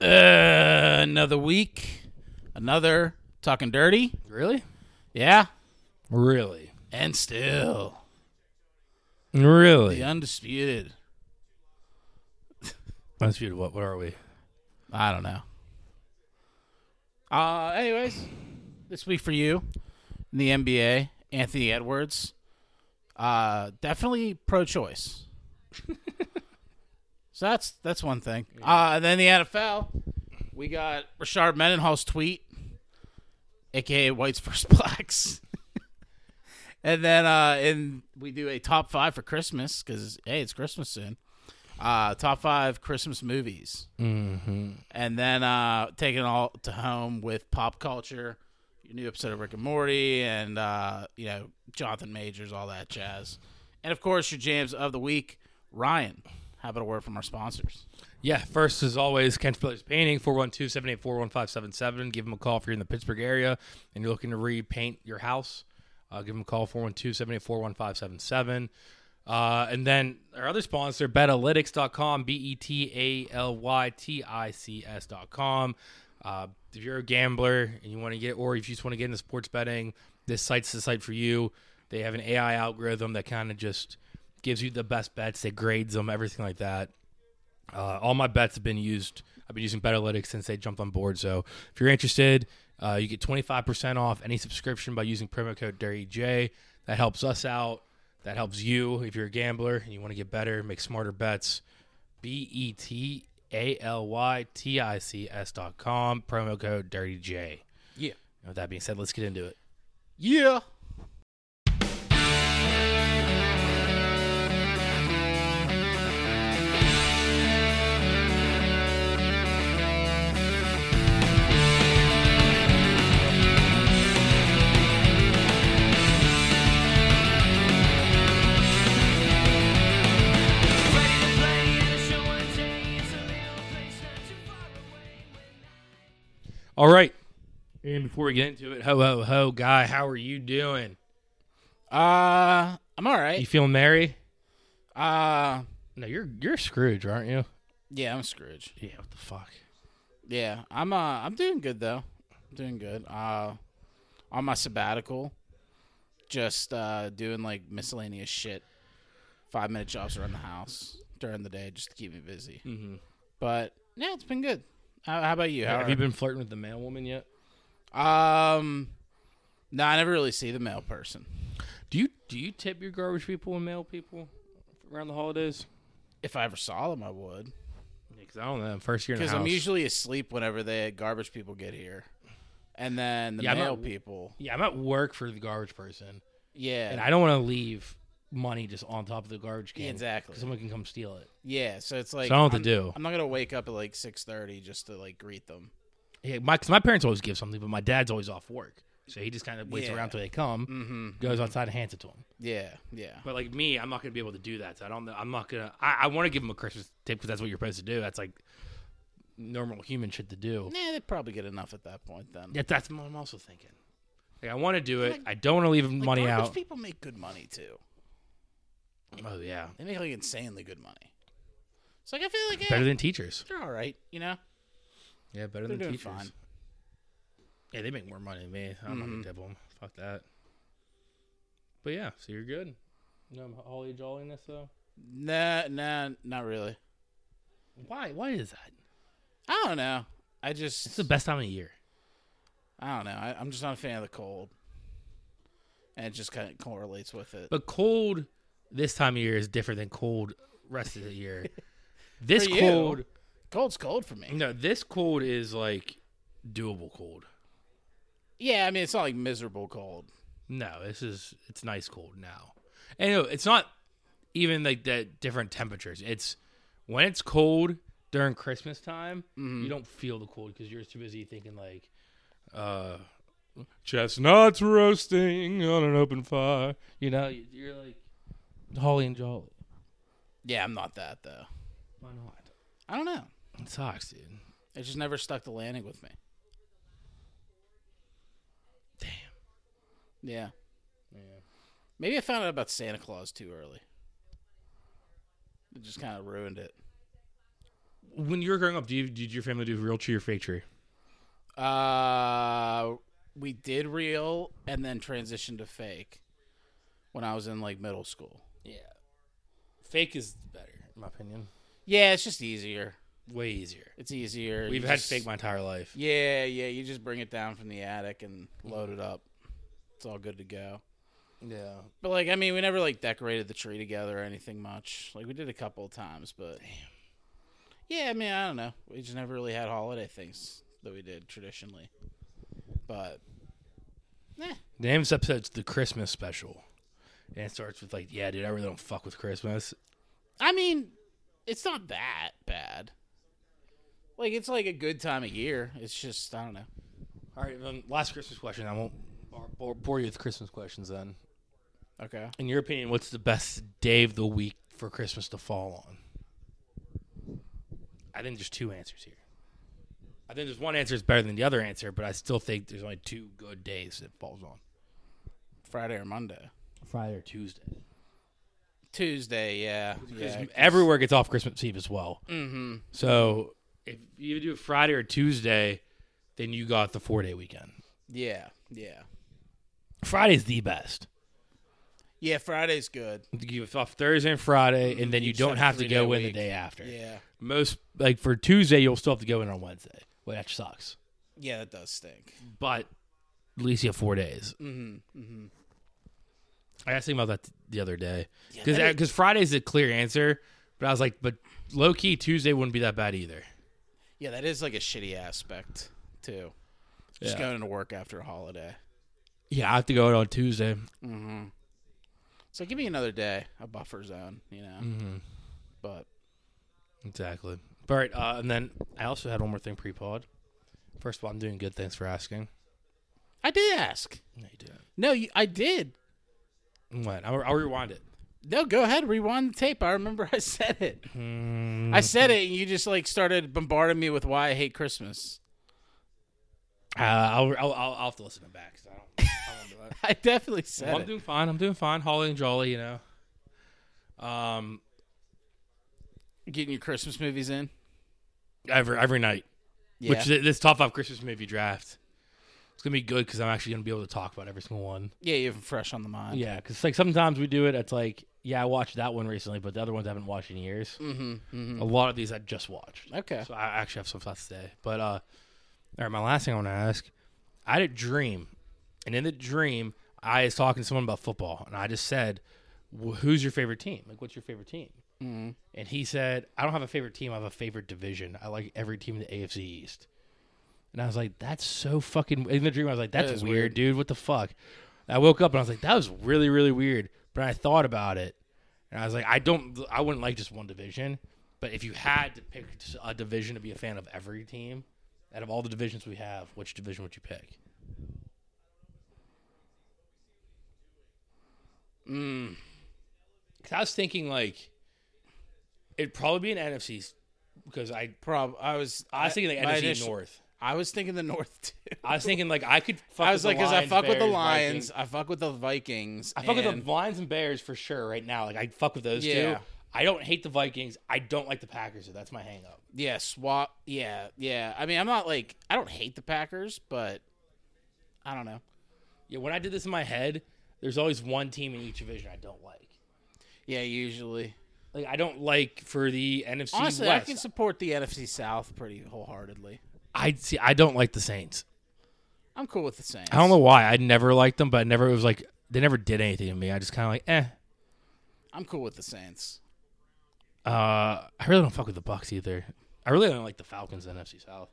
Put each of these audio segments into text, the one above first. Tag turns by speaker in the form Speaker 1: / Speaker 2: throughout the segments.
Speaker 1: Uh, Another week, another talking dirty.
Speaker 2: Really?
Speaker 1: Yeah,
Speaker 2: Really?
Speaker 1: and still
Speaker 2: Really?
Speaker 1: the undisputed.
Speaker 2: That's beautiful. What, what are we?
Speaker 1: I don't know. Uh, anyways, this week for you in the NBA, Anthony Edwards, uh, definitely pro-choice. so that's that's one thing. Uh, and then the NFL, we got Rashard Mendenhall's tweet, aka Whites versus Blacks. and then uh, and we do a top five for Christmas because hey, it's Christmas soon. Uh, top five Christmas movies and then uh, taking it all to home with pop culture, your new episode of Rick and Morty, and uh, you know Jonathan Majors, all that jazz, and of course your jams of the week. Ryan, how about a word from our sponsors?
Speaker 2: Yeah, first, as always, Kent Brothers Painting, 412 784 1577. Give them a call if you're in the Pittsburgh area and you're looking to repaint your house. Uh, give them a call, 412 784 1577. Uh, And then our other sponsor, betalytics.com, B E T A L Y T I C S.com. Uh, if you're a gambler and you want to get, or if you just want to get into sports betting, this site's the site for you. They have an AI algorithm that kind of just gives you the best bets, they grades them, everything like that. Uh, all my bets have been used. I've been using Betalytics since they jumped on board. So if you're interested, uh, you get 25% off any subscription by using promo code DairyJ. That helps us out. That helps you if you're a gambler and you want to get better, make smarter bets. B E T A L Y T I C S dot com, promo code DairyJ.
Speaker 1: Yeah.
Speaker 2: And with that being said, let's get into it.
Speaker 1: Yeah.
Speaker 2: All right. And before we get into it, ho, ho, ho, guy, how are you doing?
Speaker 1: Uh, I'm all
Speaker 2: You
Speaker 1: right.
Speaker 2: feeling merry?
Speaker 1: Uh,
Speaker 2: No, you're you're Scrooge, aren't you?
Speaker 1: yeah, I'm Scrooge.
Speaker 2: Yeah, what the fuck?
Speaker 1: Yeah, I'm. Uh, I'm doing good though. I'm doing good. Uh, on my sabbatical, just uh doing like miscellaneous shit, five minute jobs around the house during the day just to keep me busy.
Speaker 2: Mm-hmm.
Speaker 1: But yeah, it's been good. How, how about you? How
Speaker 2: Have
Speaker 1: are-
Speaker 2: you been flirting with the mail woman yet?
Speaker 1: Um, no, I never really see the male person.
Speaker 2: Do you do you tip your garbage people and mail people around the holidays?
Speaker 1: If I ever saw them, I would.
Speaker 2: Because I don't know. First year in the
Speaker 1: Because
Speaker 2: house.
Speaker 1: I'm usually asleep whenever the garbage people get here. And then the
Speaker 2: Yeah, I'm
Speaker 1: male
Speaker 2: not-
Speaker 1: people.
Speaker 2: yeah, I'm at work for the garbage person,
Speaker 1: Yeah.
Speaker 2: and I don't want to leave money just on top of the garbage can.
Speaker 1: Yeah, exactly.
Speaker 2: 'cause someone can come steal it.
Speaker 1: yeah, so it's like
Speaker 2: So I don't know what
Speaker 1: am
Speaker 2: to do.
Speaker 1: I'm not gonna wake up at like six thirty just to like greet them.
Speaker 2: Yeah, my cause my parents always give something, but my dad's always off work, so he just kind of waits
Speaker 1: Yeah.
Speaker 2: around till they come,
Speaker 1: Mm-hmm.
Speaker 2: goes outside and hands it to him.
Speaker 1: Yeah, yeah.
Speaker 2: But like me, I'm not gonna be able to do that. So I don't. know. I'm not gonna. I, I want to give him a Christmas tip because that's what you're supposed to do. That's like normal human shit to do.
Speaker 1: Nah, they probably get enough at that point then.
Speaker 2: Yeah, that's what I'm also thinking. Like, I want to do it. I don't want to leave him money
Speaker 1: garbage
Speaker 2: out.
Speaker 1: people make good money too.
Speaker 2: oh yeah,
Speaker 1: They make like insanely good money. It's like I feel like yeah,
Speaker 2: better than teachers.
Speaker 1: they're all right, you know.
Speaker 2: Yeah, better
Speaker 1: They're
Speaker 2: than
Speaker 1: doing
Speaker 2: teachers.
Speaker 1: fine.
Speaker 2: Yeah, they make more money than me. I'm not gonna
Speaker 1: Mhm.
Speaker 2: tip them. Fuck that. But yeah, so you're good. No holly jolliness though.
Speaker 1: Nah, nah, not really.
Speaker 2: Why? Why is that?
Speaker 1: I don't know. I just
Speaker 2: It's the best time of year.
Speaker 1: I don't know. I, I'm just not a fan of the cold, and it just kind of correlates with it.
Speaker 2: But cold this time of year is different than cold rest of the year. this
Speaker 1: For you.
Speaker 2: cold,
Speaker 1: Cold's cold for me.
Speaker 2: no, this cold is like doable cold.
Speaker 1: Yeah, I mean it's not like miserable cold.
Speaker 2: No, this is it's nice cold now. And no, it's not even like that different temperatures. It's when it's cold during Christmas time, you don't feel the cold because you're too busy thinking like uh chestnuts roasting on an open fire. You know, you- you're like holly and jolly.
Speaker 1: Yeah, I'm not that though.
Speaker 2: Why not?
Speaker 1: I don't know.
Speaker 2: It sucks, dude.
Speaker 1: It just never stuck the landing with me.
Speaker 2: Damn.
Speaker 1: Yeah,
Speaker 2: Yeah.
Speaker 1: maybe I found out about Santa Claus too early. It just kind of ruined it.
Speaker 2: When you were growing up, do you, did your family do real tree or fake tree?
Speaker 1: Uh, we did real and then transitioned to fake when I was in like middle school.
Speaker 2: Yeah. Fake is better, in my opinion.
Speaker 1: Yeah, it's just easier.
Speaker 2: Way easier.
Speaker 1: It's easier.
Speaker 2: We've
Speaker 1: You
Speaker 2: had
Speaker 1: just-
Speaker 2: fake my entire life.
Speaker 1: Yeah, yeah. You just bring it down from the attic and load it up. It's all good to go.
Speaker 2: Yeah.
Speaker 1: But like, I mean, we never like decorated the tree together or anything much. Like we did a couple of times, but yeah, I mean, I don't know. We just never really had holiday things that we did traditionally. But
Speaker 2: The name of this episode's the Christmas special. And it starts with like, yeah, dude, I really don't fuck with Christmas.
Speaker 1: I mean, it's not that bad. Like it's like a good time of year. It's just I don't know.
Speaker 2: All right, then last Christmas question. I won't bore- bore, bore you with Christmas questions then.
Speaker 1: Okay.
Speaker 2: In your opinion, what's the best day of the week for Christmas to fall on? I think there's two answers here. I think there's one answer is better than the other answer, but I still think there's only two good days it falls on.
Speaker 1: Friday or Monday.
Speaker 2: Friday or Tuesday.
Speaker 1: Tuesday, yeah.
Speaker 2: Because
Speaker 1: Yeah.
Speaker 2: everywhere gets off Christmas Eve as well.
Speaker 1: Mhm.
Speaker 2: So Mm-hmm. if you do it Friday or Tuesday, then you got the four day weekend.
Speaker 1: Yeah. Yeah.
Speaker 2: Friday's the best.
Speaker 1: Yeah, Friday's good.
Speaker 2: You have off Thursday and Friday, and then Mm-hmm. you
Speaker 1: You just
Speaker 2: don't
Speaker 1: have
Speaker 2: have to
Speaker 1: three-day
Speaker 2: go in the
Speaker 1: week.
Speaker 2: day after.
Speaker 1: Yeah.
Speaker 2: Most like for Tuesday, you'll still have to go in on Wednesday. Well, that sucks.
Speaker 1: Yeah, that does stink.
Speaker 2: But at least you have four days.
Speaker 1: Mhm.
Speaker 2: Mm-hmm.
Speaker 1: Mhm.
Speaker 2: I was thinking about that th- the other day
Speaker 1: Yeah,
Speaker 2: because
Speaker 1: that is-
Speaker 2: Friday's a clear answer, but I was like, but low key Tuesday wouldn't be that bad either.
Speaker 1: Yeah, that is like a shitty aspect too. Just
Speaker 2: Yeah.
Speaker 1: going to work after a holiday.
Speaker 2: Yeah, I have to go out on Tuesday.
Speaker 1: Mhm. So give me another day, a buffer zone, you know.
Speaker 2: Mm-hmm.
Speaker 1: But
Speaker 2: Exactly. All right, uh, and then I also had one more thing pre-pod. First of all, I'm doing good. Thanks for asking.
Speaker 1: I did ask.
Speaker 2: No, you didn't.
Speaker 1: No, you, I did.
Speaker 2: What? I'll, I'll rewind it.
Speaker 1: No, go ahead. Rewind the tape. I remember I said it.
Speaker 2: Mm. Mm-hmm.
Speaker 1: I said it, and you just like started bombarding me with why I hate Christmas.
Speaker 2: Uh, I'll, I'll, I'll, I'll have to listen to back. 'cause I don't, I don't remember that.
Speaker 1: I definitely said
Speaker 2: Well, I'm
Speaker 1: it.
Speaker 2: doing fine. I'm doing fine. Holly and Jolly, you know. Um,
Speaker 1: Getting your Christmas movies in.
Speaker 2: every every night.
Speaker 1: Yeah.
Speaker 2: Which th- this top five Christmas movie draft, it's gonna be good because I'm actually gonna be able to talk about every single one.
Speaker 1: yeah, you're fresh on the mind.
Speaker 2: Yeah, because like sometimes we do it. It's like, yeah, I watched that one recently, but the other ones I haven't watched in years.
Speaker 1: Mm-hmm,
Speaker 2: A lot of these I just watched.
Speaker 1: Okay.
Speaker 2: So I actually have some stuff to say. But uh all right, my last thing I want to ask, I had a dream, and in the dream, I was talking to someone about football, and I just said, "Wh- "Who's your favorite team? Like, what's your favorite team?"
Speaker 1: Mhm.
Speaker 2: And he said, "I don't have a favorite team. I have a favorite division. I like every team in the AFC East." And I was like, "That's so fucking." In the dream, I was like, "That's
Speaker 1: is
Speaker 2: weird,
Speaker 1: weird.
Speaker 2: dude. What the fuck?" And I woke up and I was like, "That was really, really weird." But I thought about it, and I was like, I don't, I wouldn't like just one division. But if you had to pick a division to be a fan of every team, out of all the divisions we have, which division would you pick?
Speaker 1: Mm.
Speaker 2: Hmm. 'Cause I was thinking like it'd probably be an NFC s- because I,
Speaker 1: Prob. I was.
Speaker 2: I was thinking like
Speaker 1: my
Speaker 2: NFC
Speaker 1: initial-
Speaker 2: North.
Speaker 1: I was thinking the North too.
Speaker 2: I was thinking like I could. Fuck
Speaker 1: I was
Speaker 2: with
Speaker 1: like,
Speaker 2: the
Speaker 1: because I
Speaker 2: Lions,
Speaker 1: fuck with the
Speaker 2: Bears,
Speaker 1: Lions,
Speaker 2: Vikings.
Speaker 1: I fuck with the Vikings.
Speaker 2: I fuck
Speaker 1: and-
Speaker 2: with the Lions and Bears for sure right now. Like I fuck with those
Speaker 1: Yeah.
Speaker 2: two. I don't hate the Vikings. I don't like the Packers. So that's my hang up.
Speaker 1: Yeah, swap. Yeah, yeah. I mean, I'm not like I don't hate the Packers, but I don't know.
Speaker 2: Yeah, when I did this in my head, there's always one team in each division I don't like.
Speaker 1: Yeah, usually.
Speaker 2: Like I don't like for the NFC
Speaker 1: Honestly, I
Speaker 2: West.
Speaker 1: can support the NFC South pretty wholeheartedly.
Speaker 2: I see. I don't like the Saints.
Speaker 1: I'm cool with the Saints.
Speaker 2: I don't know why. I never liked them, but I never it was like they never did anything to me. I just kind of like eh.
Speaker 1: I'm cool with the Saints.
Speaker 2: Uh, I really don't fuck with the Bucks either. I really don't like the Falcons in NFC South.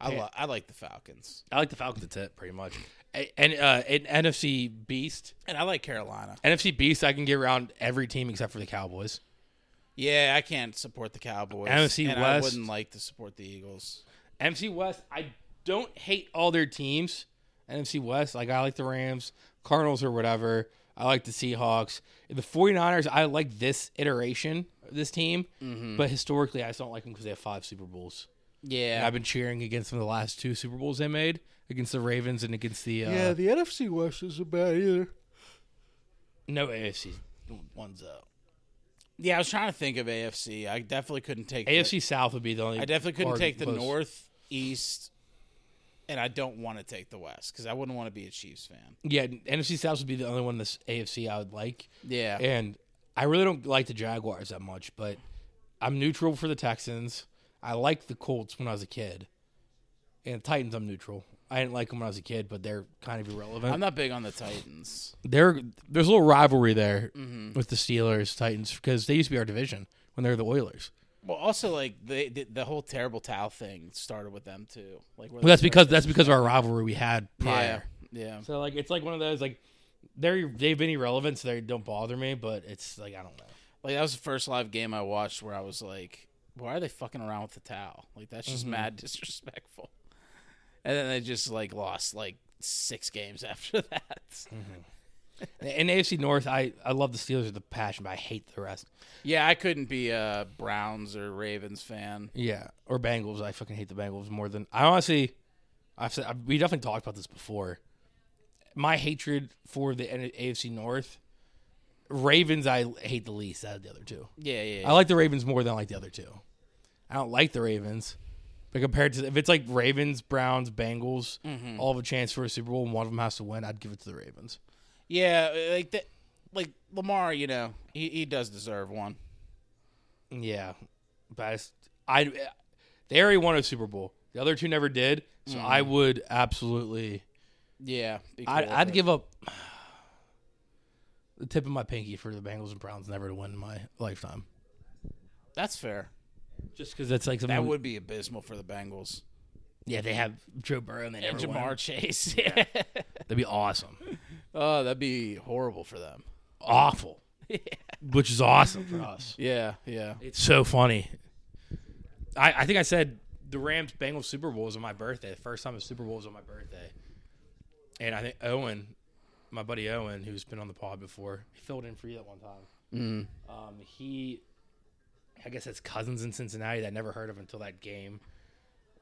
Speaker 1: I
Speaker 2: Yeah.
Speaker 1: lo- I like the Falcons,
Speaker 2: I like the Falcons a tit pretty much. A- And uh, an NFC Beast,
Speaker 1: and I like Carolina.
Speaker 2: NFC Beast, I can get around every team except for the Cowboys.
Speaker 1: Yeah, I can't support the Cowboys.
Speaker 2: NFC
Speaker 1: and I
Speaker 2: West.
Speaker 1: wouldn't like to support the Eagles.
Speaker 2: NFC West, I don't hate all their teams. NFC West, like I like the Rams, Cardinals or whatever. I like the Seahawks. The 49ers, I like this iteration of this team,
Speaker 1: Mm-hmm.
Speaker 2: but historically I just don't like them because they have five Super Bowls. And
Speaker 1: Yeah,
Speaker 2: I've been cheering against them the last two Super Bowls they made against the Ravens and against the uh, yeah.
Speaker 1: the NFC West isn't bad either.
Speaker 2: no AFC ones though.
Speaker 1: Yeah, I was trying to think of AFC. I definitely couldn't take the-
Speaker 2: AFC South would be the only.
Speaker 1: I definitely couldn't
Speaker 2: or
Speaker 1: take the
Speaker 2: close.
Speaker 1: North, East, and I don't want to take the West because I wouldn't want to be a Chiefs fan.
Speaker 2: Yeah, NFC South would be the only one in this AFC I would like.
Speaker 1: Yeah.
Speaker 2: And I really don't like the Jaguars that much, but I'm neutral for the Texans. I liked the Colts when I was a kid. And Titans, I'm neutral. I didn't like them when I was a kid, but they're kind of irrelevant.
Speaker 1: I'm not big on the Titans.
Speaker 2: They're, there's a little rivalry there
Speaker 1: Mm-hmm.
Speaker 2: with the Steelers, Titans, because they used to be our division when they were the Oilers.
Speaker 1: Well, also like the the, the whole terrible towel thing started with them too. Like
Speaker 2: Well, that's because that's because of our rivalry we had prior.
Speaker 1: yeah, yeah.
Speaker 2: So like it's like one of those like they're they've been irrelevant, so they don't bother me. But it's like I don't know.
Speaker 1: Like that was the first live game I watched where I was like, "Why are they fucking around with the towel? Like that's just mad disrespectful." And then they just like lost like six games after that.
Speaker 2: Hmm. In AFC North, I I love the Steelers with a passion, but I hate the rest.
Speaker 1: Yeah, I couldn't be a Browns or Ravens fan.
Speaker 2: Yeah, or Bengals. I fucking hate the Bengals more than I honestly. I've said we definitely talked about this before. My hatred for the N- AFC North, Ravens. I hate the least out of the other two.
Speaker 1: Yeah, yeah. yeah.
Speaker 2: I like the Ravens more than I like the other two. I don't like the Ravens, but compared to if it's like Ravens, Browns, Bengals, all have a chance for a Super Bowl and one of them has to win, I'd give it to the Ravens.
Speaker 1: Yeah, like that. Like Lamar, you know, he, he does deserve one.
Speaker 2: Yeah, but I, just- I they already won a Super Bowl. The other two never did, so I would absolutely.
Speaker 1: Yeah, be
Speaker 2: I'd,
Speaker 1: cool
Speaker 2: I'd
Speaker 1: with
Speaker 2: give up the tip of my pinky for the Bengals and Browns never to win in my lifetime.
Speaker 1: it. That's fair.
Speaker 2: Just because that's like something.
Speaker 1: That would be abysmal for the Bengals.
Speaker 2: yeah, they have Joe Burrow and they
Speaker 1: And
Speaker 2: never
Speaker 1: Jamar
Speaker 2: win.
Speaker 1: Chase. Yeah.
Speaker 2: That'd be awesome.
Speaker 1: oh, that'd be horrible for them.
Speaker 2: awful, which is awesome for us.
Speaker 1: Yeah, yeah.
Speaker 2: It's so funny. I, I think I said the Rams Bengals Super Bowl was on my birthday. The first time a Super Bowl was on my birthday, and I think Owen, my buddy Owen, who's been on the pod before, he filled in for you that one time. Um, he, I guess that's cousins in Cincinnati that I never heard of until that game,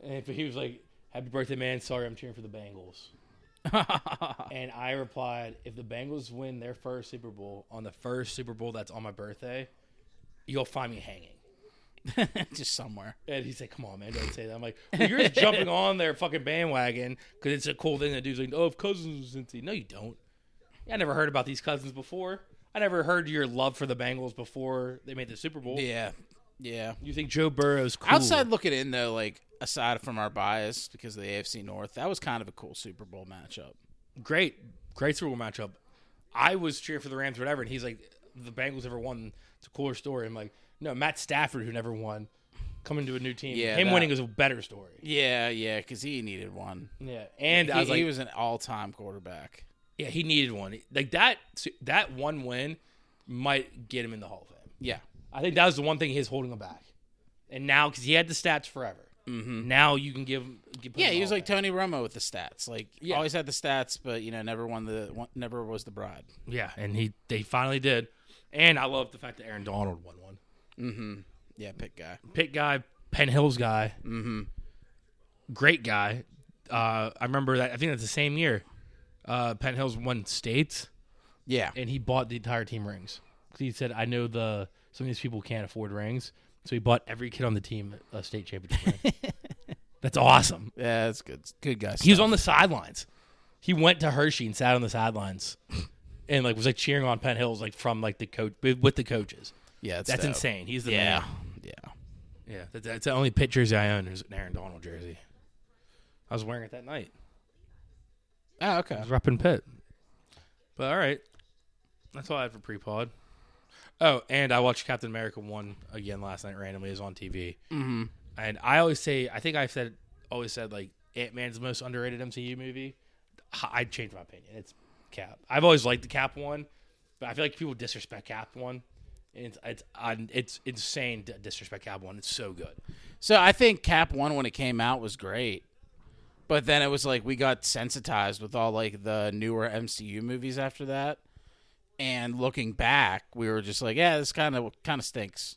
Speaker 2: and he was like, "Happy birthday, man! Sorry, I'm cheering for the Bengals." And I replied, if the Bengals win their first Super Bowl on the first Super Bowl that's on my birthday, you'll find me hanging.
Speaker 1: Just somewhere.
Speaker 2: And he said, come on, man, don't say that. I'm like, well, you're just jumping on their fucking bandwagon because it's a cool thing to do. It's like, oh, if Cousins was in Cincinnati. No, you don't. I never heard about these Cousins before. I never heard your love for the Bengals before they made the Super Bowl.
Speaker 1: Yeah, yeah.
Speaker 2: You think Joe Burrow's cool.
Speaker 1: Outside looking in though, like aside from our bias because of the AFC North, that was kind of a cool Super Bowl matchup.
Speaker 2: great, great Super Bowl matchup. I was cheering for the Rams, whatever, and he's like, the Bengals ever won. It's a cooler story. I'm like, no, Matt Stafford, who never won, coming to a new team.
Speaker 1: Yeah,
Speaker 2: him
Speaker 1: that-
Speaker 2: winning is a better story.
Speaker 1: Yeah, yeah. Because he needed one.
Speaker 2: Yeah, and
Speaker 1: He
Speaker 2: I was like,
Speaker 1: he was an all-time quarterback.
Speaker 2: yeah, he needed one. Like that, that one win might get him in the Hall of Fame.
Speaker 1: Yeah,
Speaker 2: I think that was the one thing he's holding him back. And now, because he had the stats forever, mm-hmm. now you can give him. give- put him
Speaker 1: Yeah,
Speaker 2: in
Speaker 1: he
Speaker 2: the
Speaker 1: was
Speaker 2: Hall
Speaker 1: like
Speaker 2: of
Speaker 1: Tony Romo with the stats. Like
Speaker 2: Yeah.
Speaker 1: always had the stats, but you know never won the won- never was the bride.
Speaker 2: Fame. yeah, and he they finally did. And I love the fact that Aaron Donald won one.
Speaker 1: Yeah, pick guy.
Speaker 2: pit guy, Penn Hills guy, mm-hmm. great guy. Uh, I remember that. I think that's the same year. Uh, Penn Hills won states,
Speaker 1: Yeah,
Speaker 2: and he bought the entire team rings. 'Cause He said, "I know the some of these people can't afford rings, so he bought every kid on the team a state championship ring." That's awesome.
Speaker 1: yeah, that's good. Good guy.
Speaker 2: He was on the sidelines. He went to Hershey and sat on the sidelines, and like was like cheering on Penn Hills like from like the coach with the coaches.
Speaker 1: yeah, it's
Speaker 2: That's
Speaker 1: dope.
Speaker 2: insane. He's the
Speaker 1: Yeah,
Speaker 2: man.
Speaker 1: yeah.
Speaker 2: Yeah, that, that's the only pit jersey I own is an Aaron Donald jersey. I was wearing it that night.
Speaker 1: Oh, okay.
Speaker 2: I was repping Pitt. But all right, that's all I had for pre-pod. Oh, and I watched Captain America one again last night randomly. It was on TV, mm-hmm. and I always say, I think I've said, always said like Ant Man's the most underrated MCU movie. H- I changed my opinion. It's Cap. I've always liked the Cap one, but I feel like people disrespect Cap one. And it's it's un- it's insane to disrespect Cap one. It's so good.
Speaker 1: So I think Cap One when it came out was great, but then it was like we got sensitized with all like the newer MCU movies after that, and looking back, we were just like, yeah, this kind of kind of stinks.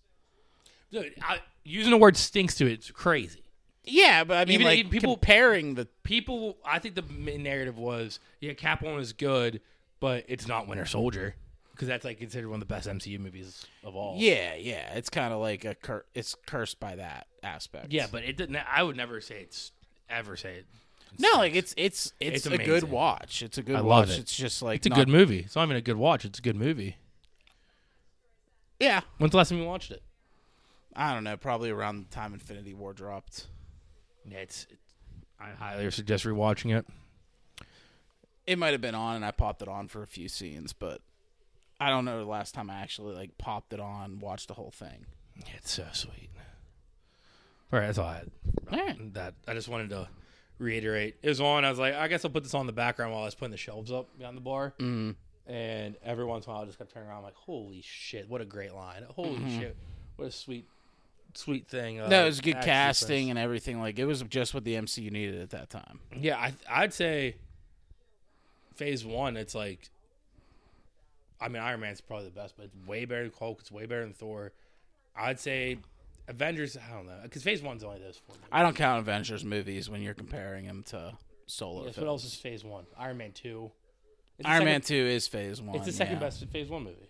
Speaker 2: Dude, I, using the word stinks to it, it's crazy.
Speaker 1: Yeah, but I mean,
Speaker 2: Even-
Speaker 1: like
Speaker 2: even people-
Speaker 1: comparing the
Speaker 2: People, I think the main narrative was, yeah, Cap One is good, but it's not Winter Soldier because that's like considered one of the best MCU movies of all.
Speaker 1: yeah, yeah, it's kind of like a cur- it's cursed by that aspect.
Speaker 2: yeah, but it didn't. I would never say it's ever say it
Speaker 1: No, like it's it's it's,
Speaker 2: It's
Speaker 1: a good
Speaker 2: amazing.
Speaker 1: watch. It's a good
Speaker 2: I
Speaker 1: watch.
Speaker 2: love it.
Speaker 1: It's just like
Speaker 2: It's a
Speaker 1: not-
Speaker 2: good movie. It's not even a good watch. It's a good movie.
Speaker 1: Yeah,
Speaker 2: When's the last time you watched it?
Speaker 1: I don't know. Probably around the time Infinity War dropped.
Speaker 2: Yeah, it's. it's I highly suggest rewatching it.
Speaker 1: It might have been on, and I popped it on for a few scenes, but I don't know the last time I actually like popped it on, watched the whole thing.
Speaker 2: Yeah, it's so sweet. All right, that's all I had.
Speaker 1: All right.
Speaker 2: That I just wanted to reiterate. It was on. I was like, I guess I'll put this on in the background while I was putting the shelves up behind the bar.
Speaker 1: Mm.
Speaker 2: And every once in a while, I just kept turning around, like, holy shit, what a great line! Holy shit, what a sweet, sweet thing. Uh,
Speaker 1: Mm-hmm. No, it was good
Speaker 2: actress
Speaker 1: casting and everything. Like it was just what the MCU needed at that time.
Speaker 2: is. Yeah, I, I'd say phase one. It's like, I mean, Iron Man's probably the best, but it's way better than Hulk. It's way better than Thor. I'd say Avengers. I don't know because phase one's only those four. movies.
Speaker 1: I don't count Avengers movies when you're comparing them to solo.
Speaker 2: Yes, what
Speaker 1: films.
Speaker 2: else is phase one? Iron Man two. It's the
Speaker 1: Iron
Speaker 2: second-
Speaker 1: Man Two is Phase One.
Speaker 2: It's the second
Speaker 1: yeah.
Speaker 2: best phase one movie.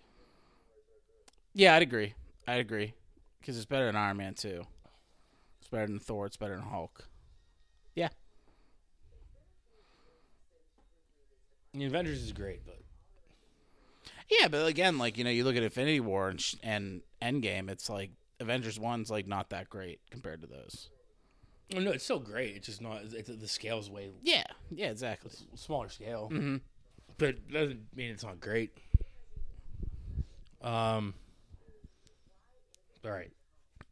Speaker 1: Yeah, I'd agree. I'd agree because it's better than Iron Man Two. It's better than Thor. It's better than Hulk. Yeah,
Speaker 2: The Avengers is great, but
Speaker 1: yeah, but again, like you know, you look at Infinity War and, sh- and Endgame. It's like Avengers One's like not that great compared to those.
Speaker 2: well, no, it's still great. It's just not. It's, the scale's way
Speaker 1: Yeah, yeah, exactly.
Speaker 2: smaller scale, mm-hmm. but doesn't mean it's not great. Um. All right.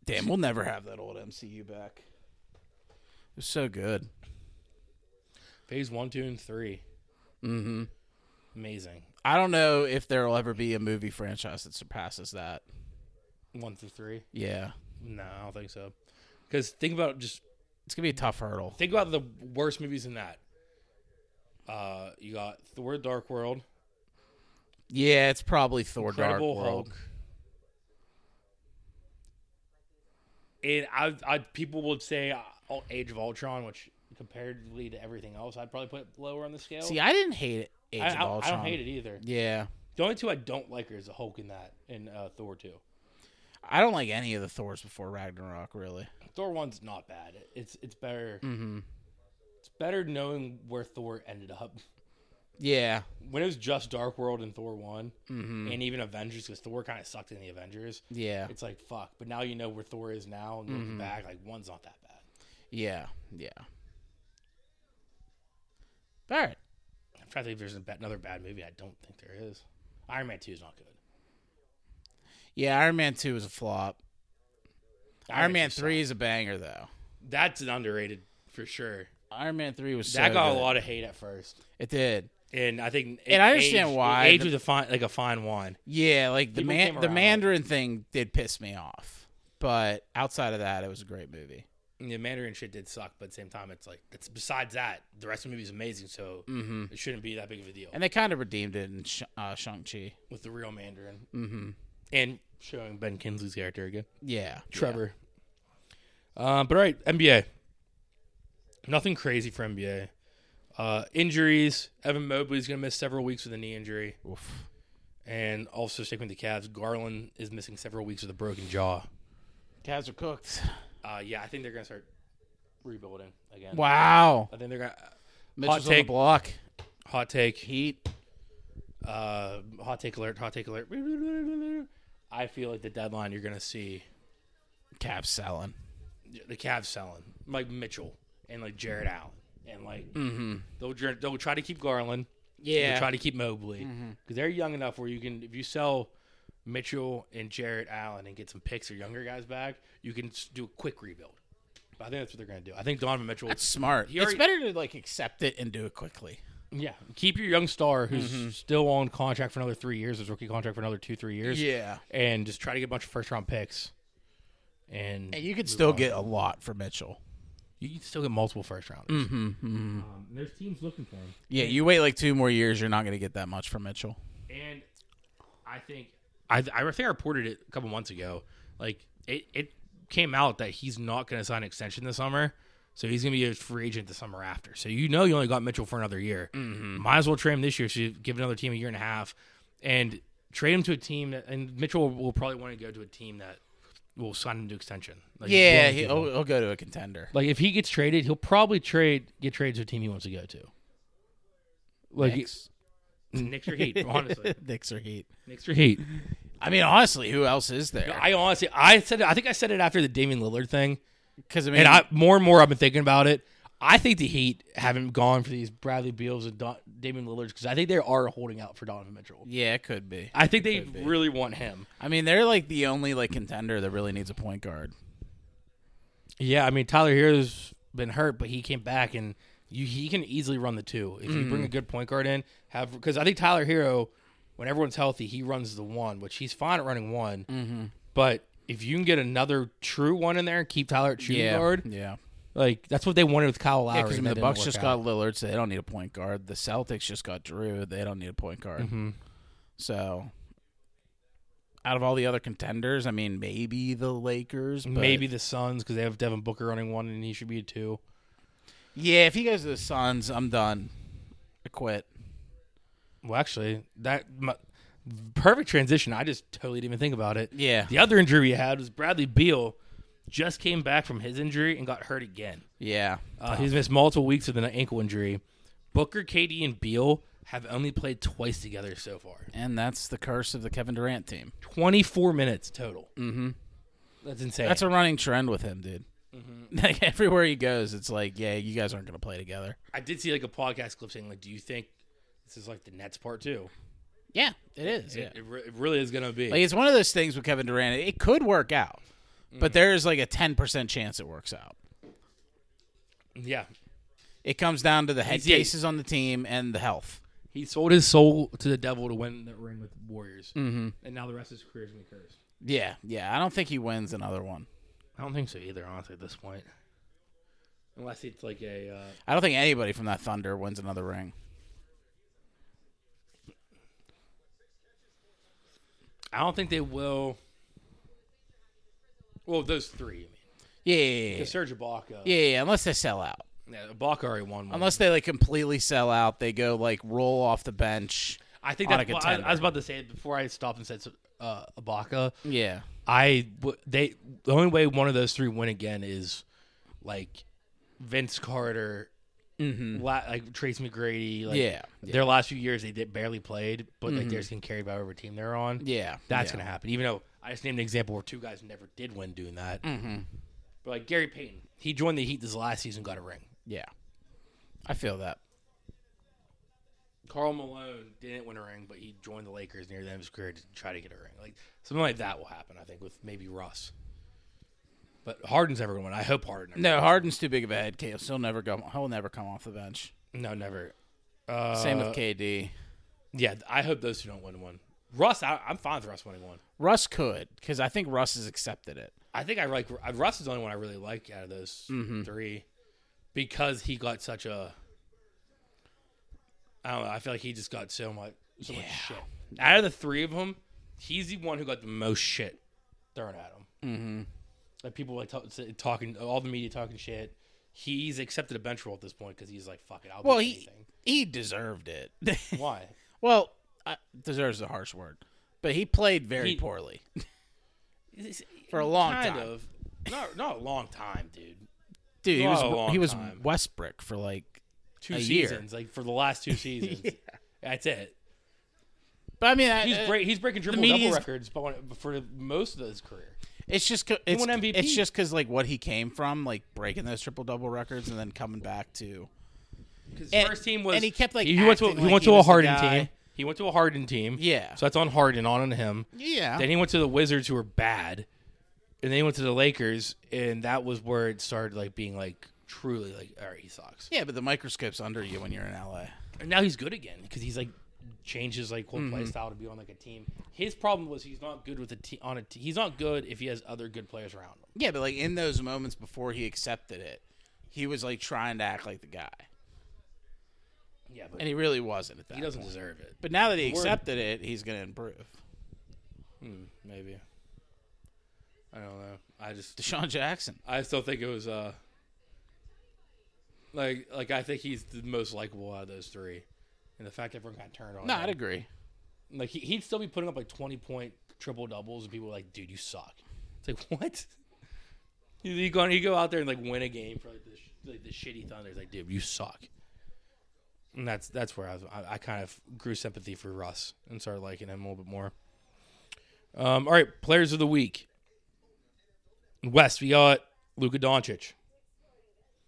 Speaker 1: Damn, we'll never have that old MCU back. It was so good.
Speaker 2: Phase one, two, and three.
Speaker 1: Mm-hmm.
Speaker 2: Amazing.
Speaker 1: I don't know if there will ever be a movie franchise that surpasses that.
Speaker 2: One through three.
Speaker 1: Yeah,
Speaker 2: No, I don't think so. Because think about just
Speaker 1: it's gonna be a tough hurdle.
Speaker 2: think about the worst movies in that. Uh, you got Thor: Dark World,
Speaker 1: Yeah, it's probably Thor:
Speaker 2: Incredible
Speaker 1: Dark
Speaker 2: Hulk.
Speaker 1: World.
Speaker 2: And I, I, people would say uh, oh, Age of Ultron, which comparatively to everything else, I'd probably put lower on the scale.
Speaker 1: See, I didn't hate it. Age
Speaker 2: I,
Speaker 1: of
Speaker 2: I- I
Speaker 1: Ultron.
Speaker 2: don't hate it either.
Speaker 1: Yeah.
Speaker 2: The only two I don't like is the Hulk in that and uh, Thor two.
Speaker 1: I don't like any of the Thors before Ragnarok, really.
Speaker 2: Thor one's not bad. It's it's better.
Speaker 1: Mm-hmm.
Speaker 2: It's better knowing where Thor ended up.
Speaker 1: Yeah.
Speaker 2: When it was just Dark World and Thor one,
Speaker 1: Mm-hmm.
Speaker 2: and even Avengers, because Thor kind of sucked in the Avengers.
Speaker 1: Yeah.
Speaker 2: It's like fuck. But now you know where Thor is now, and looking back, like one's not that bad.
Speaker 1: Yeah. Yeah. All right.
Speaker 2: I'm trying to think if there's a bad, another bad movie. I don't think there is. Iron Man 2 is not good.
Speaker 1: Yeah, Iron Man 2 is a flop. Iron, Man
Speaker 2: 2
Speaker 1: 3 is a banger, though.
Speaker 2: sucked. That's an underrated for sure.
Speaker 1: Iron Man 3 was so
Speaker 2: that got
Speaker 1: good.
Speaker 2: a lot of hate at first,
Speaker 1: It did.
Speaker 2: and I think
Speaker 1: And I understand why.
Speaker 2: Age was a fine, like a fine wine.
Speaker 1: Yeah, like the
Speaker 2: People
Speaker 1: man,
Speaker 2: came
Speaker 1: the
Speaker 2: around.
Speaker 1: Mandarin thing did piss me off. But outside of that, it was a great movie.
Speaker 2: And The Mandarin shit did suck, but at the same time, it's like it's besides that, the rest of the movie is amazing, so
Speaker 1: Mm-hmm.
Speaker 2: it shouldn't be that big of a deal
Speaker 1: And they kind of redeemed it in Sh- uh, Shang-Chi.
Speaker 2: with the real Mandarin
Speaker 1: Mm-hmm.
Speaker 2: and showing Ben Kinsley's character again.
Speaker 1: Yeah.
Speaker 2: Trevor. Uh, but all right, NBA. Nothing crazy for NBA. Uh, injuries. Evan Mobley's going to miss several weeks with a knee injury.
Speaker 1: Yeah. Oof.
Speaker 2: And also sticking with the Cavs, Garland is missing several weeks with a broken jaw.
Speaker 1: Cavs are cooked.
Speaker 2: Uh, yeah, I think they're going to start rebuilding again.
Speaker 1: Wow.
Speaker 2: I think they're going to.
Speaker 1: Mitchell's on
Speaker 2: take.
Speaker 1: the block.
Speaker 2: Hot take.
Speaker 1: Heat.
Speaker 2: Uh, hot take alert. Hot take alert. I feel like the deadline you're going to see
Speaker 1: Cavs selling.
Speaker 2: the Cavs selling like Mitchell and like Jared Allen and like they'll dr- they'll try to keep Garland.
Speaker 1: Mm-hmm. Yeah. Mm-hmm.
Speaker 2: They'll try to keep Mobley because they're young enough where you can if you sell Mitchell and Jared Allen and get some picks or younger guys back, you can s- do a quick rebuild. But I think that's what they're going to do. I think Donovan Mitchell.
Speaker 1: That's smart.
Speaker 2: He
Speaker 1: it's
Speaker 2: already-
Speaker 1: better to like accept it and do it quickly.
Speaker 2: yeah, keep your young star who's
Speaker 1: Mm-hmm.
Speaker 2: still on contract for another three years, his rookie contract for another two three years,
Speaker 1: Yeah.
Speaker 2: and just try to get a bunch of first round picks. And,
Speaker 1: And you could still get a lot for Mitchell.
Speaker 2: you can still get multiple first rounders.
Speaker 1: Mm-hmm.
Speaker 2: Um, and there's teams looking for him.
Speaker 1: Yeah, you wait like two more years, you're not going to get that much for Mitchell.
Speaker 2: And I think I, I think I reported it a couple months ago. Like it, it came out that he's not going to sign an extension this summer, so he's going to be a free agent the summer after. So you know you only got Mitchell for another year. Might as well trade him this year. So you give another team a year and a half, and trade him to a team that. And Mitchell will probably want to go to a team that will sign him to extension. Like, he's
Speaker 1: yeah,
Speaker 2: willing
Speaker 1: he,
Speaker 2: to.
Speaker 1: he'll, he'll go to a contender.
Speaker 2: like if he gets traded, he'll probably trade get traded to a team he wants to go to. Like
Speaker 1: Knicks.
Speaker 2: Knicks or Heat, honestly.
Speaker 1: Knicks or Heat.
Speaker 2: Knicks or Heat.
Speaker 1: I mean, honestly, who else is there?
Speaker 2: I honestly, I said, I think I said it after the Damian Lillard thing,
Speaker 1: Because I mean,
Speaker 2: and I more and more I've been thinking about it. I think the Heat haven't gone for these Bradley Beals and Don, Damian Lillards because I think they are holding out for Donovan Mitchell.
Speaker 1: yeah, it could be.
Speaker 2: I think they really want him.
Speaker 1: I mean, they're like the only like contender that really needs a point guard.
Speaker 2: Yeah, I mean Tyler Hero's been hurt, but he came back and you, he can easily run the two if you
Speaker 1: Mm.
Speaker 2: bring a good point guard in. Have because I think Tyler Hero, when everyone's healthy, he runs the one, which he's fine at running one.
Speaker 1: Mm-hmm.
Speaker 2: But if you can get another true one in there and keep Tyler at shooting
Speaker 1: yeah,
Speaker 2: guard,
Speaker 1: yeah.
Speaker 2: like that's what they wanted with Kyle Lowry.
Speaker 1: Yeah, because I
Speaker 2: and
Speaker 1: mean,
Speaker 2: that
Speaker 1: the
Speaker 2: didn't
Speaker 1: Bucks
Speaker 2: work
Speaker 1: just
Speaker 2: out.
Speaker 1: got Lillard, so they don't need a point guard. The Celtics just got Drew; they don't need a point guard.
Speaker 2: Mm-hmm.
Speaker 1: So, out of all the other contenders, I mean, maybe the Lakers. But
Speaker 2: maybe the Suns because they have Devin Booker running one and he should be a two.
Speaker 1: yeah. If he goes to the Suns, I'm done. I quit.
Speaker 2: Well, actually, that my, perfect transition. I just totally didn't even think about it.
Speaker 1: Yeah,
Speaker 2: The other injury we had was Bradley Beal just came back from his injury and got hurt again.
Speaker 1: yeah.
Speaker 2: Uh, he's missed multiple weeks with an ankle injury. Booker, KD, and Beal have only played twice together so far.
Speaker 1: And that's the curse of the Kevin Durant team.
Speaker 2: 24 minutes total. Mm-hmm. That's insane.
Speaker 1: That's a running trend with him, dude.
Speaker 2: Mm-hmm.
Speaker 1: Like everywhere he goes, it's like, yeah, you guys aren't going to play together.
Speaker 2: I did see like a podcast clip saying like, do you think this is like the Nets part two?
Speaker 1: Yeah, it is.
Speaker 2: It, it, re- it really is going to be.
Speaker 1: Like it's one of those things with Kevin Durant. It could work out, but there is like a ten percent chance it works out.
Speaker 2: yeah.
Speaker 1: It comes down to the head
Speaker 2: He's- yeah.
Speaker 1: cases on the team and the health.
Speaker 2: He sold his soul to the devil to win the ring with the Warriors. Mm-hmm. And now the rest of his career is going to be cursed.
Speaker 1: Yeah, yeah. I don't think he wins another one.
Speaker 2: I don't think so either, honestly, at this point. Unless it's like a. Uh,
Speaker 1: I don't think anybody from that Thunder wins another ring.
Speaker 2: I don't think they will. Well, those three. I mean,
Speaker 1: Yeah, yeah, yeah,
Speaker 2: 'Cause Serge Ibaka.
Speaker 1: yeah, yeah, yeah, Unless they sell out.
Speaker 2: yeah, Ibaka already won one.
Speaker 1: Unless they like completely sell out, they go like roll off the bench.
Speaker 2: I think
Speaker 1: on a
Speaker 2: that well, I,
Speaker 1: contender.
Speaker 2: I was about to say it before I stopped and said uh, Ibaka.
Speaker 1: Yeah,
Speaker 2: I w- they the only way one of those three win again is like Vince Carter, la- like Trace McGrady. Like,
Speaker 1: Mm-hmm. Yeah, Mm-hmm.
Speaker 2: their last few years they did barely played, but like they're just getting carried by whatever team they're on.
Speaker 1: yeah.
Speaker 2: That's
Speaker 1: yeah.
Speaker 2: gonna happen. Even though I just named an example where two guys never did win doing that. Mm-hmm. But like Gary Payton, he joined the Heat this last season, got a ring.
Speaker 1: Yeah, I feel that.
Speaker 2: Carl Malone didn't win a ring, but he joined the Lakers near the end of his career to try to get a ring. Like something like that will happen, I think, with maybe Russ. But Harden's never gonna win. I hope Harden. Never
Speaker 1: No, Harden's too big of a head case. He'll never go. He'll never come off the bench.
Speaker 2: no, never. Uh,
Speaker 1: Same with KD.
Speaker 2: yeah. I hope those two don't win one. Russ, I, I'm fine with Russ winning one.
Speaker 1: Russ could because I think Russ has accepted it.
Speaker 2: I think I like I- Russ is the only one I really like out of those
Speaker 1: Mm-hmm.
Speaker 2: three because he got such a. I don't know. I feel like he just got so much, so much shit. Out of the three of them, he's the one who got the most shit thrown at him. Mm-hmm. Like people like talk, say- talking, all the media talking shit. He's accepted a bench role at this point because he's like, "Fuck it, I'll
Speaker 1: Well,
Speaker 2: do
Speaker 1: he
Speaker 2: anything."
Speaker 1: he deserved it.
Speaker 2: Why?
Speaker 1: well, I, deserves a harsh word, but he played very
Speaker 2: He-
Speaker 1: poorly. For a long
Speaker 2: kind
Speaker 1: time.
Speaker 2: of. Not not a long time, dude.
Speaker 1: Dude, he
Speaker 2: Oh, a
Speaker 1: was
Speaker 2: long
Speaker 1: he was
Speaker 2: time.
Speaker 1: Westbrook for like.
Speaker 2: Two
Speaker 1: A year.
Speaker 2: seasons, like for the last two seasons. That's it.
Speaker 1: But I mean, I, uh,
Speaker 2: He's,
Speaker 1: I-
Speaker 2: break, he's breaking triple double
Speaker 1: media's-
Speaker 2: records but for most of his career.
Speaker 1: it's just 'cause- it's,
Speaker 2: won MVP.
Speaker 1: it's just because like what he came from, like breaking those triple double records and then coming back to.
Speaker 2: Because
Speaker 1: And-
Speaker 2: first team was
Speaker 1: and he kept, like,
Speaker 2: he went to
Speaker 1: acting
Speaker 2: he
Speaker 1: like
Speaker 2: went
Speaker 1: he
Speaker 2: to a
Speaker 1: was the
Speaker 2: Harden
Speaker 1: guy.
Speaker 2: team. He went to a Harden team.
Speaker 1: Yeah.
Speaker 2: so that's on Harden, on him.
Speaker 1: Yeah,
Speaker 2: Then he went to the Wizards, who were bad, and then he went to the Lakers, and that was where it started like being like truly like all right, he sucks.
Speaker 1: yeah, but the microscope's under you when you're in LA.
Speaker 2: And now he's good again because he's like changed his like whole
Speaker 1: Mm-hmm.
Speaker 2: play style to be on like a team. His problem was he's not good with a team on a team. He's not good if he has other good players around him.
Speaker 1: Yeah, but like in those moments before he accepted it, he was like trying to act like the guy,
Speaker 2: Yeah, but
Speaker 1: and he really wasn't at that.
Speaker 2: he doesn't deserve it.
Speaker 1: But now that he
Speaker 2: Word.
Speaker 1: accepted it, he's going to improve.
Speaker 2: Maybe. I don't know. I just
Speaker 1: Deshaun Jackson.
Speaker 2: I still think it was uh like like I think he's the most likable out of those three. And the fact everyone got turned on.
Speaker 1: No,
Speaker 2: him.
Speaker 1: I'd agree.
Speaker 2: like he, he'd still be putting up like twenty point triple doubles and people were like, dude, you suck. It's like what? You, you go you go out there and like win a game for like the, sh- like the shitty Thunder. It's like, dude, you suck. And that's that's where I was. I, I kind of grew sympathy for Russ and started liking him a little bit more. Um, all right, players of the week. West, we got Luka Doncic.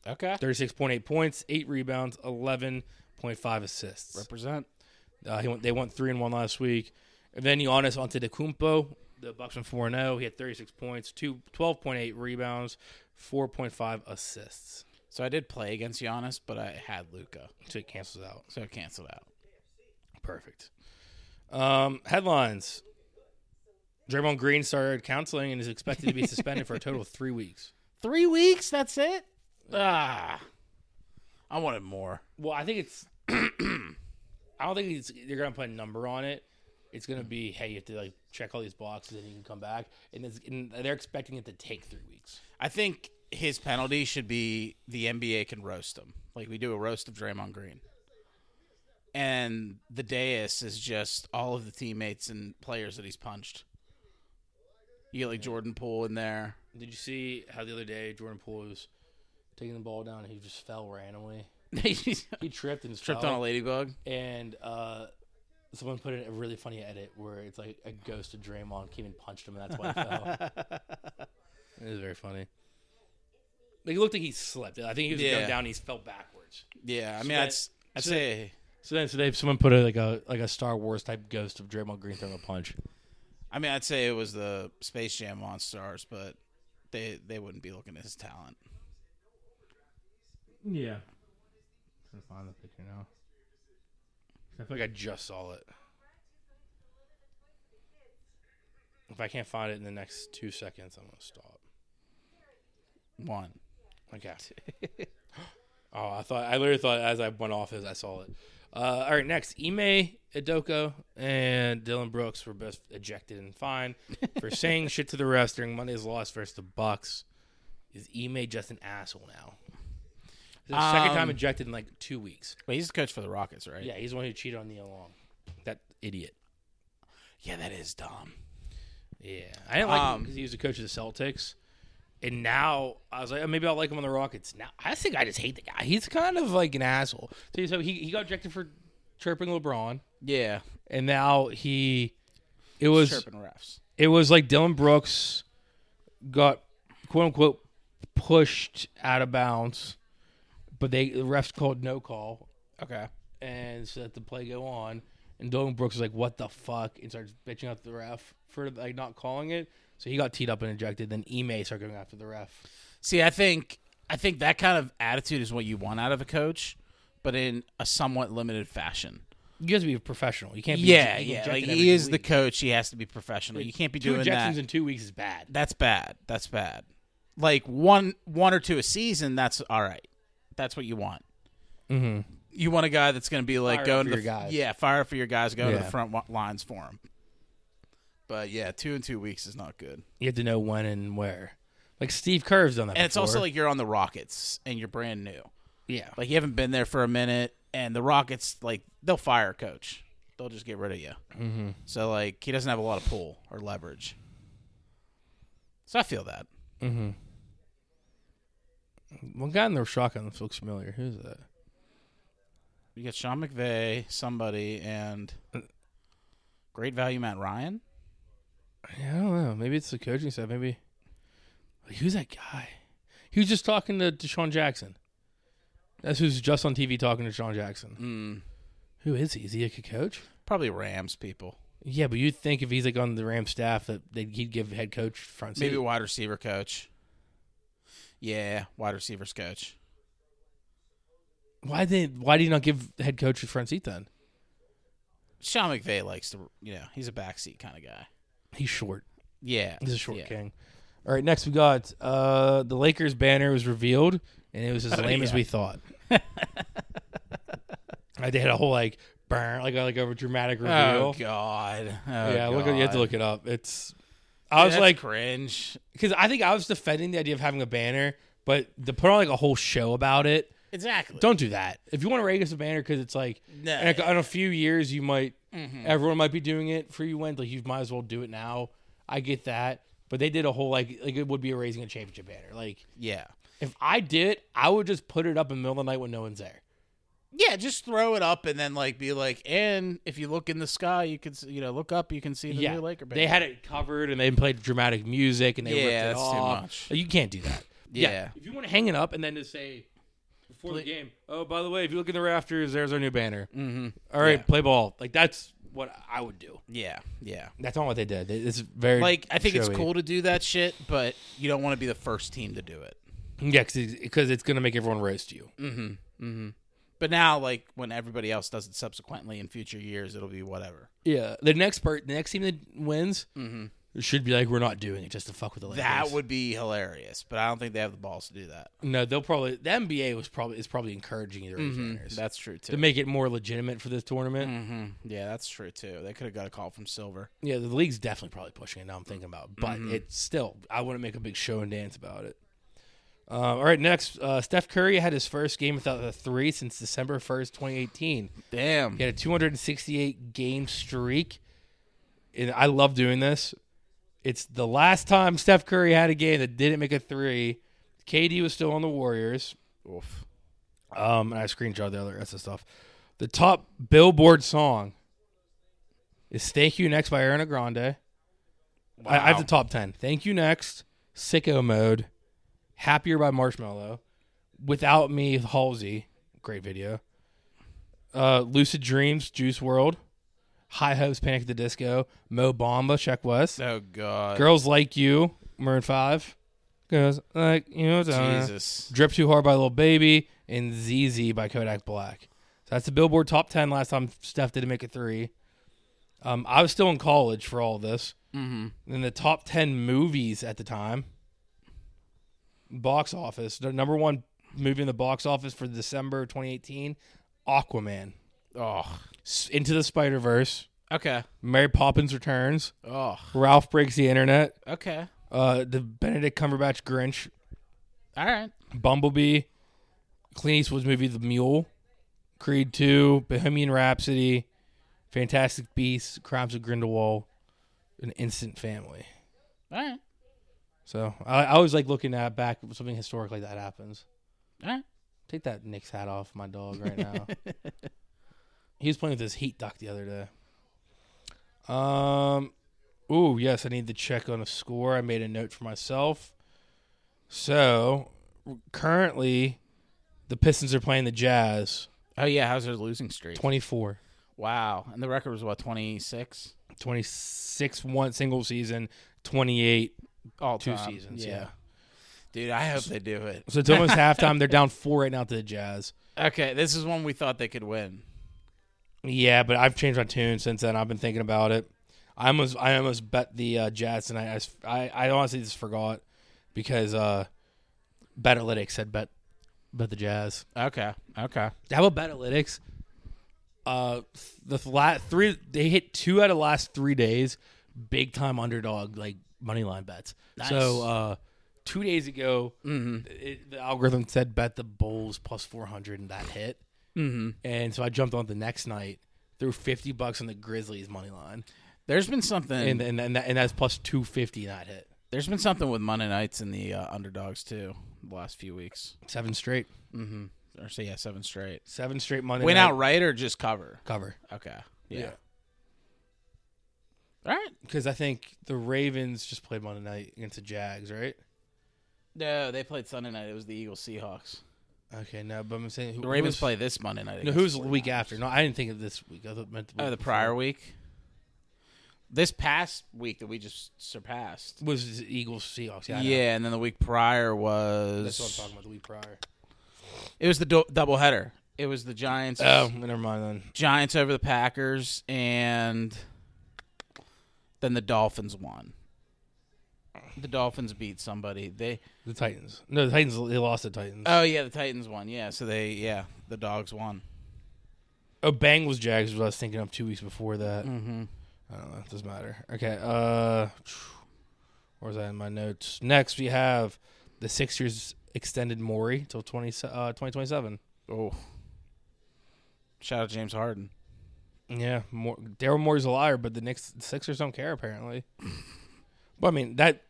Speaker 1: Okay.
Speaker 2: 36.8 points, 8 rebounds, 11.5 assists.
Speaker 1: Represent.
Speaker 2: Uh, he went, they went 3 and 1 last week. And then Giannis Antetokounmpo, the Bucks went 4 0. He had 36 points, two, 12.8 rebounds, 4.5 assists.
Speaker 1: So I did play against Giannis, but I had Luca,
Speaker 2: So it cancels out.
Speaker 1: so it canceled out.
Speaker 2: Perfect. Um, headlines Draymond Green started counseling and is expected to be suspended for a total of 3 weeks.
Speaker 1: Three weeks. That's it. Ah, I wanted more.
Speaker 2: Well, I think it's. I don't think it's, they're gonna put a number on it. It's gonna be hey, you have to like check all these boxes and you can come back. And, it's, and they're expecting it to take three weeks.
Speaker 1: I think his penalty should be the NBA can roast him, like we do a roast of Draymond Green. And the dais is just all of the teammates and players that he's punched. You get like Jordan Poole in there.
Speaker 2: Did you see how the other day Jordan Poole was taking the ball down and he just fell randomly?
Speaker 1: He's
Speaker 2: He tripped and
Speaker 1: tripped on a ladybug.
Speaker 2: and uh, someone put in a really funny edit where it's like a ghost of Draymond came and punched him, and that's why he fell. It was very funny. Like, it looked like he slipped. I think he was
Speaker 1: Yeah.
Speaker 2: going down. And he fell backwards.
Speaker 1: Yeah, I
Speaker 2: So
Speaker 1: mean,
Speaker 2: that-
Speaker 1: I'd, s- I'd say
Speaker 2: So then, so they someone put a, like a like a Star Wars type ghost of Draymond Green throwing a punch.
Speaker 1: I mean, I'd say it was the Space Jam Monstars, but they they wouldn't be looking at his talent.
Speaker 2: Yeah. I'm gonna find the picture now. I feel like I just saw it. If I can't find it in the next two seconds, I'm gonna stop.
Speaker 1: One.
Speaker 2: Okay. oh, I thought I literally thought as I went off as I saw it. Uh, all right, next, Ime Idoko and Dylan Brooks were both ejected and fined for saying shit to the refs during Monday's loss versus the Bucks. Is Ime just an asshole now? This is the second
Speaker 1: Um,
Speaker 2: time ejected in like two weeks.
Speaker 1: Wait, he's the coach for the Rockets, right?
Speaker 2: Yeah, he's the one who cheated on Neil Long. That idiot.
Speaker 1: Yeah, that is dumb.
Speaker 2: Yeah, I didn't like him
Speaker 1: Um,
Speaker 2: because he was the coach of the Celtics, and now I was like, oh, maybe I'll like him on the Rockets. Now I think I just hate the guy. He's kind of like an asshole. So, so he he got ejected for chirping LeBron,
Speaker 1: Yeah,
Speaker 2: and now he it was
Speaker 1: chirping refs.
Speaker 2: it was like Dylan Brooks got quote unquote pushed out of bounds, but they the refs called no call,
Speaker 1: Okay.
Speaker 2: and so let the play go on. And Dylan Brooks was like, "What the fuck?" and starts bitching out the ref for like not calling it. So he got teed up and ejected. Then Ime started going after the ref.
Speaker 1: See, I think I think that kind of attitude is what you want out of a coach, but in a somewhat limited fashion.
Speaker 2: You guys be a professional. You can't. Be
Speaker 1: Yeah,
Speaker 2: you get
Speaker 1: yeah.
Speaker 2: ejected
Speaker 1: Like
Speaker 2: every
Speaker 1: he is the
Speaker 2: week.
Speaker 1: coach, he has to be professional. You can't be
Speaker 2: two
Speaker 1: doing
Speaker 2: ejections
Speaker 1: that.
Speaker 2: in two weeks is bad.
Speaker 1: That's bad. That's bad. Like one one or two a season, that's all right. That's what you want.
Speaker 2: Mm-hmm.
Speaker 1: You want a guy that's going to be like
Speaker 2: Fire
Speaker 1: going
Speaker 2: for
Speaker 1: to the
Speaker 2: your guys.
Speaker 1: yeah, fire for your guys, going to
Speaker 2: Yeah.
Speaker 1: the front wa- lines for him. But yeah, two and two weeks is not good.
Speaker 2: You have to know when and where. Like Steve Kerr's done that.
Speaker 1: And it's also
Speaker 2: before.
Speaker 1: like you're on the Rockets and you're brand new.
Speaker 2: yeah,
Speaker 1: Like you haven't been there for a minute, and the Rockets like they'll fire a coach. They'll just get rid of you. Mm-hmm. So like he doesn't have a lot of pull or leverage. So I feel that.
Speaker 2: one guy in the shotgun looks familiar. Who's that?
Speaker 1: You got Sean McVay, somebody, and
Speaker 2: Uh,
Speaker 1: great value Matt Ryan.
Speaker 2: Yeah, I don't know. Maybe it's the coaching staff. Maybe like, who's that guy? He was just talking to Deshaun Jackson. That's who's just on TV talking to Deshaun
Speaker 1: Mm,
Speaker 2: Jackson. Who is he? Is he a good coach?
Speaker 1: probably Rams people.
Speaker 2: Yeah, but you'd think if he's like on the Rams staff that they'd, he'd give head coach front seat.
Speaker 1: Maybe wide receiver coach. Yeah, wide receivers coach.
Speaker 2: why did why did he not give head coach a front seat then?
Speaker 1: Sean McVay likes to, you know, he's a backseat kind of guy.
Speaker 2: He's short.
Speaker 1: Yeah,
Speaker 2: He's a short
Speaker 1: yeah.
Speaker 2: king. All right, next we got uh the Lakers banner was revealed and it was as lame as
Speaker 1: Oh, yeah.
Speaker 2: we thought. I did a whole like burn like a, like a dramatic reveal.
Speaker 1: Oh God! Oh,
Speaker 2: yeah, look, you have to
Speaker 1: God.
Speaker 2: look it up. It's. I was
Speaker 1: That's
Speaker 2: like,
Speaker 1: cringe.
Speaker 2: because I think I was defending the idea of having a banner, but to put on like a whole show about it,
Speaker 1: Exactly.
Speaker 2: don't do that. If you want to rate us a banner, because it's like,
Speaker 1: No.
Speaker 2: in a, in a few years,
Speaker 1: Mm-hmm.
Speaker 2: you might, everyone might be doing it for you. When like you might as well do it now. I get that, But they did a whole like like it would be a raising a championship banner. Like
Speaker 1: Yeah.
Speaker 2: if I did it, I would just put it up in the middle of the night when no one's there.
Speaker 1: Yeah, just throw it up and then like be like, and if you look in the sky, you can s- you know look up, you can see the
Speaker 2: yeah,
Speaker 1: new Laker. Banner.
Speaker 2: they had it covered and they played dramatic music and they
Speaker 1: Yeah,
Speaker 2: ripped it
Speaker 1: that's too
Speaker 2: off.
Speaker 1: much.
Speaker 2: Like, You can't do that.
Speaker 1: Yeah.
Speaker 2: if you want to hang it up and then just say before the game, oh by the way, if you look in the rafters, there's our new banner. Mm-hmm. right,
Speaker 1: Yeah.
Speaker 2: play ball. Like that's what I would do.
Speaker 1: yeah, yeah.
Speaker 2: That's not what they did. They- It's very
Speaker 1: Like I think it's
Speaker 2: showy.
Speaker 1: cool to do that shit, but you don't want to be the first team to do it.
Speaker 2: Yeah, because it's gonna make everyone roast you.
Speaker 1: But now, like when everybody else does it subsequently in future years, it'll be whatever.
Speaker 2: Yeah, the next part, the next team that wins should be like, we're not doing it just to fuck with the Lakers.
Speaker 1: That would be hilarious, but I don't think they have the balls to do that.
Speaker 2: no, they'll probably the NBA was probably is probably encouraging the Lakers
Speaker 1: That's true too.
Speaker 2: to make it more legitimate for this tournament.
Speaker 1: yeah, that's true too. They could have got a call from Silver.
Speaker 2: Yeah, the league's definitely probably pushing it. Now I'm thinking about, it. but it's still I wouldn't make a big show and dance about it. Uh, all right, next, uh, Steph Curry had his first game without a three since December first, 2018.
Speaker 1: Damn.
Speaker 2: He had a 268 game streak. And I love doing this. It's the last time Steph Curry had a game that didn't make a three. KD was still on the Warriors.
Speaker 1: Oof.
Speaker 2: Um, and I screenshot the other that's the stuff. The top Billboard song is "Thank You Next" by Ariana Grande. I, I have the top ten. "Thank You Next," "Sicko Mode," "Happier" by Marshmello, "Without Me" with Halsey, great video. Uh, "Lucid Dreams" Juice World, "High Hopes" Panic at the Disco, Mo Bamba Check West,
Speaker 1: Oh God.
Speaker 2: "Girls Like You" Maroon Five, "Girls Like You," uh,
Speaker 1: Jesus.
Speaker 2: Drip Too Hard by Lil Baby, and ZZ by Kodak Black. So that's the Billboard Top 10 last time Steph didn't make a three. Um, I was still in college for all of this. Mm-hmm. And the top 10 movies at the time, box office, the number one movie in the box office for December 2018, Aquaman,
Speaker 1: Oh.
Speaker 2: S- Into the Spider Verse,
Speaker 1: Okay.
Speaker 2: Mary Poppins Returns,
Speaker 1: Oh.
Speaker 2: Ralph Breaks the Internet,
Speaker 1: Okay.
Speaker 2: uh, the Benedict Cumberbatch Grinch,
Speaker 1: All right.
Speaker 2: Bumblebee, Clint Eastwood's movie The Mule, Creed 2, Bohemian Rhapsody, Fantastic Beasts, Crimes of Grindelwald, and Instant Family.
Speaker 1: All right.
Speaker 2: So I, I always like looking at back something historic like that happens.
Speaker 1: All right.
Speaker 2: Take that Knicks hat off my dog right now. he was playing with his heat duck the other day. Um, ooh, yes, I need to check on a score. I made a note for myself. So currently, the Pistons are playing the Jazz
Speaker 1: Oh yeah, how's their losing streak?
Speaker 2: 24,
Speaker 1: Wow, and the record was what twenty six
Speaker 2: 26 one single season, 28
Speaker 1: all
Speaker 2: two
Speaker 1: time.
Speaker 2: seasons. yeah.
Speaker 1: dude, I hope they do it.
Speaker 2: So it's almost halftime. They're down four right now to the Jazz.
Speaker 1: Okay, this is one we thought they could win.
Speaker 2: Yeah, but I've changed my tune since then. I've been thinking about it. I almost I almost bet the uh, Jets, and I, I s- I I honestly just forgot because uh, Betalytics said bet bet the Jazz.
Speaker 1: Okay, okay,
Speaker 2: How about Betalytics? Uh, the flat three they hit two out of the last three days, big time underdog like money line bets. So uh, two days ago, it, the algorithm said bet the Bulls plus four hundred, and that hit. Mm-hmm. And so I jumped on it the next night, threw fifty bucks on the Grizzlies money line,
Speaker 1: there's been something.
Speaker 2: and and and, that, and that's plus two fifty, and that hit
Speaker 1: there's been something with Monday nights and the uh, underdogs too. The last few weeks, Mm-hmm.
Speaker 2: seven straight,
Speaker 1: or so yeah, seven straight.
Speaker 2: seven straight Monday
Speaker 1: Win
Speaker 2: night
Speaker 1: outright or just cover.
Speaker 2: cover.
Speaker 1: Okay, yeah. All right.
Speaker 2: because I think the Ravens just played Monday night against the Jags, right?
Speaker 1: No, they played Sunday night. It was the Eagles Seahawks.
Speaker 2: Okay, no, but I'm saying who,
Speaker 1: The Ravens
Speaker 2: who's-
Speaker 1: play this Monday night.
Speaker 2: No,
Speaker 1: against
Speaker 2: who's
Speaker 1: the
Speaker 2: the week
Speaker 1: 49ers.
Speaker 2: after? No, I didn't think of this week. I thought meant the,
Speaker 1: Oh, the
Speaker 2: before.
Speaker 1: prior week. This past week that we just surpassed.
Speaker 2: was the Eagles Seahawks. Yeah, I know.
Speaker 1: Yeah, and then the week prior was
Speaker 2: that's what I'm talking about. The week prior.
Speaker 1: it was the do- double header. It was the Giants
Speaker 2: Oh, never mind then.
Speaker 1: Giants over the Packers and then the Dolphins won. The Dolphins beat somebody. They
Speaker 2: The Titans. No, the Titans. They lost the Titans.
Speaker 1: Oh yeah, the Titans won. Yeah, so they yeah, the Dogs won.
Speaker 2: oh, Bengals Jags was what I was thinking of two weeks before that.
Speaker 1: Mm.
Speaker 2: Mm-hmm. I don't know. It doesn't matter. Okay. Uh, where's that in my notes? Next, we have the Sixers extended Maury till 20, uh, 2027.
Speaker 1: Oh. Shout out James Harden.
Speaker 2: Yeah, Moore, Daryl Moore's a liar, but the Knicks the Sixers don't care apparently. but I mean that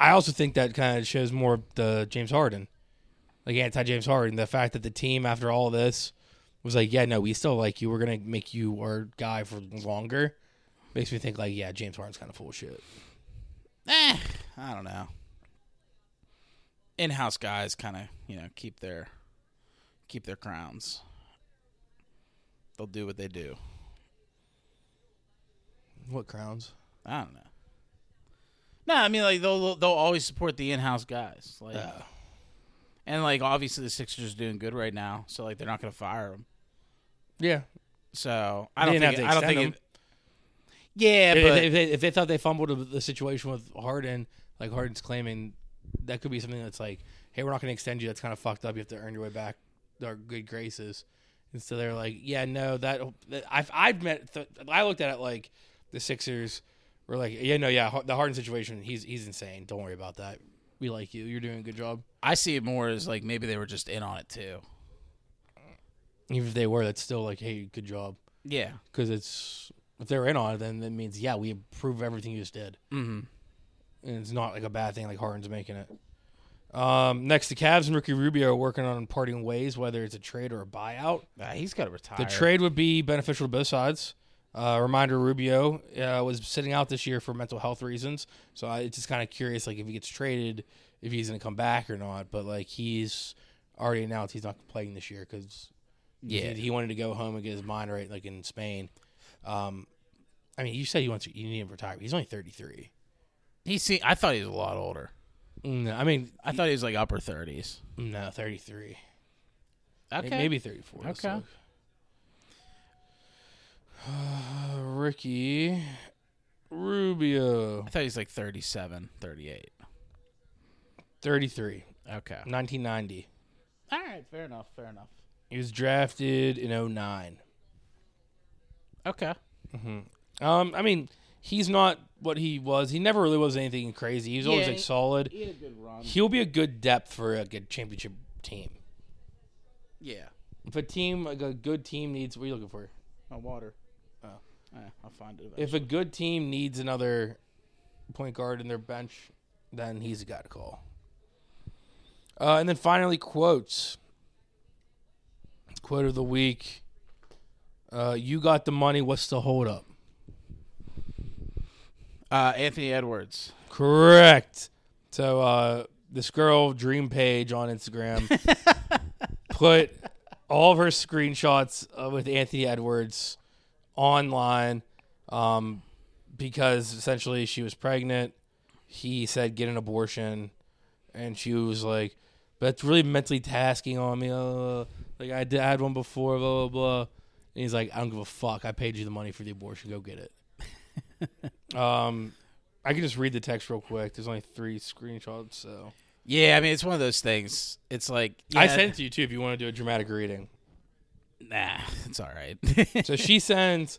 Speaker 2: I also think that kind of shows more of the James Harden, like anti James Harden. The fact that the team after all this was like, yeah, no, we still like you. We're gonna make you our guy for longer. Makes me think like, yeah, James Harden's kind of full of shit.
Speaker 1: Eh, I don't know. In-house guys kind of you know keep their keep their crowns. They'll do what they do.
Speaker 2: What crowns?
Speaker 1: I don't know. No, I mean like they'll they'll always support the in-house guys. Like, and like obviously the Sixers are doing good right now, so like they're not going to fire them.
Speaker 2: Yeah,
Speaker 1: So I don't
Speaker 2: didn't
Speaker 1: think
Speaker 2: have to
Speaker 1: I don't
Speaker 2: extend
Speaker 1: think it,
Speaker 2: them.
Speaker 1: yeah,
Speaker 2: if,
Speaker 1: but
Speaker 2: if they, if they thought they fumbled the situation with Harden, like Harden's claiming, that could be something that's like, hey, we're not going to extend you. That's kind of fucked up. You have to earn your way back our good graces. And so they're like, yeah, no, that, that- I've I've met. Th- I looked at it like the Sixers were like, yeah, no, yeah, Har- the Harden situation, he's he's insane. Don't worry about that. We like you. You're doing a good job.
Speaker 1: I see it more as like maybe they were just in on it too.
Speaker 2: Even if they were, that's still like, hey, good job.
Speaker 1: Yeah.
Speaker 2: because it's if they're in on it, then that means yeah, we approve everything you just did, mm-hmm. and it's not like a bad thing. Like Harden's making it. Um, next, the Cavs and Ricky Rubio are working on parting ways, whether it's a trade or a buyout.
Speaker 1: Ah, he's got to retire.
Speaker 2: The trade would be beneficial to both sides. Uh, reminder: Rubio uh, was sitting out this year for mental health reasons, so I, it's just kind of curious, like if he gets traded, if he's going to come back or not. But like he's already announced he's not playing this year because
Speaker 1: Yeah.
Speaker 2: he, he wanted to go home and get his mind right, like in Spain. Um, I mean, you said he wants to, you need him to retire. He's only thirty three.
Speaker 1: He see, I thought he was a lot older.
Speaker 2: No, I mean,
Speaker 1: I thought he was like upper thirties.
Speaker 2: no, thirty three.
Speaker 1: Okay.
Speaker 2: Maybe 34. Let's
Speaker 1: Okay.
Speaker 2: look. Uh, Ricky Rubio.
Speaker 1: I thought he was like 37, 38.
Speaker 2: 33,
Speaker 1: Okay.
Speaker 2: 1990.
Speaker 1: All right. Fair enough. Fair enough.
Speaker 2: He was drafted in 09.
Speaker 1: Okay.
Speaker 2: Um, I mean, he's not what he was. He never really was anything crazy. He was always
Speaker 1: Yeah,
Speaker 2: like
Speaker 1: he-
Speaker 2: solid.
Speaker 1: He had a good run.
Speaker 2: He'll be a good depth for like, a good championship team.
Speaker 1: Yeah.
Speaker 2: If a team, like a good team needs, what are you looking for?
Speaker 1: My water. Oh. I'll find it.
Speaker 2: If a good team needs another point guard in their bench, then he's a guy to call. Uh, and then finally, quotes. Quote of the week. Uh, you got the money. What's the holdup?
Speaker 1: uh, Anthony Edwards.
Speaker 2: Correct. So uh, this girl, Dream Page on Instagram, put all of her screenshots uh, with Anthony Edwards online um, because essentially she was pregnant. He said, get an abortion. And she was like, but it's really mentally tasking on me. Uh, like, I, did, I had one before, blah, blah, blah. And he's like, I don't give a fuck. I paid you the money for the abortion. Go get it. um, I can just read the text real quick. There's only three screenshots, so
Speaker 1: Yeah, I mean it's one of those things. It's like
Speaker 2: I
Speaker 1: yeah,
Speaker 2: sent it to you too if you want to do a dramatic reading.
Speaker 1: Nah, it's all right.
Speaker 2: So she sends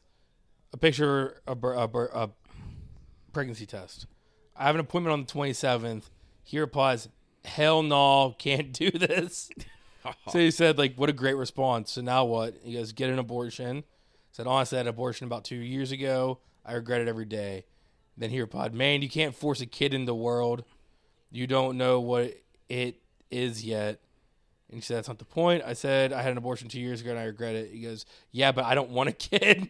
Speaker 2: a picture of her- a, bir- a pregnancy test. I have an appointment on the 27th. He replies, "Hell no, can't do this." so he said, "Like, what a great response." So now what? He goes, "Get an abortion." Said, "Honestly, I had an abortion about two years ago. I regret it every day." Then he replied, "Man, you can't force a kid in the world. You don't know what it is yet." And she said, That's not the point. I said, I had an abortion two years ago and I regret it. He goes, Yeah, but I don't want a kid.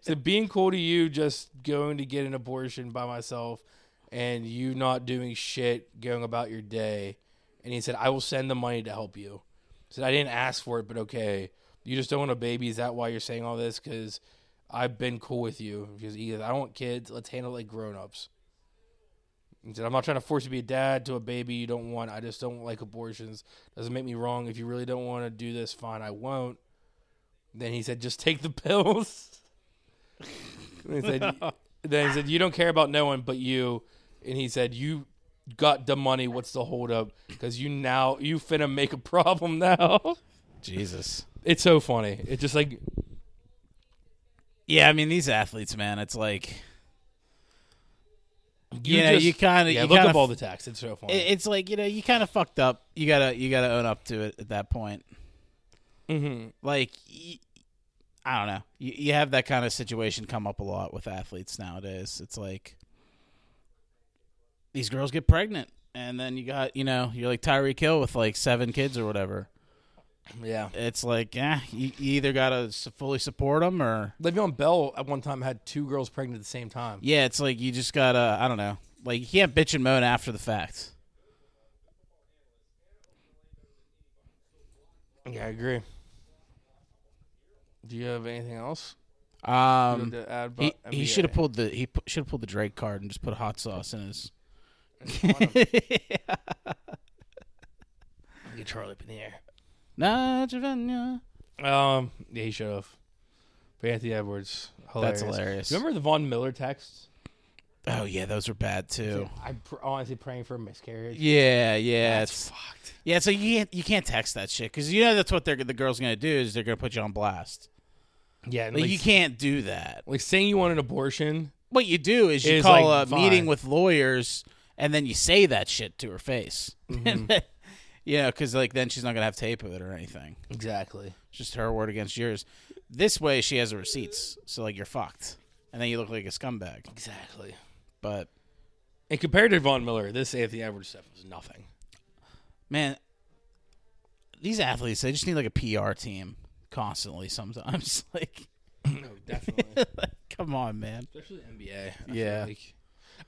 Speaker 2: so being cool to you, just going to get an abortion by myself and you not doing shit, going about your day. And he said, I will send the money to help you. I said, I didn't ask for it, but okay. You just don't want a baby. Is that why you're saying all this? Because I've been cool with you. Because he goes, I don't want kids. Let's handle it like grown ups. He said, I'm not trying to force you to be a dad to a baby you don't want. I just don't like abortions. Doesn't make me wrong. If you really don't want to do this, fine, I won't. Then he said, just take the pills. And he said, then he said, you don't care about no one but you. And he said, you got the money. What's the holdup? Because you now, you finna make a problem now.
Speaker 1: Jesus.
Speaker 2: It's so funny. It's just like,
Speaker 1: Yeah, I mean these athletes, man. It's like
Speaker 2: you
Speaker 1: Yeah,
Speaker 2: just-
Speaker 1: you kinda-
Speaker 2: yeah,
Speaker 1: you
Speaker 2: look
Speaker 1: kinda
Speaker 2: up all the
Speaker 1: f-
Speaker 2: text. It's so
Speaker 1: it-
Speaker 2: funny.
Speaker 1: it's like you know you kind of fucked up. You gotta you gotta own up to it at that point.
Speaker 2: mm-hmm.
Speaker 1: Like y- I don't know. You, you have that kind of situation come up a lot with athletes nowadays. It's like these girls get pregnant, and then you got you know you're like Tyreek Hill with like seven kids or whatever.
Speaker 2: Yeah.
Speaker 1: It's like yeah, you, you either gotta s- fully support them or
Speaker 2: Le'Veon Bell at one time had two girls pregnant at the same time.
Speaker 1: yeah, it's like you just gotta I don't know, like you can't bitch and moan after the fact.
Speaker 2: Yeah, I agree. Do you have anything else you
Speaker 1: Um,
Speaker 2: wanted to add
Speaker 1: he,
Speaker 2: about
Speaker 1: he
Speaker 2: NBA?
Speaker 1: should have pulled the he pu- should have pulled the Drake card and just put hot sauce in his.
Speaker 2: Get Charlie up in the air.
Speaker 1: Nah, Javanya.
Speaker 2: Um, yeah, he should have. But Anthony Edwards, hilarious.
Speaker 1: That's hilarious.
Speaker 2: You remember the Von Miller texts?
Speaker 1: Oh yeah, those are bad too.
Speaker 2: I'm pr- honestly praying for a miscarriage.
Speaker 1: Yeah, yeah, it's
Speaker 2: fucked.
Speaker 1: yeah. So you can't you can't text that shit because you know that's what they're the girls gonna do is they're gonna put you on blast.
Speaker 2: Yeah, and
Speaker 1: Like,
Speaker 2: like,
Speaker 1: you can't do that.
Speaker 2: like saying you want an abortion.
Speaker 1: What you do is you
Speaker 2: Is,
Speaker 1: call a
Speaker 2: like,
Speaker 1: meeting
Speaker 2: fine.
Speaker 1: with lawyers and then you say that shit to her face.
Speaker 2: Mm-hmm.
Speaker 1: you know, because like then she's not gonna have tape of it or anything.
Speaker 2: Exactly.
Speaker 1: It's just her word against yours. This way, she has the receipts, so like you're fucked, and then you look like a scumbag.
Speaker 2: Exactly.
Speaker 1: But
Speaker 2: And compared to Von Miller, this Anthony Edwards stuff was nothing.
Speaker 1: man, these athletes, they just need like a PR team constantly sometimes. like,
Speaker 2: no, definitely.
Speaker 1: come on, man.
Speaker 2: Especially NBA. I
Speaker 1: Yeah.
Speaker 2: feel like.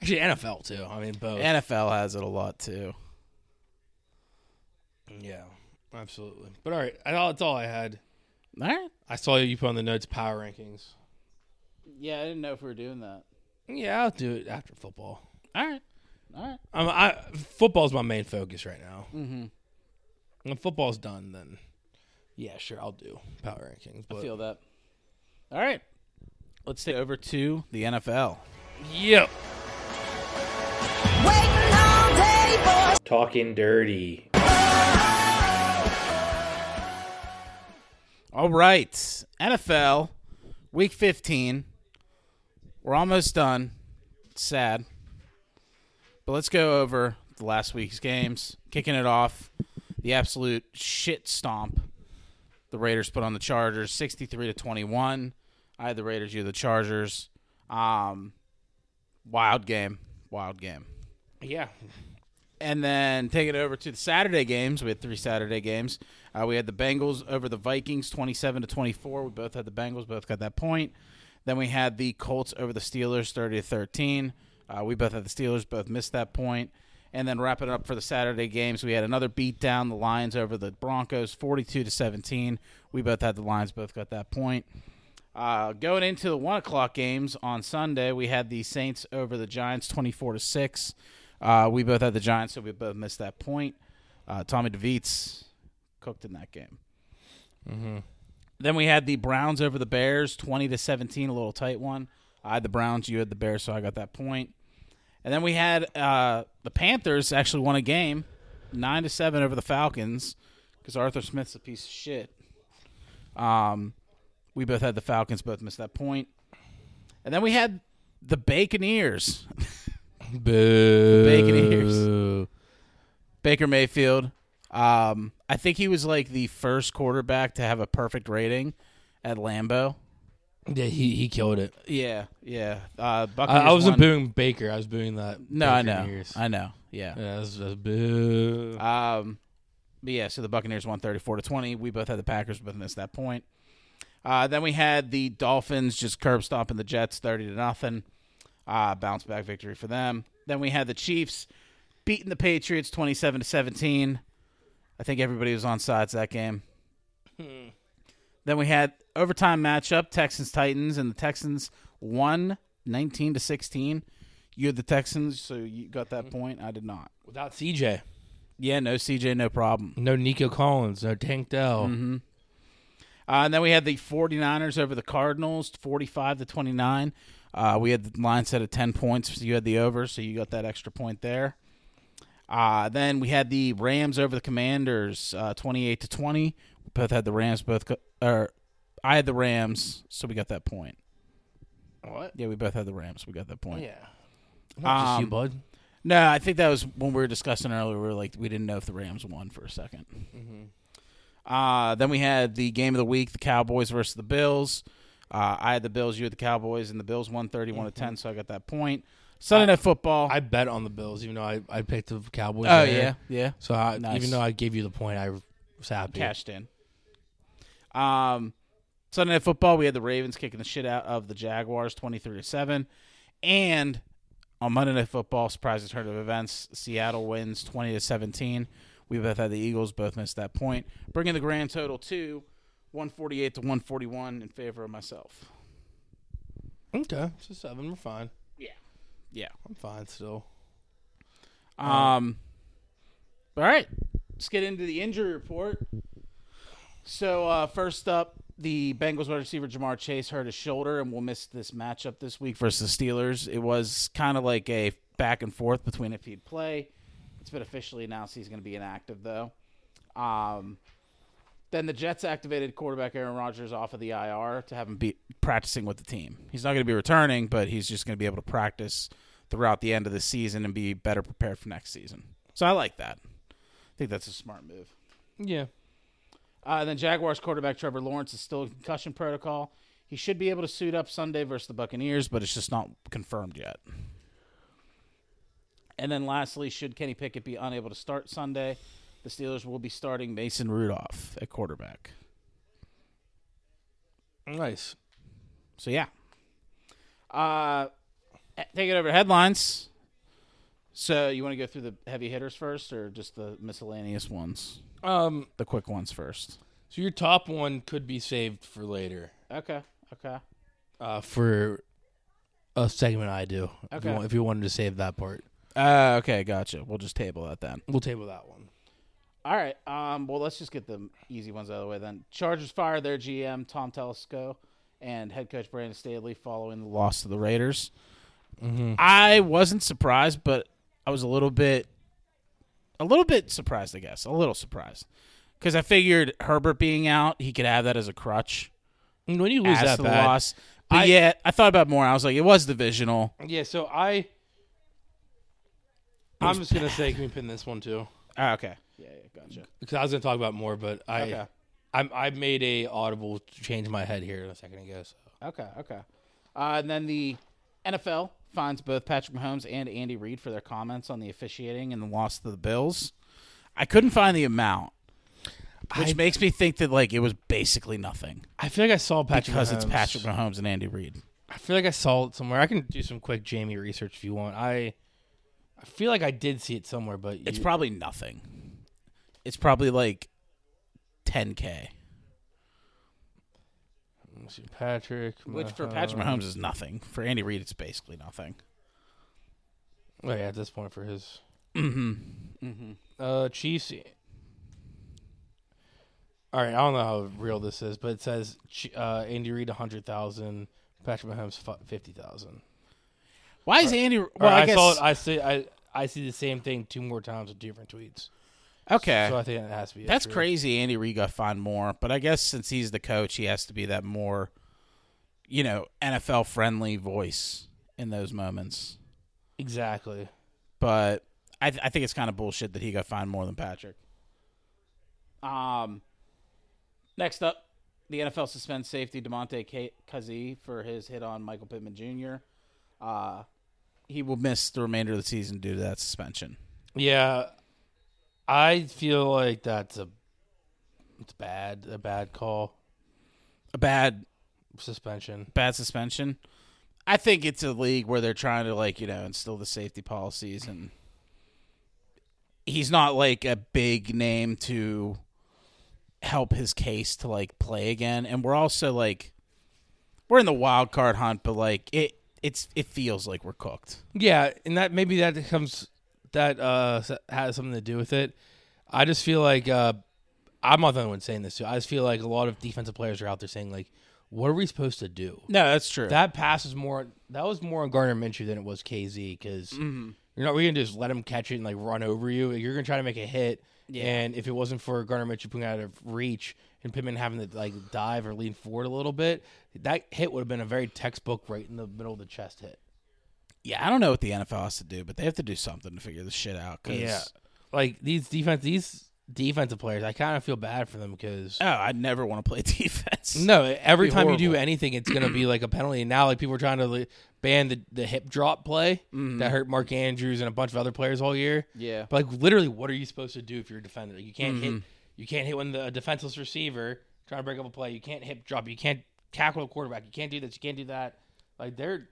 Speaker 2: Actually, NFL too. I mean, both.
Speaker 1: NFL has it a lot too.
Speaker 2: yeah, absolutely. But all right, I, that's all I had.
Speaker 1: All right.
Speaker 2: I saw you put on the notes power rankings.
Speaker 1: Yeah, I didn't know if we were doing that.
Speaker 2: Yeah, I'll do it after football.
Speaker 1: All right. All right.
Speaker 2: Um, I football's my main focus right now. Mm-hmm. When football's done, then yeah, sure, I'll do power rankings. But
Speaker 1: Feel that. All right. Let's take over to the NFL.
Speaker 2: yep.
Speaker 3: Waiting all day for
Speaker 4: Talking dirty.
Speaker 1: All right. NFL, week 15. We're almost done. It's sad. But let's go over the last week's games. Kicking it off, the absolute shit stomp the Raiders put on the Chargers 63 to 21. I had the Raiders, you had the Chargers. Um, wild game. Wild game.
Speaker 2: Yeah.
Speaker 1: And then take it over to the Saturday games. We had three Saturday games. Uh, we had the Bengals over the Vikings, twenty-seven to twenty-four. We both had the Bengals. Both got that point. Then we had the Colts over the Steelers, thirty to thirteen. Uh, we both had the Steelers. Both missed that point. And then wrapping up for the Saturday games, we had another beatdown. The Lions over the Broncos, forty-two to seventeen. We both had the Lions. Both got that point. Uh, going into the one o'clock games on Sunday, we had the Saints over the Giants, twenty-four to six. Uh, we both had the Giants, so we both missed that point. Uh, Tommy DeVeets cooked in that game. Mm-hmm. Then we had the Browns over the Bears, twenty to seventeen, a little tight one. I had the Browns, you had the Bears, so I got that point. And then we had uh, the Panthers actually won a game, nine to seven over the Falcons, because Arthur Smith's a piece of shit. Um, we both had the Falcons, both missed that point. And then we had the Baconeers.
Speaker 2: Boo.
Speaker 1: Bacon ears. Baker Mayfield. Um, I think he was like the first quarterback to have a perfect rating at Lambeau.
Speaker 2: Yeah, he he killed it.
Speaker 1: Yeah, yeah. Uh,
Speaker 2: I,
Speaker 1: Buccaneers
Speaker 2: I wasn't
Speaker 1: won.
Speaker 2: booing Baker. I was booing that.
Speaker 1: No,
Speaker 2: Baker
Speaker 1: I know.
Speaker 2: Ears.
Speaker 1: I know. Yeah.
Speaker 2: yeah, that's, that's boo.
Speaker 1: Um, but yeah, so the Buccaneers won 34 to 20. We both had the Packers, but missed that point. Uh, then we had the Dolphins just curb stomping the Jets 30 to nothing. Uh, bounce back victory for them. Then we had the Chiefs beating the Patriots 27 to 17. I think everybody was on sides that game. then we had overtime matchup Texans Titans and the Texans won 19 to 16. You had the Texans, so you got that point. I did not.
Speaker 2: Without CJ,
Speaker 1: Yeah, no CJ, no problem.
Speaker 2: no Nico Collins, no Tank Dell.
Speaker 1: Mm-hmm. Uh, and then we had the 49ers over the Cardinals, 45 to 29. Uh, we had the line set at 10 points. So you had the over, so you got that extra point there. Uh, then we had the Rams over the Commanders, uh, 28 to 20. We both had the Rams, both, co- or I had the Rams, so we got that point.
Speaker 2: What?
Speaker 1: Yeah, we both had the Rams. We got that point.
Speaker 2: Yeah. Not just you,
Speaker 1: Um,
Speaker 2: bud.
Speaker 1: No, I think that was when we were discussing earlier. We were like, we didn't know if the Rams won for a 2nd Uh, then we had the game of the week: the Cowboys versus the Bills. Uh, I had the Bills, you had the Cowboys, and the Bills won thirty-one to ten, so I got that point. Sunday Night Football.
Speaker 2: I bet on the Bills, even though I, I picked the Cowboys.
Speaker 1: oh
Speaker 2: there.
Speaker 1: yeah, yeah.
Speaker 2: So I,
Speaker 1: Nice.
Speaker 2: even though I gave you the point, I was happy.
Speaker 1: cashed in. Um, Sunday Night Football, we had the Ravens kicking the shit out of the Jaguars, twenty-three to seven, and on Monday Night Football, surprise turn of events, Seattle wins twenty to seventeen. We both had the Eagles, both missed that point, bringing the grand total to one forty-eight to one forty-one in favor of myself.
Speaker 2: Okay, so seven, we're fine.
Speaker 1: Yeah.
Speaker 2: I'm fine still.
Speaker 1: Um. All right, let's get into the injury report. So uh, first up, the Bengals wide receiver Jamar Chase hurt his shoulder and will miss this matchup this week versus the Steelers. It was kind of like a back and forth between if he'd play. It's been officially announced he's going to be inactive though. Um, then the Jets activated quarterback Aaron Rodgers off of the IR to have him be practicing with the team. He's not going to be returning, but he's just going to be able to practice throughout the end of the season and be better prepared for next season. So I like that. I think that's a smart move.
Speaker 2: Yeah.
Speaker 1: Uh, and then Jaguars quarterback Trevor Lawrence is still in concussion protocol. He should be able to suit up Sunday versus the Buccaneers, but it's just not confirmed yet. And then lastly, should Kenny Pickett be unable to start Sunday, the Steelers will be starting Mason Rudolph at quarterback.
Speaker 2: Nice.
Speaker 1: So yeah. Uh eh, take it over to headlines. So you want to go through the heavy hitters first or just the miscellaneous ones?
Speaker 2: Um.
Speaker 1: The quick ones first.
Speaker 2: So your top one could be saved for later.
Speaker 1: Okay. Okay.
Speaker 2: Uh, for a segment I do. If you,
Speaker 1: Okay.
Speaker 2: want- if you wanted to save that part,
Speaker 1: Uh okay, gotcha. We'll just table that then.
Speaker 2: we'll table that one.
Speaker 1: All right. Um well let's just get the easy ones out of the way then. Chargers fire their GM, Tom Telesco, and head coach Brandon Staley following the loss to the Raiders.
Speaker 2: Mm-hmm.
Speaker 1: I wasn't surprised, but I was a little bit a little bit surprised, I guess. A little surprised. Because I figured Herbert being out, he could have that as a crutch.
Speaker 2: And When you lose
Speaker 1: as
Speaker 2: that
Speaker 1: the
Speaker 2: bad,
Speaker 1: loss. But
Speaker 2: I-
Speaker 1: yet, I thought about it more. I was like, it was divisional.
Speaker 2: yeah. So I, I'm just gonna say, can we pin this one too?
Speaker 1: Ah, okay. Yeah, yeah, gotcha.
Speaker 2: Because I was gonna talk about more, but I,
Speaker 1: Okay.
Speaker 2: I'm, I made a audible change in my head here a second ago. So.
Speaker 1: Okay, okay. Uh, and then the NFL finds both Patrick Mahomes and Andy Reid for their comments on the officiating and the loss to the Bills. I couldn't find the amount, which
Speaker 2: I-
Speaker 1: makes me think that like it was basically nothing
Speaker 2: I feel like I saw Patrick
Speaker 1: because it's
Speaker 2: Mahomes.
Speaker 1: Patrick Mahomes and Andy Reid.
Speaker 2: I feel like I saw it somewhere. I can do some quick Jamie research if you want. I, I feel like I did see it somewhere, but
Speaker 1: It's
Speaker 2: you-
Speaker 1: probably nothing. It's probably like 10k,
Speaker 2: Let me see, Patrick.
Speaker 1: which for
Speaker 2: Mahomes-
Speaker 1: Patrick Mahomes is nothing. For Andy Reid, it's basically nothing.
Speaker 2: Oh yeah, at this point for his. Mm-hmm. Mm-hmm. Uh, Chiefs. All right, I don't know how real this is, but it says Ch- uh, Andy Reid hundred thousand, Patrick Mahomes fifty thousand.
Speaker 1: Why is Andy? Well,
Speaker 2: Well, I,
Speaker 1: I guess
Speaker 2: saw it. I see. I I see the same thing two more times with different tweets.
Speaker 1: okay.
Speaker 2: So I think that has to be.
Speaker 1: That's
Speaker 2: true.
Speaker 1: crazy. Andy Reid got fined more, but I guess since he's the coach, he has to be that more, you know, NFL friendly voice in those moments.
Speaker 2: Exactly.
Speaker 1: But I, th- I think it's kind of bullshit that he got fined more than Patrick. Um, next up, the NFL suspends safety Demonte Ca- Kazee for his hit on Michael Pittman Jr. Uh, he will miss the remainder of the season due to that suspension.
Speaker 2: Yeah, I feel like that's a. It's bad. A bad call.
Speaker 1: A bad
Speaker 2: Suspension.
Speaker 1: bad suspension. I think it's a league where they're trying to like you know instill the safety policies, and he's not like a big name to help his case to like play again. And we're also like we're in the wild card hunt, but like it it's it feels like we're cooked.
Speaker 2: Yeah, and that maybe that comes that uh s- has something to do with it. I just feel like uh I'm not the only one saying this too. I just feel like a lot of defensive players are out there saying like, "What are we supposed to do?"
Speaker 1: No, that's true.
Speaker 2: That pass is more. That was more on Garner Minshew than it was KZ because you're not. We're gonna just let him catch it and like run over you. You're gonna try to make a hit. And if it wasn't for Garner Minshew putting it out of reach and Pittman having to like dive or lean forward a little bit, that hit would have been a very textbook right in the middle of the chest hit.
Speaker 1: yeah, I don't know what the NFL has to do, but they have to do something to figure this shit out. 'cause-
Speaker 2: Like these defense, these defensive players, I kind of feel bad for them because
Speaker 1: Oh, I never want to play defense.
Speaker 2: no, every
Speaker 1: be
Speaker 2: time you do
Speaker 1: horrible.
Speaker 2: anything, it's going to be like a penalty. And now, like people are trying to like, ban the, the hip drop play that hurt Mark Andrews and a bunch of other players all year.
Speaker 1: Mm-hmm. Yeah. Mm-hmm.
Speaker 2: but like literally, what are you supposed to do if you're a defender? Like, you can't hit. You can't hit when the a defenseless receiver trying to break up a play. You can't hip drop. You can't tackle a quarterback. You can't do this. You can't do that. Like they're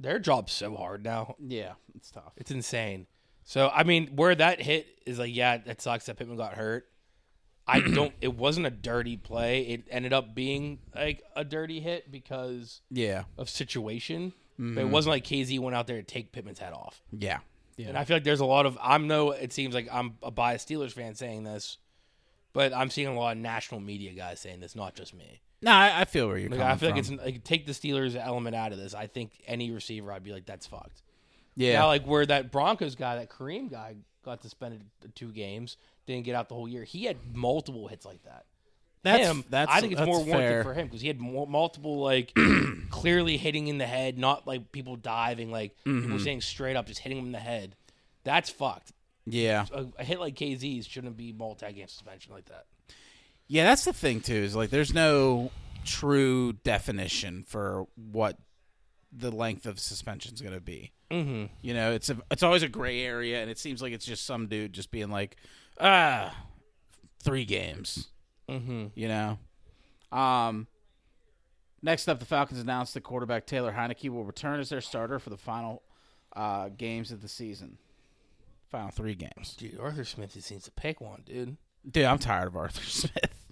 Speaker 2: they're dropped so hard now.
Speaker 1: Yeah, it's tough.
Speaker 2: It's insane. So I mean, where that hit is like, yeah, that sucks that Pittman got hurt. I don't. It wasn't a dirty play. It ended up being like a dirty hit because
Speaker 1: Yeah, Mm-hmm.
Speaker 2: of situation. But it wasn't like KZ went out there to take Pittman's head off.
Speaker 1: yeah, yeah.
Speaker 2: And I feel like there's a lot of I'm no. It seems like I'm a biased Steelers fan saying this, but I'm seeing a lot of national media guys saying this, not just me.
Speaker 1: no, I, I feel where you're
Speaker 2: Like,
Speaker 1: coming
Speaker 2: I feel
Speaker 1: from.
Speaker 2: like it's like take the Steelers element out of this. I think any receiver, I'd be like, that's fucked.
Speaker 1: yeah,
Speaker 2: Now, like where that Broncos guy, that Kareem guy, got suspended the two games, didn't get out the whole year. He had multiple hits like that.
Speaker 1: that's
Speaker 2: him,
Speaker 1: that's
Speaker 2: I think it's
Speaker 1: that's
Speaker 2: more warranted
Speaker 1: fair.
Speaker 2: for him because he had mul- multiple like clearly hitting in the head, not like people diving, like
Speaker 1: Mm-hmm.
Speaker 2: people saying straight up, just hitting him in the head. That's fucked.
Speaker 1: Yeah,
Speaker 2: A, a hit like KZ's shouldn't be multi-game suspension like that.
Speaker 1: yeah. That's the thing too. Is like there's no true definition for what the length of suspension's going to be. Mm-hmm. You know, it's a, it's always a gray area, and it seems like it's just some dude just being like, ah, three games. Mm-hmm. You know. Um. Next up, the Falcons announced that quarterback Taylor Heineke will return as their starter for the final uh, games of the season. Final three games.
Speaker 2: Dude, Arthur Smith, he seems to pick one, dude.
Speaker 1: Dude, I'm tired of Arthur Smith.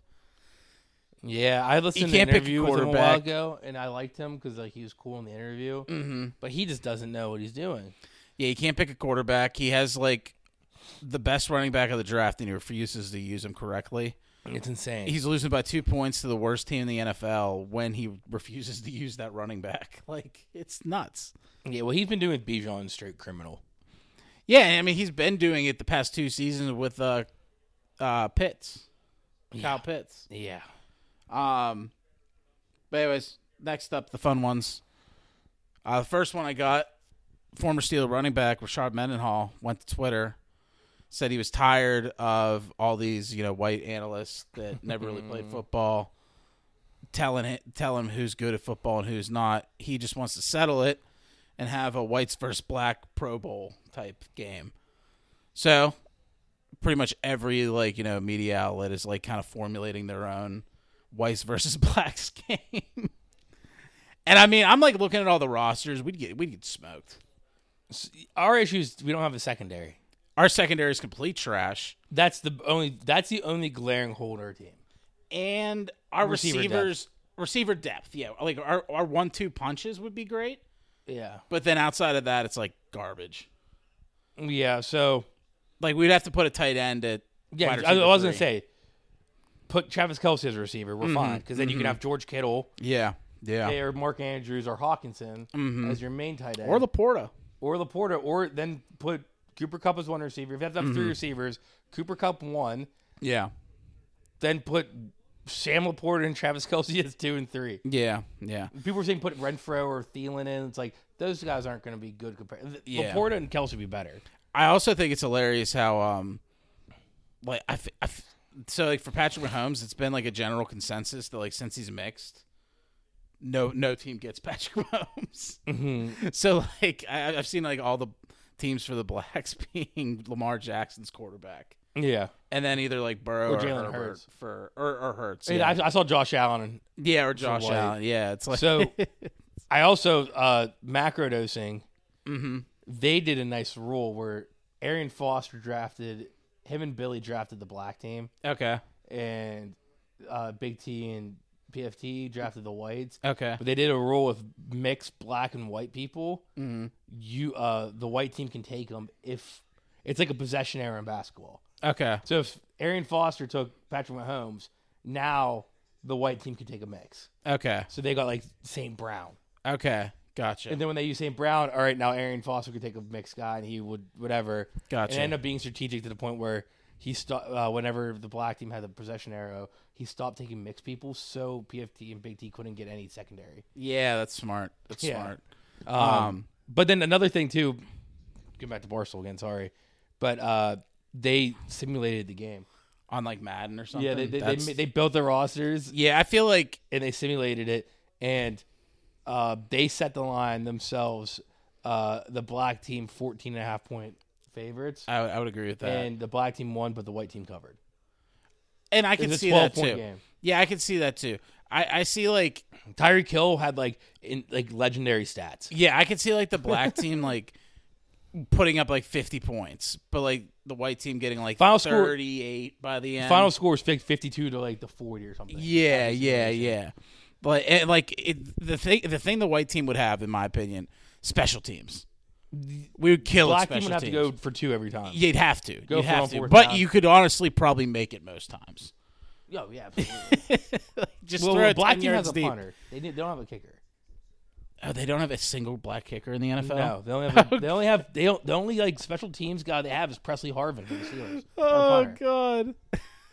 Speaker 2: Yeah, I listened to an
Speaker 1: can't pick a
Speaker 2: interview with him a while
Speaker 1: quarterback.
Speaker 2: ago, and I liked him because like he was cool in the interview.
Speaker 1: Mm-hmm.
Speaker 2: But he just doesn't know what he's doing.
Speaker 1: Yeah, you can't pick a quarterback. He has like the best running back of the draft, and he refuses to use him correctly.
Speaker 2: It's insane.
Speaker 1: He's losing by two points to the worst team in the NFL when he refuses to use that running back. Like it's nuts.
Speaker 2: yeah, well, he's been doing with Bijan straight criminal.
Speaker 1: Yeah, and I mean he's been doing it the past two seasons with uh, uh Pitts, Kyle Pitts.
Speaker 2: Yeah.
Speaker 1: Um, but anyways, next up the fun ones. Uh, the first one I got, former Steeler running back Rashard Mendenhall went to Twitter, said he was tired of all these you know white analysts that never really played football, telling it, tell him who's good at football and who's not. He just wants to settle it and have a whites versus black Pro Bowl type game. So. Pretty much every like you know media outlet is like kind of formulating their own whites versus blacks game. and I mean, I'm like looking at all the rosters. We'd get we'd get smoked.
Speaker 2: Our issue is we don't have a secondary.
Speaker 1: Our secondary is complete trash,
Speaker 2: That's the only. That's the only glaring hole in our team.
Speaker 1: and our
Speaker 2: Receiver
Speaker 1: receivers receiver depth. Yeah, like our our one two punches would be great,
Speaker 2: Yeah.
Speaker 1: but then outside of that, it's like garbage.
Speaker 2: Yeah. So
Speaker 1: Like we'd have to put a tight end at
Speaker 2: yeah,
Speaker 1: wide
Speaker 2: I, I
Speaker 1: receiver
Speaker 2: was gonna
Speaker 1: three.
Speaker 2: say, put Travis Kelsey as a receiver. We're fine because then you can have George Kittle
Speaker 1: yeah, yeah,
Speaker 2: or Mark Andrews or Hawkinson as your main tight end,
Speaker 1: or Laporta.
Speaker 2: or Laporta, or then put Cooper Cup as one receiver. If you have to have
Speaker 1: Mm-hmm.
Speaker 2: three receivers, Cooper Cup one,
Speaker 1: Yeah,
Speaker 2: then put Sam Laporta and Travis Kelsey as two and three.
Speaker 1: yeah, yeah.
Speaker 2: people were saying put Renfro or Thielen in. It's like those guys aren't going to be good compared.
Speaker 1: Yeah.
Speaker 2: Laporta and Kelsey would be better.
Speaker 1: I also think it's hilarious how, um, like, I, f- I f- so like for Patrick Mahomes, it's been like a general consensus that like since he's mixed, no no team gets Patrick Mahomes.
Speaker 2: Mm-hmm.
Speaker 1: So like I, I've seen like all the teams for the Blacks being Lamar Jackson's quarterback,
Speaker 2: Yeah.
Speaker 1: and then either like Burrow or,
Speaker 2: Jalen
Speaker 1: Jalen
Speaker 2: Hurts.
Speaker 1: Hurts for or or Hurts,
Speaker 2: Dude,
Speaker 1: yeah,
Speaker 2: I, I saw Josh Allen.
Speaker 1: yeah or Josh
Speaker 2: White.
Speaker 1: Allen, yeah. It's like
Speaker 2: So I also uh, macro dosing. Mm-hmm. They did a nice rule where Arian Foster drafted him and Billy drafted the black team,
Speaker 1: okay,
Speaker 2: and uh, Big T and PFT drafted the whites.
Speaker 1: okay,
Speaker 2: But they did a rule with mixed black and white people.
Speaker 1: Mm-hmm.
Speaker 2: You, uh, the white team can take them if it's like a possession error in basketball.
Speaker 1: okay,
Speaker 2: So if Arian Foster took Patrick Mahomes, now the white team could take a mix.
Speaker 1: okay,
Speaker 2: So they got like St. Brown.
Speaker 1: okay. Gotcha.
Speaker 2: And then when they use St. Brown, all right, now Arian Foster could take a mixed guy and he would whatever.
Speaker 1: Gotcha.
Speaker 2: And end up being strategic to the point where he stopped, uh, whenever the black team had the possession arrow, he stopped taking mixed people so PFT and Big T couldn't get any secondary.
Speaker 1: Yeah, that's smart. That's
Speaker 2: Yeah.
Speaker 1: smart. um
Speaker 2: But then another thing too, getting back to Barstool again, sorry, but uh, they simulated the game.
Speaker 1: on like Madden or something.
Speaker 2: Yeah, they they, they,
Speaker 1: That's-
Speaker 2: ma- they built their rosters
Speaker 1: yeah, I feel like
Speaker 2: and they simulated it, and uh, they set the line themselves. Uh, the black team 14 and a half point favorites,
Speaker 1: I, I would agree with that. And,
Speaker 2: and the black team won, but the white team covered.
Speaker 1: I can
Speaker 2: It's a
Speaker 1: see that
Speaker 2: 12-point
Speaker 1: too.
Speaker 2: game.
Speaker 1: Yeah, I can see that too. I, I see like
Speaker 2: Tyreek Hill had like in, like legendary stats.
Speaker 1: yeah, I can see like the black team like putting up like 50 points, but like the white team getting like
Speaker 2: Final score-
Speaker 1: 38 by the end.
Speaker 2: Final score was picked 52 to like the 40 or something.
Speaker 1: Yeah, yeah, yeah. But and like it, the thing, the thing the white team would have, in my opinion, special teams. We would kill at
Speaker 2: Black team
Speaker 1: special
Speaker 2: would have
Speaker 1: teams.
Speaker 2: to go for two every time.
Speaker 1: You'd have to. You'd
Speaker 2: Go for it on
Speaker 1: have to.
Speaker 2: fourth
Speaker 1: But
Speaker 2: down.
Speaker 1: you could honestly probably make it most times.
Speaker 2: Oh, yeah. absolutely.
Speaker 1: Just
Speaker 2: well,
Speaker 1: throw it
Speaker 2: black
Speaker 1: 10
Speaker 2: team
Speaker 1: yards
Speaker 2: has a
Speaker 1: deep.
Speaker 2: punter. They, need- they don't have a kicker.
Speaker 1: Oh, they don't have a single black kicker in the NFL.
Speaker 2: No, they only have. A, they only have. They don't. The only like special teams guy they have is Presley Harvin from the Steelers. our
Speaker 1: Oh
Speaker 2: punter.
Speaker 1: God.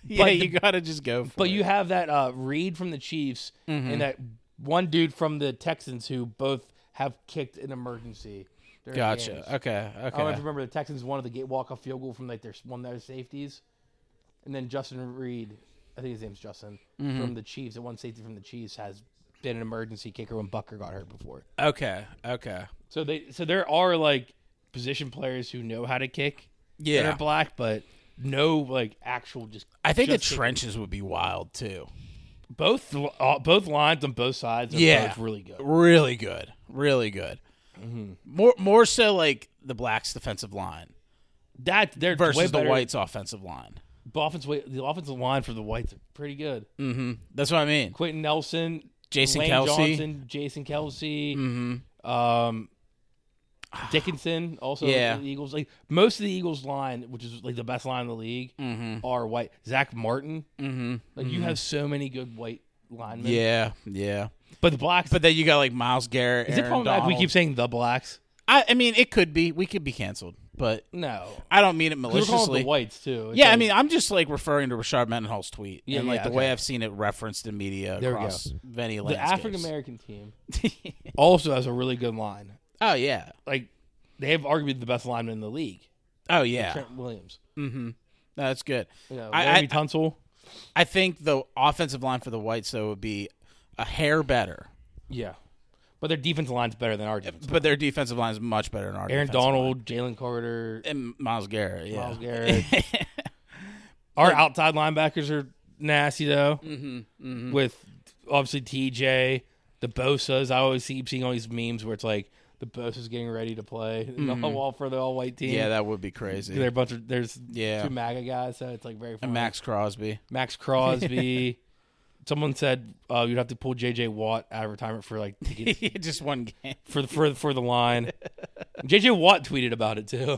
Speaker 1: yeah,
Speaker 2: But
Speaker 1: you
Speaker 2: the-
Speaker 1: gotta just go. For
Speaker 2: But
Speaker 1: it.
Speaker 2: you have that uh, Reed from the Chiefs and that one dude from the Texans who both have kicked an emergency. during
Speaker 1: gotcha.
Speaker 2: games.
Speaker 1: Okay.
Speaker 2: I don't know if
Speaker 1: Okay.
Speaker 2: you remember the Texans won of the gate walk off field goal from like their one of their safeties, and then Justin Reed, I think his name's Justin from the Chiefs. The one safety from the Chiefs has been an emergency kicker when Bucker got hurt before.
Speaker 1: Okay. Okay.
Speaker 2: So they so there are like position players who know how to kick.
Speaker 1: Yeah.
Speaker 2: that are black, but no like actual just.
Speaker 1: I think
Speaker 2: just
Speaker 1: the
Speaker 2: kick-
Speaker 1: trenches would be wild too.
Speaker 2: both uh, both lines on both sides are
Speaker 1: Yeah.
Speaker 2: both really good.
Speaker 1: Really good. Really good.
Speaker 2: Mm-hmm.
Speaker 1: More more so like the blacks' defensive line
Speaker 2: That they're way
Speaker 1: versus the
Speaker 2: better-
Speaker 1: whites' offensive line.
Speaker 2: The offensive way- the offensive line for the whites are pretty good.
Speaker 1: That's what I mean.
Speaker 2: Quentin Nelson,
Speaker 1: Mm. Jason Mm-hmm.
Speaker 2: Lane
Speaker 1: Kelsey.
Speaker 2: Johnson, Jason Kelsey, um, Dickinson, also
Speaker 1: Yeah.
Speaker 2: the Eagles. Like most of the Eagles line, which is like the best line in the league, are white. Zach Martin,
Speaker 1: Mm-hmm.
Speaker 2: like you have so many good white linemen.
Speaker 1: Yeah. Yeah.
Speaker 2: but the blacks.
Speaker 1: But then you got like Miles Garrett.
Speaker 2: is it
Speaker 1: Aaron
Speaker 2: problematic? We
Speaker 1: Donald.
Speaker 2: keep saying the blacks.
Speaker 1: I, I mean, it could be. We could be canceled, but
Speaker 2: No,
Speaker 1: I don't mean it
Speaker 2: we're calling
Speaker 1: maliciously.
Speaker 2: them the whites too. It's
Speaker 1: Yeah, I
Speaker 2: like-
Speaker 1: mean, I'm just like referring to Rashard Mendenhall's tweet
Speaker 2: Yeah,
Speaker 1: and like
Speaker 2: yeah,
Speaker 1: the way
Speaker 2: okay.
Speaker 1: I've seen it referenced in media
Speaker 2: There we go.
Speaker 1: across many
Speaker 2: the
Speaker 1: landscapes.
Speaker 2: African American team also has a really good line.
Speaker 1: oh yeah,
Speaker 2: Like they have arguably the best lineman in the league.
Speaker 1: oh yeah,
Speaker 2: Trent Williams,
Speaker 1: No, that's good.
Speaker 2: you know,
Speaker 1: I- I-
Speaker 2: Laramie Tunsil.
Speaker 1: I think the offensive line for the Whites though would be a hair better,
Speaker 2: Yeah, but their defensive line's better than our defense.
Speaker 1: but their defensive line is much better than our.
Speaker 2: Aaron
Speaker 1: defensive line.
Speaker 2: Donald, Jalen Carter,
Speaker 1: and Miles Garrett. Yeah,
Speaker 2: Miles Garrett. our outside linebackers are nasty though. Mm-hmm, With obviously TJ, the Bosa's. I always keep seeing all these memes where it's like the Bosa's getting ready to play all for the all white team.
Speaker 1: Mm-hmm. yeah, that would be crazy.
Speaker 2: They're a bunch of there's
Speaker 1: Yeah.
Speaker 2: two MAGA guys, so it's like very funny.
Speaker 1: And Max Crosby.
Speaker 2: Max Crosby. Someone said uh, you'd have to pull JJ Watt out of retirement for like to get,
Speaker 1: just one game.
Speaker 2: for the for, for the line. JJ Watt tweeted about it too.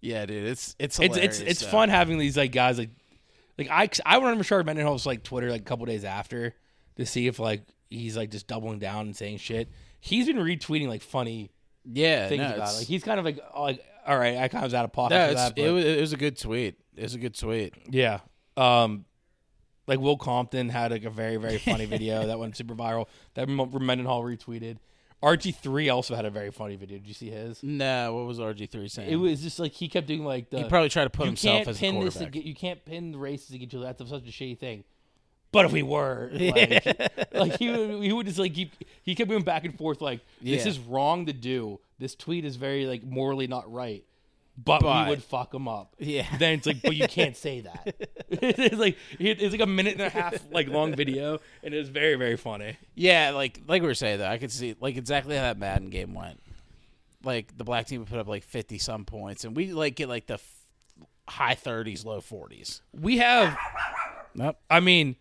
Speaker 1: Yeah, dude, it's it's
Speaker 2: It's
Speaker 1: hilarious,
Speaker 2: it's it's
Speaker 1: though.
Speaker 2: fun having these like guys like like I I remember Shard Mendenhall's like Twitter like a couple days after to see if like he's like just doubling down and saying shit. He's been retweeting like funny
Speaker 1: Yeah,
Speaker 2: things
Speaker 1: no,
Speaker 2: about
Speaker 1: it's-
Speaker 2: it. Like he's kind of like oh, like all right, I kind of was out of pocket.
Speaker 1: no,
Speaker 2: for
Speaker 1: it's,
Speaker 2: that,
Speaker 1: it,
Speaker 2: but-
Speaker 1: was, it was a good tweet. It was a good tweet.
Speaker 2: Yeah. Um, like Will Compton had like a very very funny video that went super viral that M- Mendenhall retweeted. RG three also had a very funny video. Did you see his?
Speaker 1: No, what was RG three saying?
Speaker 2: It was just like he kept doing like the
Speaker 1: He probably tried to put
Speaker 2: you
Speaker 1: himself
Speaker 2: can't
Speaker 1: as a
Speaker 2: pin this
Speaker 1: quarterback.
Speaker 2: ag- you can't pin the races against each other. That's such a shitty thing. But if we were, like, like he would, he would just like keep he kept going back and forth like this
Speaker 1: Yeah.
Speaker 2: is wrong to do. This tweet is very like morally not right. But,
Speaker 1: But-
Speaker 2: we would fuck him up.
Speaker 1: Yeah.
Speaker 2: Then it's like, but you can't say that. it's like it- it's like a minute and a half like long video, and it was very very funny.
Speaker 1: yeah, like like we were saying though, I could see like exactly how that Madden game went. Like the black team would put up like fifty some points, and we like get like the f- high thirties, low forties.
Speaker 2: We have,
Speaker 1: Nope.
Speaker 2: I mean,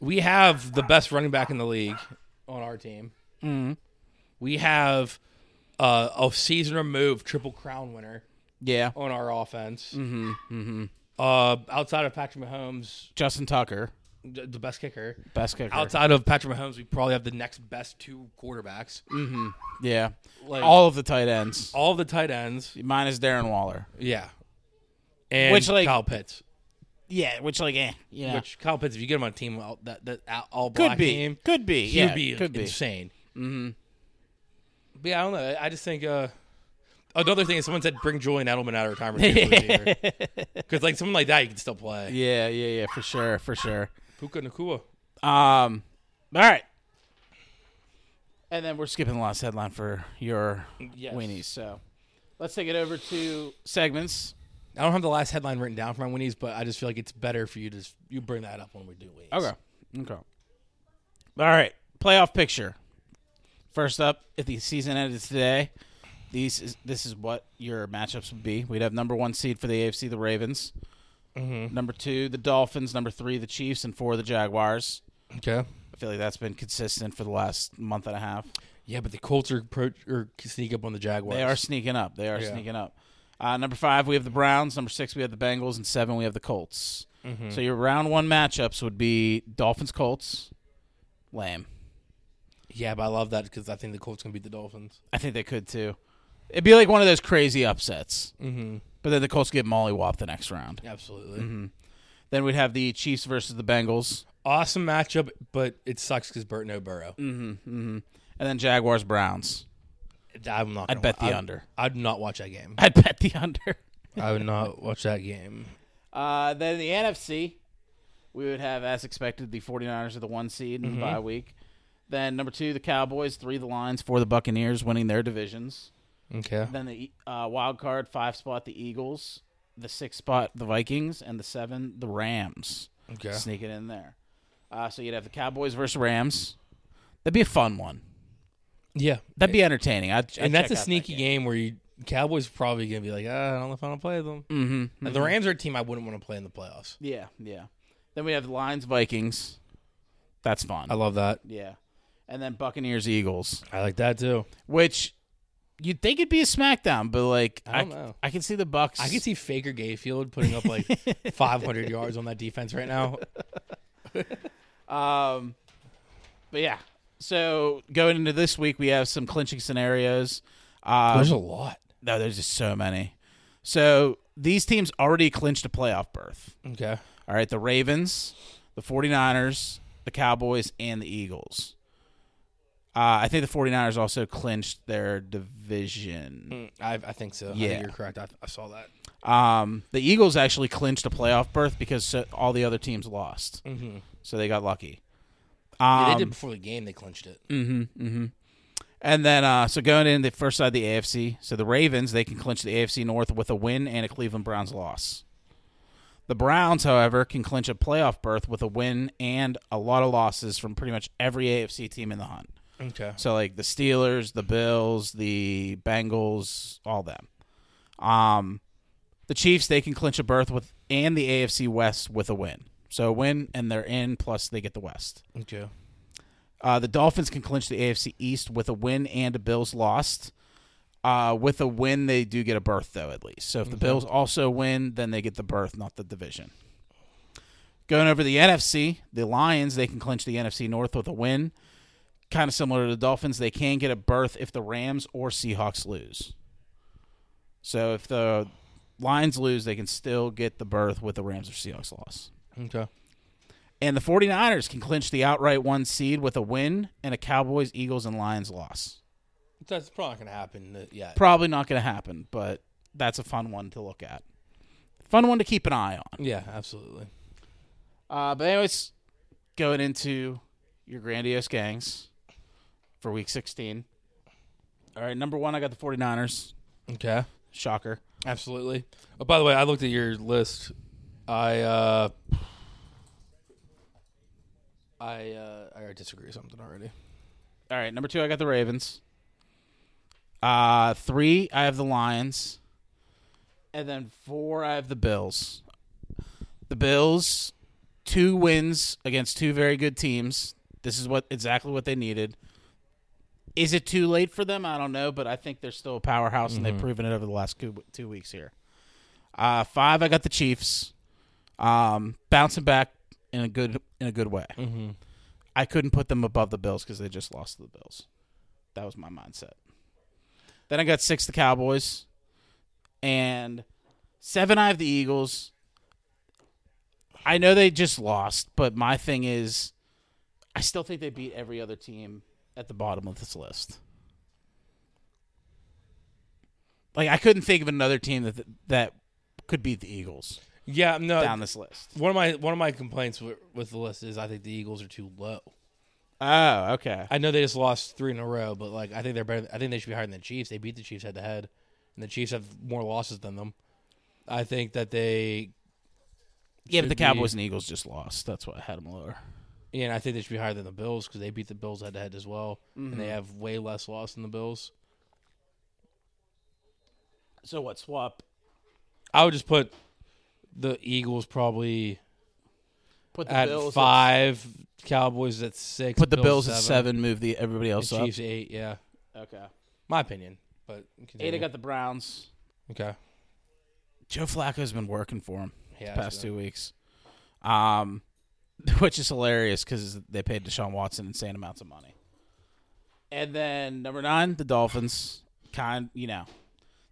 Speaker 2: we have the best running back in the league on our team.
Speaker 1: Mm-hmm.
Speaker 2: We have uh, a season removed triple crown winner
Speaker 1: Yeah,
Speaker 2: on our offense. Mm-hmm, Uh, outside of Patrick Mahomes,
Speaker 1: Justin Tucker,
Speaker 2: th- the best kicker.
Speaker 1: best kicker.
Speaker 2: Outside of Patrick Mahomes, we probably have the next best two quarterbacks.
Speaker 1: Mm-hmm. yeah,
Speaker 2: Like-
Speaker 1: all of the tight ends
Speaker 2: All the tight ends.
Speaker 1: minus Darren Waller.
Speaker 2: Yeah. And
Speaker 1: Which, like-
Speaker 2: Kyle Pitts.
Speaker 1: Yeah, which like eh, yeah,
Speaker 2: Which Kyle Pitts, if you get him on a team all, that that all- all black
Speaker 1: could be,
Speaker 2: team,
Speaker 1: could be,
Speaker 2: he
Speaker 1: yeah,
Speaker 2: would be
Speaker 1: could be.
Speaker 2: insane. Mm-hmm. But yeah, I don't know. I just think uh,
Speaker 4: another thing is someone said bring Julian Edelman out of retirement because like someone like that you can still play.
Speaker 1: Yeah, yeah, yeah, for sure, for sure.
Speaker 4: Puka Nakua.
Speaker 1: Um, all right. And then we're skipping the last headline for your
Speaker 4: Yes.
Speaker 1: weenies. So let's take it over to segments.
Speaker 2: I don't have the last headline written down for my Winnies, but I just feel like it's better for you to s- you bring that up when we do Winnies.
Speaker 1: Okay. All right. Playoff picture. First up, if the season ended today, these is, this is what your matchups would be. We'd have number one seed for the AFC, the Ravens. Number two, the Dolphins. Number three, the Chiefs, and four, the Jaguars.
Speaker 2: Okay.
Speaker 1: I feel like that's been consistent for the last month and a half.
Speaker 2: Yeah, but the Colts are approach or sneak up on the Jaguars.
Speaker 1: They are sneaking up. They are
Speaker 2: Yeah.
Speaker 1: sneaking up. Uh, number five, we have the Browns. Number six, we have the Bengals, and seven, we have the Colts. So your round one matchups would be Dolphins, Colts, lame.
Speaker 2: Yeah, but I love that because I think the Colts can beat the Dolphins.
Speaker 1: I think they could too. It'd be like one of those crazy upsets. Mm-hmm. But then the Colts get mollywopped the next round.
Speaker 2: Absolutely.
Speaker 1: Then we'd have the Chiefs versus the Bengals,
Speaker 2: Awesome matchup, but it sucks because Burt no Burrow.
Speaker 1: Mm. and then Jaguars, Browns.
Speaker 2: I'm not.
Speaker 1: I'd bet the
Speaker 2: I'd,
Speaker 1: under.
Speaker 2: I'd not watch that game.
Speaker 1: I'd bet the under.
Speaker 2: I would not watch that game.
Speaker 1: Uh, then the NFC, we would have, as expected, the 49ers are the one seed
Speaker 2: Mm-hmm.
Speaker 1: in the bye week. Then number two, the Cowboys, three, the Lions, four, the Buccaneers, winning their divisions.
Speaker 2: Okay.
Speaker 1: Then the uh, wild card, five spot, the Eagles, the six spot, the Vikings, and the seven, the Rams.
Speaker 2: Okay.
Speaker 1: Sneak it in there. Uh, so you'd have the Cowboys versus Rams. That'd be a fun one.
Speaker 2: Yeah,
Speaker 1: That'd be entertaining. I'd,
Speaker 2: and that's a sneaky game where you Cowboys probably gonna be like, ah, I don't know if I want to play them. Mm-hmm, The Rams are a team I wouldn't want to play in the playoffs.
Speaker 1: Yeah, yeah. Then we have Lions Vikings. That's fun.
Speaker 2: I love that.
Speaker 1: yeah, and then Buccaneers Eagles,
Speaker 2: I like that too.
Speaker 1: which you'd think it'd be a SmackDown, but like I,
Speaker 2: don't know.
Speaker 1: I can see the Bucks.
Speaker 2: I can see Faker Gayfield putting up like 500 yards on that defense right now.
Speaker 1: Um, but yeah. So going into this week, we have some clinching scenarios. Uh,
Speaker 2: There's a lot.
Speaker 1: no, there's just so many. So these teams already clinched a playoff berth.
Speaker 2: Okay.
Speaker 1: All right, the Ravens, the 49ers, the Cowboys, and the Eagles. Uh, I think the 49ers also clinched their division.
Speaker 2: Mm, I, I think so. I
Speaker 1: Yeah.
Speaker 2: think you're correct. I, I saw that.
Speaker 1: Um, the Eagles actually clinched a playoff berth because so, all the other teams lost. Mm-hmm. So they got lucky.
Speaker 2: Yeah,
Speaker 1: Um,
Speaker 2: they did before the game. They clinched it.
Speaker 1: and then, uh, so going in the first side of the AFC, so the Ravens, they can clinch the AFC North with a win and a Cleveland Browns loss. The Browns, however, can clinch a playoff berth with a win and a lot of losses from pretty much every AFC team in the hunt.
Speaker 2: Okay.
Speaker 1: So like the Steelers, the Bills, the Bengals, all them. Um, the Chiefs they can clinch a berth with and the AFC West with a win. So a win and they're in. Plus they get the West.
Speaker 2: Okay.
Speaker 1: Uh, the Dolphins can clinch the AFC East with a win and a Bills lost. Uh, with a win, they do get a berth though at least. So if the Bills also win, then they get the berth, not the division. Going over the NFC, the Lions they can clinch the NFC North with a win. Kind of similar to the Dolphins, they can get a berth if the Rams or Seahawks lose. So if the Lions lose, they can still get the berth with the Rams or Seahawks loss.
Speaker 2: Okay.
Speaker 1: And the 49ers can clinch the outright one seed with a win and a Cowboys, Eagles, and Lions loss.
Speaker 2: That's probably not gonna happen uh, yet.
Speaker 1: Probably not going to happen, but that's a fun one to look at. Fun one to keep an eye on.
Speaker 2: yeah, absolutely.
Speaker 1: Uh, but, anyways, going into your grandiose gangs for week 16. All right, number one, I got the 49ers.
Speaker 2: Okay.
Speaker 1: Shocker.
Speaker 2: Absolutely. Oh, by the way, I looked at your list. I uh I uh I disagree with something already.
Speaker 1: All right, number two, I got the Ravens. Uh, three, I have the Lions, and then four, I have the Bills. The Bills, two wins against two very good teams. This is what exactly what they needed. Is it too late for them? I don't know, but I think they're still a powerhouse, and they've proven it over the last two, two weeks here. Uh, five, I got the Chiefs, um, bouncing back in a good in a good way. I couldn't put them above the Bills because they just lost to the Bills. That was my mindset. Then I got six the Cowboys, and seven I have the Eagles. I know they just lost, but my thing is, I still think they beat every other team at the bottom of this list. Like I couldn't think of another team that that could beat the Eagles
Speaker 2: Yeah, no.
Speaker 1: down this list.
Speaker 2: one of my one of my complaints with, with the list is I think the Eagles are too low.
Speaker 1: Oh, okay.
Speaker 2: I know they just lost three in a row, but like I think they're better. I think they should be higher than the Chiefs. They beat the Chiefs head to head, and the Chiefs have more losses than them. I think that they,
Speaker 1: Yeah, but the
Speaker 2: Should be-
Speaker 1: Cowboys and Eagles just lost. That's why I had them lower.
Speaker 2: yeah, and I think they should be higher than the Bills because they beat the Bills head to head as well, and they have way less loss than the Bills.
Speaker 1: So what? Swap.
Speaker 2: I would just put the Eagles probably
Speaker 1: Put the
Speaker 2: at
Speaker 1: Bills
Speaker 2: five, Cowboys at six,
Speaker 1: Put the Bills, at seven. Move the everybody
Speaker 2: and
Speaker 1: else up.
Speaker 2: Chiefs eight. Yeah,
Speaker 1: Okay.
Speaker 2: my opinion. But
Speaker 1: Eight. I
Speaker 2: continue.
Speaker 1: got the Browns.
Speaker 2: okay.
Speaker 1: Joe Flacco's been working for him
Speaker 2: Yeah,
Speaker 1: the past
Speaker 2: so-
Speaker 1: two weeks, um, which is hilarious because they paid Deshaun Watson insane amounts of money. And then number nine, the Dolphins. Kind, you know,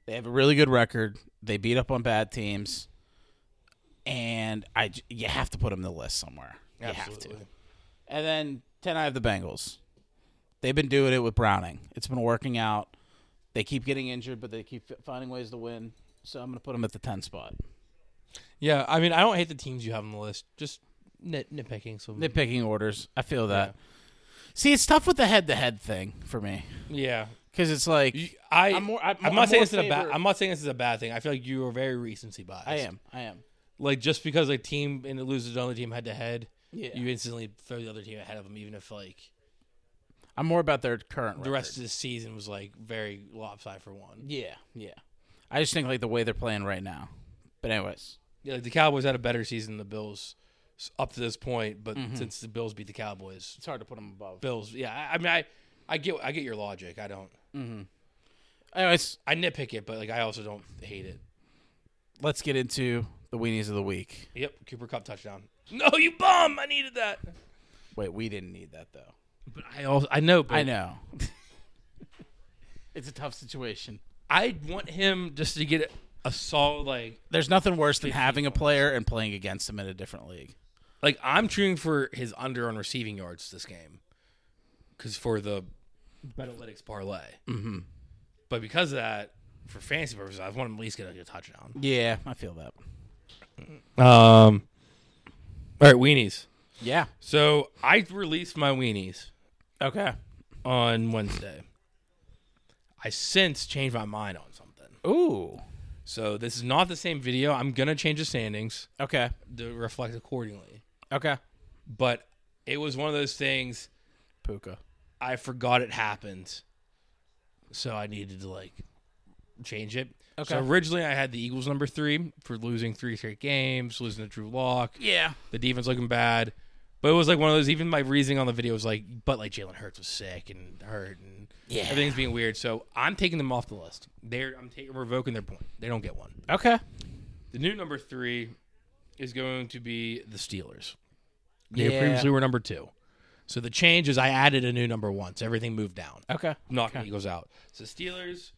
Speaker 1: they have a really good record. They beat up on bad teams, and I j- you have to put them in the list somewhere. You have
Speaker 2: Absolutely.
Speaker 1: to. And then ten, I have the Bengals. They've been doing it with Browning. It's been working out. They keep getting injured, but they keep fi- finding ways to win. So I'm going to put them at the 10 spot.
Speaker 2: Yeah, I mean, I don't hate the teams you have on the list. Just nit- nitpicking. So
Speaker 1: Nitpicking orders. I feel that. See, it's tough with the head to head thing for me
Speaker 2: yeah,
Speaker 1: because it's like
Speaker 2: You- I,
Speaker 1: I'm
Speaker 2: I'm,
Speaker 1: more- I'm- I'm
Speaker 2: not saying
Speaker 1: more
Speaker 2: this is a bad.
Speaker 1: favor-
Speaker 2: I'm not saying this is a bad thing. I feel like you are very recency biased.
Speaker 1: I am. I am.
Speaker 2: Like just because a team and it loses another team head to head,
Speaker 1: Yeah.
Speaker 2: you instantly throw the other team ahead of them, even if like
Speaker 1: I'm more about their current
Speaker 2: the rest
Speaker 1: record.
Speaker 2: of the season was like very lopsided for one.
Speaker 1: Yeah. Yeah. I just think like the way they're playing right now. But, anyways,
Speaker 2: Yeah, like the Cowboys had a better season than the Bills s- up to this point, but since the Bills beat the Cowboys,
Speaker 1: it's hard to put them above.
Speaker 2: Bills. Yeah, I, I mean, I, I get, I get your logic. I don't.
Speaker 1: Anyways,
Speaker 2: I nitpick it, but like I also don't hate it.
Speaker 1: let's get into the weenies of the week.
Speaker 2: Yep, Cooper Cup touchdown. No, you bum! I needed that.
Speaker 1: Wait, we didn't need that, though.
Speaker 2: But I also I know. But
Speaker 1: I know. it's a tough situation.
Speaker 2: I want him just to get a solid like
Speaker 1: There's nothing worse than having a player and playing against him in a different league.
Speaker 2: like I'm cheering for his under on receiving yards this game because for the Betalytics parlay. Mm-hmm. But because of that, for fantasy purposes, I want him at least get like, a touchdown.
Speaker 1: Yeah, I feel that.
Speaker 2: Um. All right, weenies.
Speaker 1: Yeah.
Speaker 2: So I released my weenies.
Speaker 1: Okay.
Speaker 2: on Wednesday. I since changed my mind on something.
Speaker 1: Ooh.
Speaker 2: So this is not the same video. I'm gonna change the standings
Speaker 1: Okay.
Speaker 2: to reflect accordingly.
Speaker 1: Okay.
Speaker 2: But it was one of those things
Speaker 1: Puka.
Speaker 2: I forgot it happened. So I needed to like change it.
Speaker 1: Okay.
Speaker 2: So originally I had the Eagles number three for losing three straight games, losing to Drew Lock.
Speaker 1: Yeah.
Speaker 2: The defense looking bad. But it was like one of those. Even my reasoning on the video was like, but like Jalen Hurts was sick and hurt, and
Speaker 1: Yeah.
Speaker 2: everything's being weird. So I'm taking them off the list. They're I'm taking revoking their point. They don't get one.
Speaker 1: Okay.
Speaker 2: The new number three is going to be the Steelers. They
Speaker 1: Yeah.
Speaker 2: previously were number two. So the change is I added a new number one. So everything moved down.
Speaker 1: Okay.
Speaker 2: Knocking the Eagles out. So Steelers,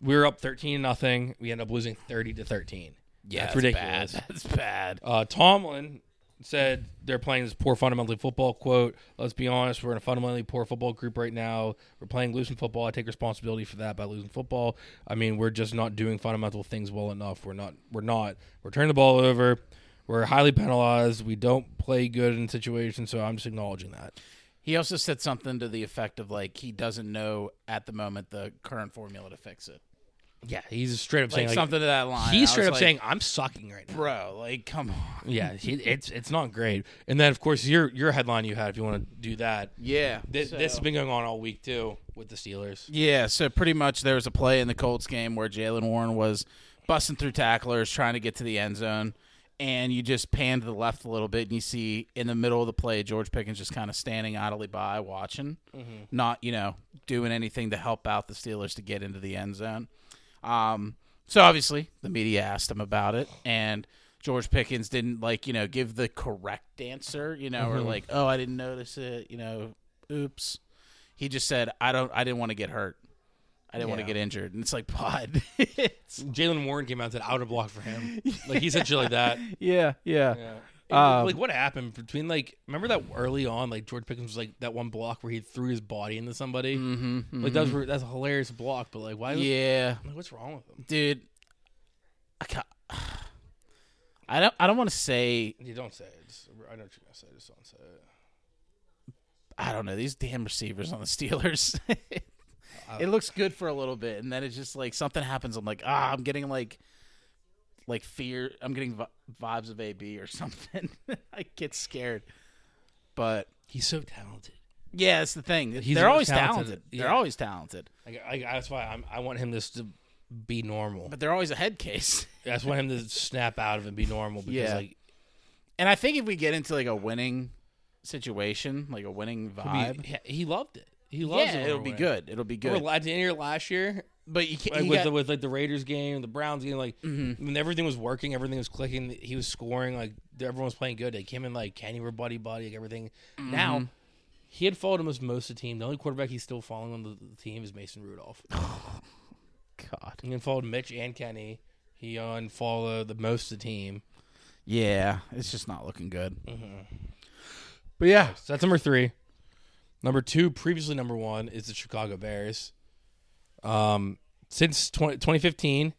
Speaker 2: we were up thirteen nothing. We end up losing thirty to thirteen.
Speaker 1: Yeah,
Speaker 2: that's
Speaker 1: that's
Speaker 2: ridiculous.
Speaker 1: bad. That's bad.
Speaker 2: Uh, Tomlin said they're playing this poor fundamentally football. Quote, let's be honest, we're in a fundamentally poor football group right now. We're playing losing football. I take responsibility for that by losing football. I mean, we're just not doing fundamental things well enough. We're not, we're not, we're turning the ball over. We're highly penalized. We don't play good in situations. So I'm just acknowledging that.
Speaker 1: He also said something to the effect of like he doesn't know at the moment the current formula to fix it.
Speaker 2: Yeah. He's straight up
Speaker 1: Like,
Speaker 2: saying like,
Speaker 1: something to that line. I
Speaker 2: He's
Speaker 1: was
Speaker 2: straight up
Speaker 1: like,
Speaker 2: saying, I'm sucking right now.
Speaker 1: Bro, like come on.
Speaker 2: Yeah. He, it's, it's not great. And then, of course, your, your headline you had, if you want to do that.
Speaker 1: Yeah.
Speaker 2: This,
Speaker 1: so-
Speaker 2: this has been going on all week too with the Steelers.
Speaker 1: Yeah, so pretty much there was a play in the Colts game where Jalen Warren was busting through tacklers trying to get to the end zone, and you just pan to the left a little bit, and you see in the middle of the play George Pickens just kind of standing idly by, watching, not you know doing anything to help out the Steelers to get into the end zone. Um, so obviously the media asked him about it, and George Pickens didn't like you know give the correct answer, you know, or like oh I didn't notice it, you know, oops. He just said I don't I didn't want to get hurt. I didn't want to
Speaker 2: Yeah.
Speaker 1: get injured, and it's like pod. It's-
Speaker 2: Jalen Warren came out and said, "I would have blocked for him." Like he said shit like that.
Speaker 1: yeah, yeah, Um,
Speaker 2: like what happened between like remember that early on like George Pickens was like that one block where he threw his body into somebody like that was re- that's a hilarious block but like why
Speaker 1: yeah,
Speaker 2: like, what's wrong with him
Speaker 1: dude. I, ca- I don't. I don't want to say.
Speaker 2: you don't say it It's- I know what you're gonna say just don't say it
Speaker 1: I don't know these damn receivers on the Steelers. it looks good for a little bit, and then it's just like something happens. I'm like, ah, I'm getting like, like fear. I'm getting vi- vibes of AB or something. I get scared, but
Speaker 2: he's so talented
Speaker 1: yeah, that's the thing.
Speaker 2: He's
Speaker 1: They're always
Speaker 2: talented.
Speaker 1: talented.
Speaker 2: Yeah.
Speaker 1: They're always talented,
Speaker 2: like I, that's why I'm, I want him this to be normal
Speaker 1: but they're always a head case.
Speaker 2: I just want him to snap out of it and be normal because
Speaker 1: Yeah.
Speaker 2: like
Speaker 1: And I think if we get into like a winning situation, like a winning
Speaker 2: he,
Speaker 1: vibe,
Speaker 2: he loved it he loves
Speaker 1: yeah,
Speaker 2: it
Speaker 1: it'll be good. It'll be good.
Speaker 2: Remember at the end of your last year
Speaker 1: But you can't.
Speaker 2: like
Speaker 1: you
Speaker 2: with
Speaker 1: got-
Speaker 2: the, with like the Raiders game, the Browns game, like when everything was working, everything was clicking. He was scoring, like everyone was playing good. Like him and like Kenny were buddy buddy, like everything. Now he had followed him as most of the team. The only quarterback he's still following on the, the team is Mason Rudolph.
Speaker 1: God.
Speaker 2: He unfollowed Mitch and Kenny. He unfollowed the most of the team.
Speaker 1: Yeah, it's just not looking good.
Speaker 2: Mm.
Speaker 1: But yeah,
Speaker 2: So that's number three. Number two, previously number one, is the Chicago Bears. Um, since 20, 2015,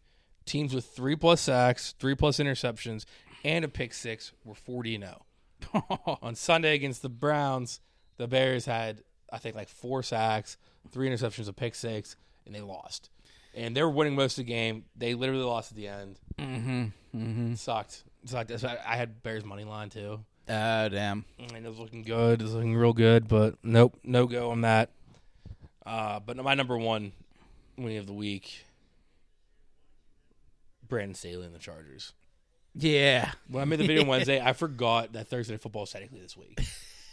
Speaker 2: teams with three plus sacks, three plus interceptions, and a pick six were 40 and 0. On Sunday against the Browns, the Bears had, I think, like four sacks, three interceptions, a pick six, and they lost. And they were winning most of the game. They literally lost at the end. Mm-hmm. Mm-hmm. Sucked. Sucked. That's why I had Bears money line too
Speaker 1: oh damn.
Speaker 2: and it was looking good. It was looking real good, but nope, no go on that. Uh, but my number one win of the week, Brandon Staley and the Chargers.
Speaker 1: Yeah,
Speaker 2: When I made the video Wednesday, I forgot that Thursday Night football is technically this week.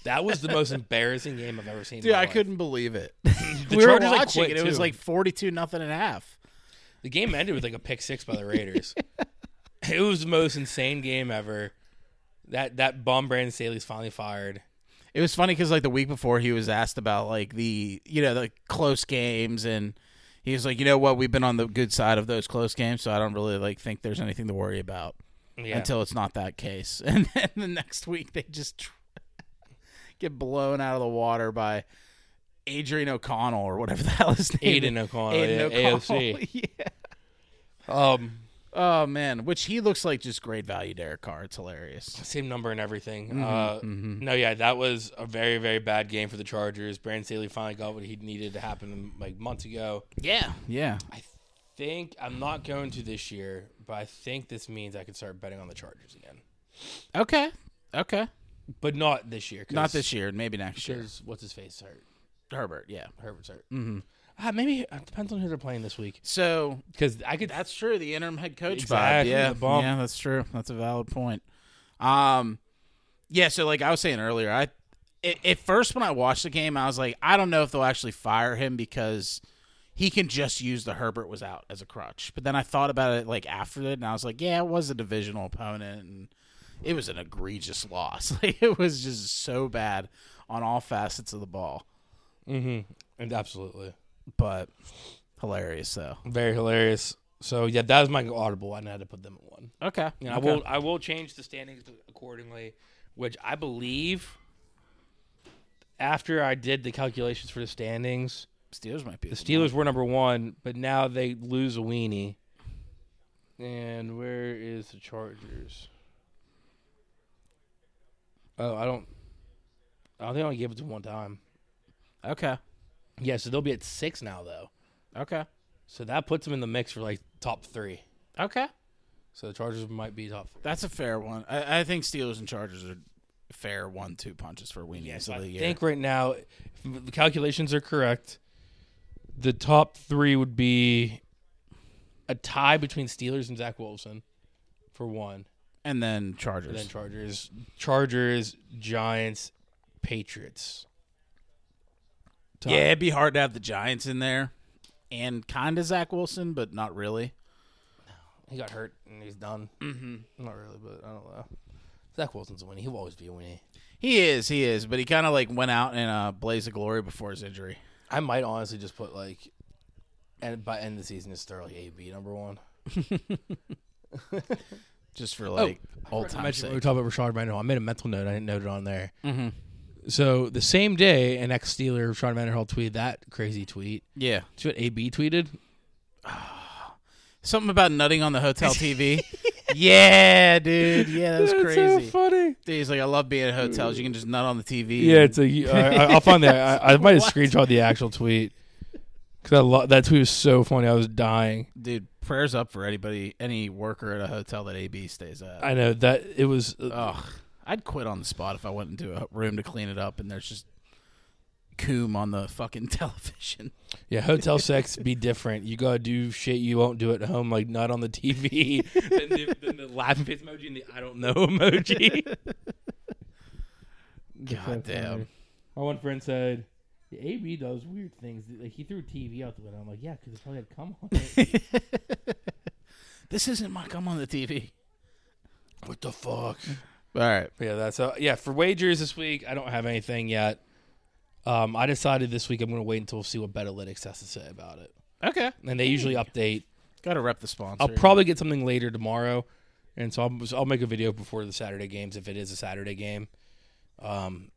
Speaker 2: That was the most embarrassing game I've ever seen. in
Speaker 1: dude,
Speaker 2: my
Speaker 1: I
Speaker 2: life.
Speaker 1: couldn't believe it.
Speaker 2: The
Speaker 1: we were
Speaker 2: Chargers, like,
Speaker 1: watching
Speaker 2: quit,
Speaker 1: it. It was
Speaker 2: too.
Speaker 1: like forty-two nothing and a half.
Speaker 2: The game ended with like a pick six by the Raiders. It was the most insane game ever. That that bum Brandon Staley's finally fired.
Speaker 1: It was funny because like the week before he was asked about like the you know the close games and he was like you know what we've been on the good side of those close games so I don't really like think there's anything to worry about
Speaker 2: Yeah.
Speaker 1: until it's not that case and then the next week they just tr- get blown out of the water by Adrian O'Connell or whatever the hell his name
Speaker 2: Aiden
Speaker 1: is.
Speaker 2: O'Connell,
Speaker 1: Aiden
Speaker 2: yeah,
Speaker 1: O'Connell.
Speaker 2: AOC.
Speaker 1: yeah.
Speaker 2: Um,
Speaker 1: Oh man, which he looks like just great value Derek Carr. It's hilarious.
Speaker 2: same number and everything.
Speaker 1: Mm-hmm,
Speaker 2: uh, No, yeah, that was a very, very bad game for the Chargers. Brandon Staley finally got what he needed to happen like months ago.
Speaker 1: Yeah, yeah.
Speaker 2: I think I'm not going to this year, but I think this means I can start betting on the Chargers again,
Speaker 1: Okay, okay.
Speaker 2: but not this year. Cause,
Speaker 1: Not this year, maybe next year.
Speaker 2: Because what's his face hurt?
Speaker 1: Herbert, yeah.
Speaker 2: Herbert's hurt. Mm-hmm. Ah, maybe it depends on who they're playing this week.
Speaker 1: So
Speaker 2: Because I could.
Speaker 1: That's true. The interim head coach vibe.
Speaker 2: Exactly,
Speaker 1: Yeah,
Speaker 2: the bump.
Speaker 1: yeah, that's true. That's a valid point. Um, yeah. So like I was saying earlier, I it, at first when I watched the game, I was like, I don't know if they'll actually fire him because he can just use the Herbert was out as a crutch. But then I thought about it like after that, and I was like, yeah, it was a divisional opponent, and it was an egregious loss. Like it was just so bad on all facets of the ball,
Speaker 2: and mm-hmm, absolutely.
Speaker 1: but hilarious though.
Speaker 2: Very hilarious. So yeah, that was my audible. and I had to put them at one.
Speaker 1: Okay.
Speaker 2: And I will I will change the standings accordingly, which I believe after I did the calculations for the standings,
Speaker 1: Steelers might be
Speaker 2: the Steelers were number one, but now they lose a weenie. And where is the Chargers? Oh, I don't. I don't think I only gave it to one time.
Speaker 1: Okay.
Speaker 2: Yeah, so they'll be at six now, though.
Speaker 1: Okay.
Speaker 2: So that puts them in the mix for like top three.
Speaker 1: Okay.
Speaker 2: So the Chargers might be top three.
Speaker 1: That's a fair one. I, I think Steelers and Chargers are fair one-two punches for weenies
Speaker 2: I
Speaker 1: of the year.
Speaker 2: think right now, if the calculations are correct, the top three would be a tie between Steelers and Zach Wilson for one,
Speaker 1: and then Chargers.
Speaker 2: and then Chargers, Chargers, Giants, Patriots. Top.
Speaker 1: yeah, it'd be hard to have the Giants in there and kind of Zach Wilson, but not really.
Speaker 2: He got hurt and he's done. Mm-hmm. Not really, but I don't know. Zach Wilson's a winnie. He'll always be a winnie.
Speaker 1: He is, he is, but he kind of like went out in a blaze of glory before his injury.
Speaker 2: I might honestly just put like, and by end of the season, just throw like AB number one.
Speaker 1: just for like old
Speaker 2: Oh, I
Speaker 1: time's
Speaker 2: mentioned when we
Speaker 1: sake.
Speaker 2: talked about Rashard Mendenhall. I made a mental note. I didn't note it on there. So the same day, an ex Steeler, Rashard Mendenhall, tweeted that crazy tweet.
Speaker 1: Yeah,
Speaker 2: See what AB tweeted?
Speaker 1: something about nutting on the hotel TV. yeah, dude. Yeah, that's crazy.
Speaker 2: funny.
Speaker 1: Dude, he's like, I love being at hotels. You can just nut on the TV.
Speaker 2: Yeah,
Speaker 1: and-
Speaker 2: it's a. I, I'll find that. I, I might have screenshot the actual tweet because I lo- that tweet was so funny. I was dying.
Speaker 1: dude. Prayers up for anybody, any worker at a hotel that AB stays at.
Speaker 2: I know that it was. uh,
Speaker 1: Ugh, I'd quit on the spot if I went into a room to clean it up and there's just coom on the fucking television.
Speaker 2: Yeah, hotel sex be different. You gotta do shit you won't do at home, like not on the TV. then, the, then the laughing face emoji and the I don't know emoji.
Speaker 1: God damn.
Speaker 4: My one friend said, "The AB does weird things. Like he threw a TV out the window." I'm like, "Yeah, because it probably had cum on it."
Speaker 1: This isn't my cum on the TV.
Speaker 2: What the fuck?
Speaker 1: All right.
Speaker 2: Yeah, that's uh, yeah. For wagers this week, I don't have anything yet. Um, I decided this week I'm gonna wait until see what Betalytics has to say about it,
Speaker 1: Okay.
Speaker 2: and they usually update.
Speaker 1: Got to rep the sponsor.
Speaker 2: I'll probably get something later tomorrow, and so I'll, so I'll make a video before the Saturday games if it is a Saturday game. Um,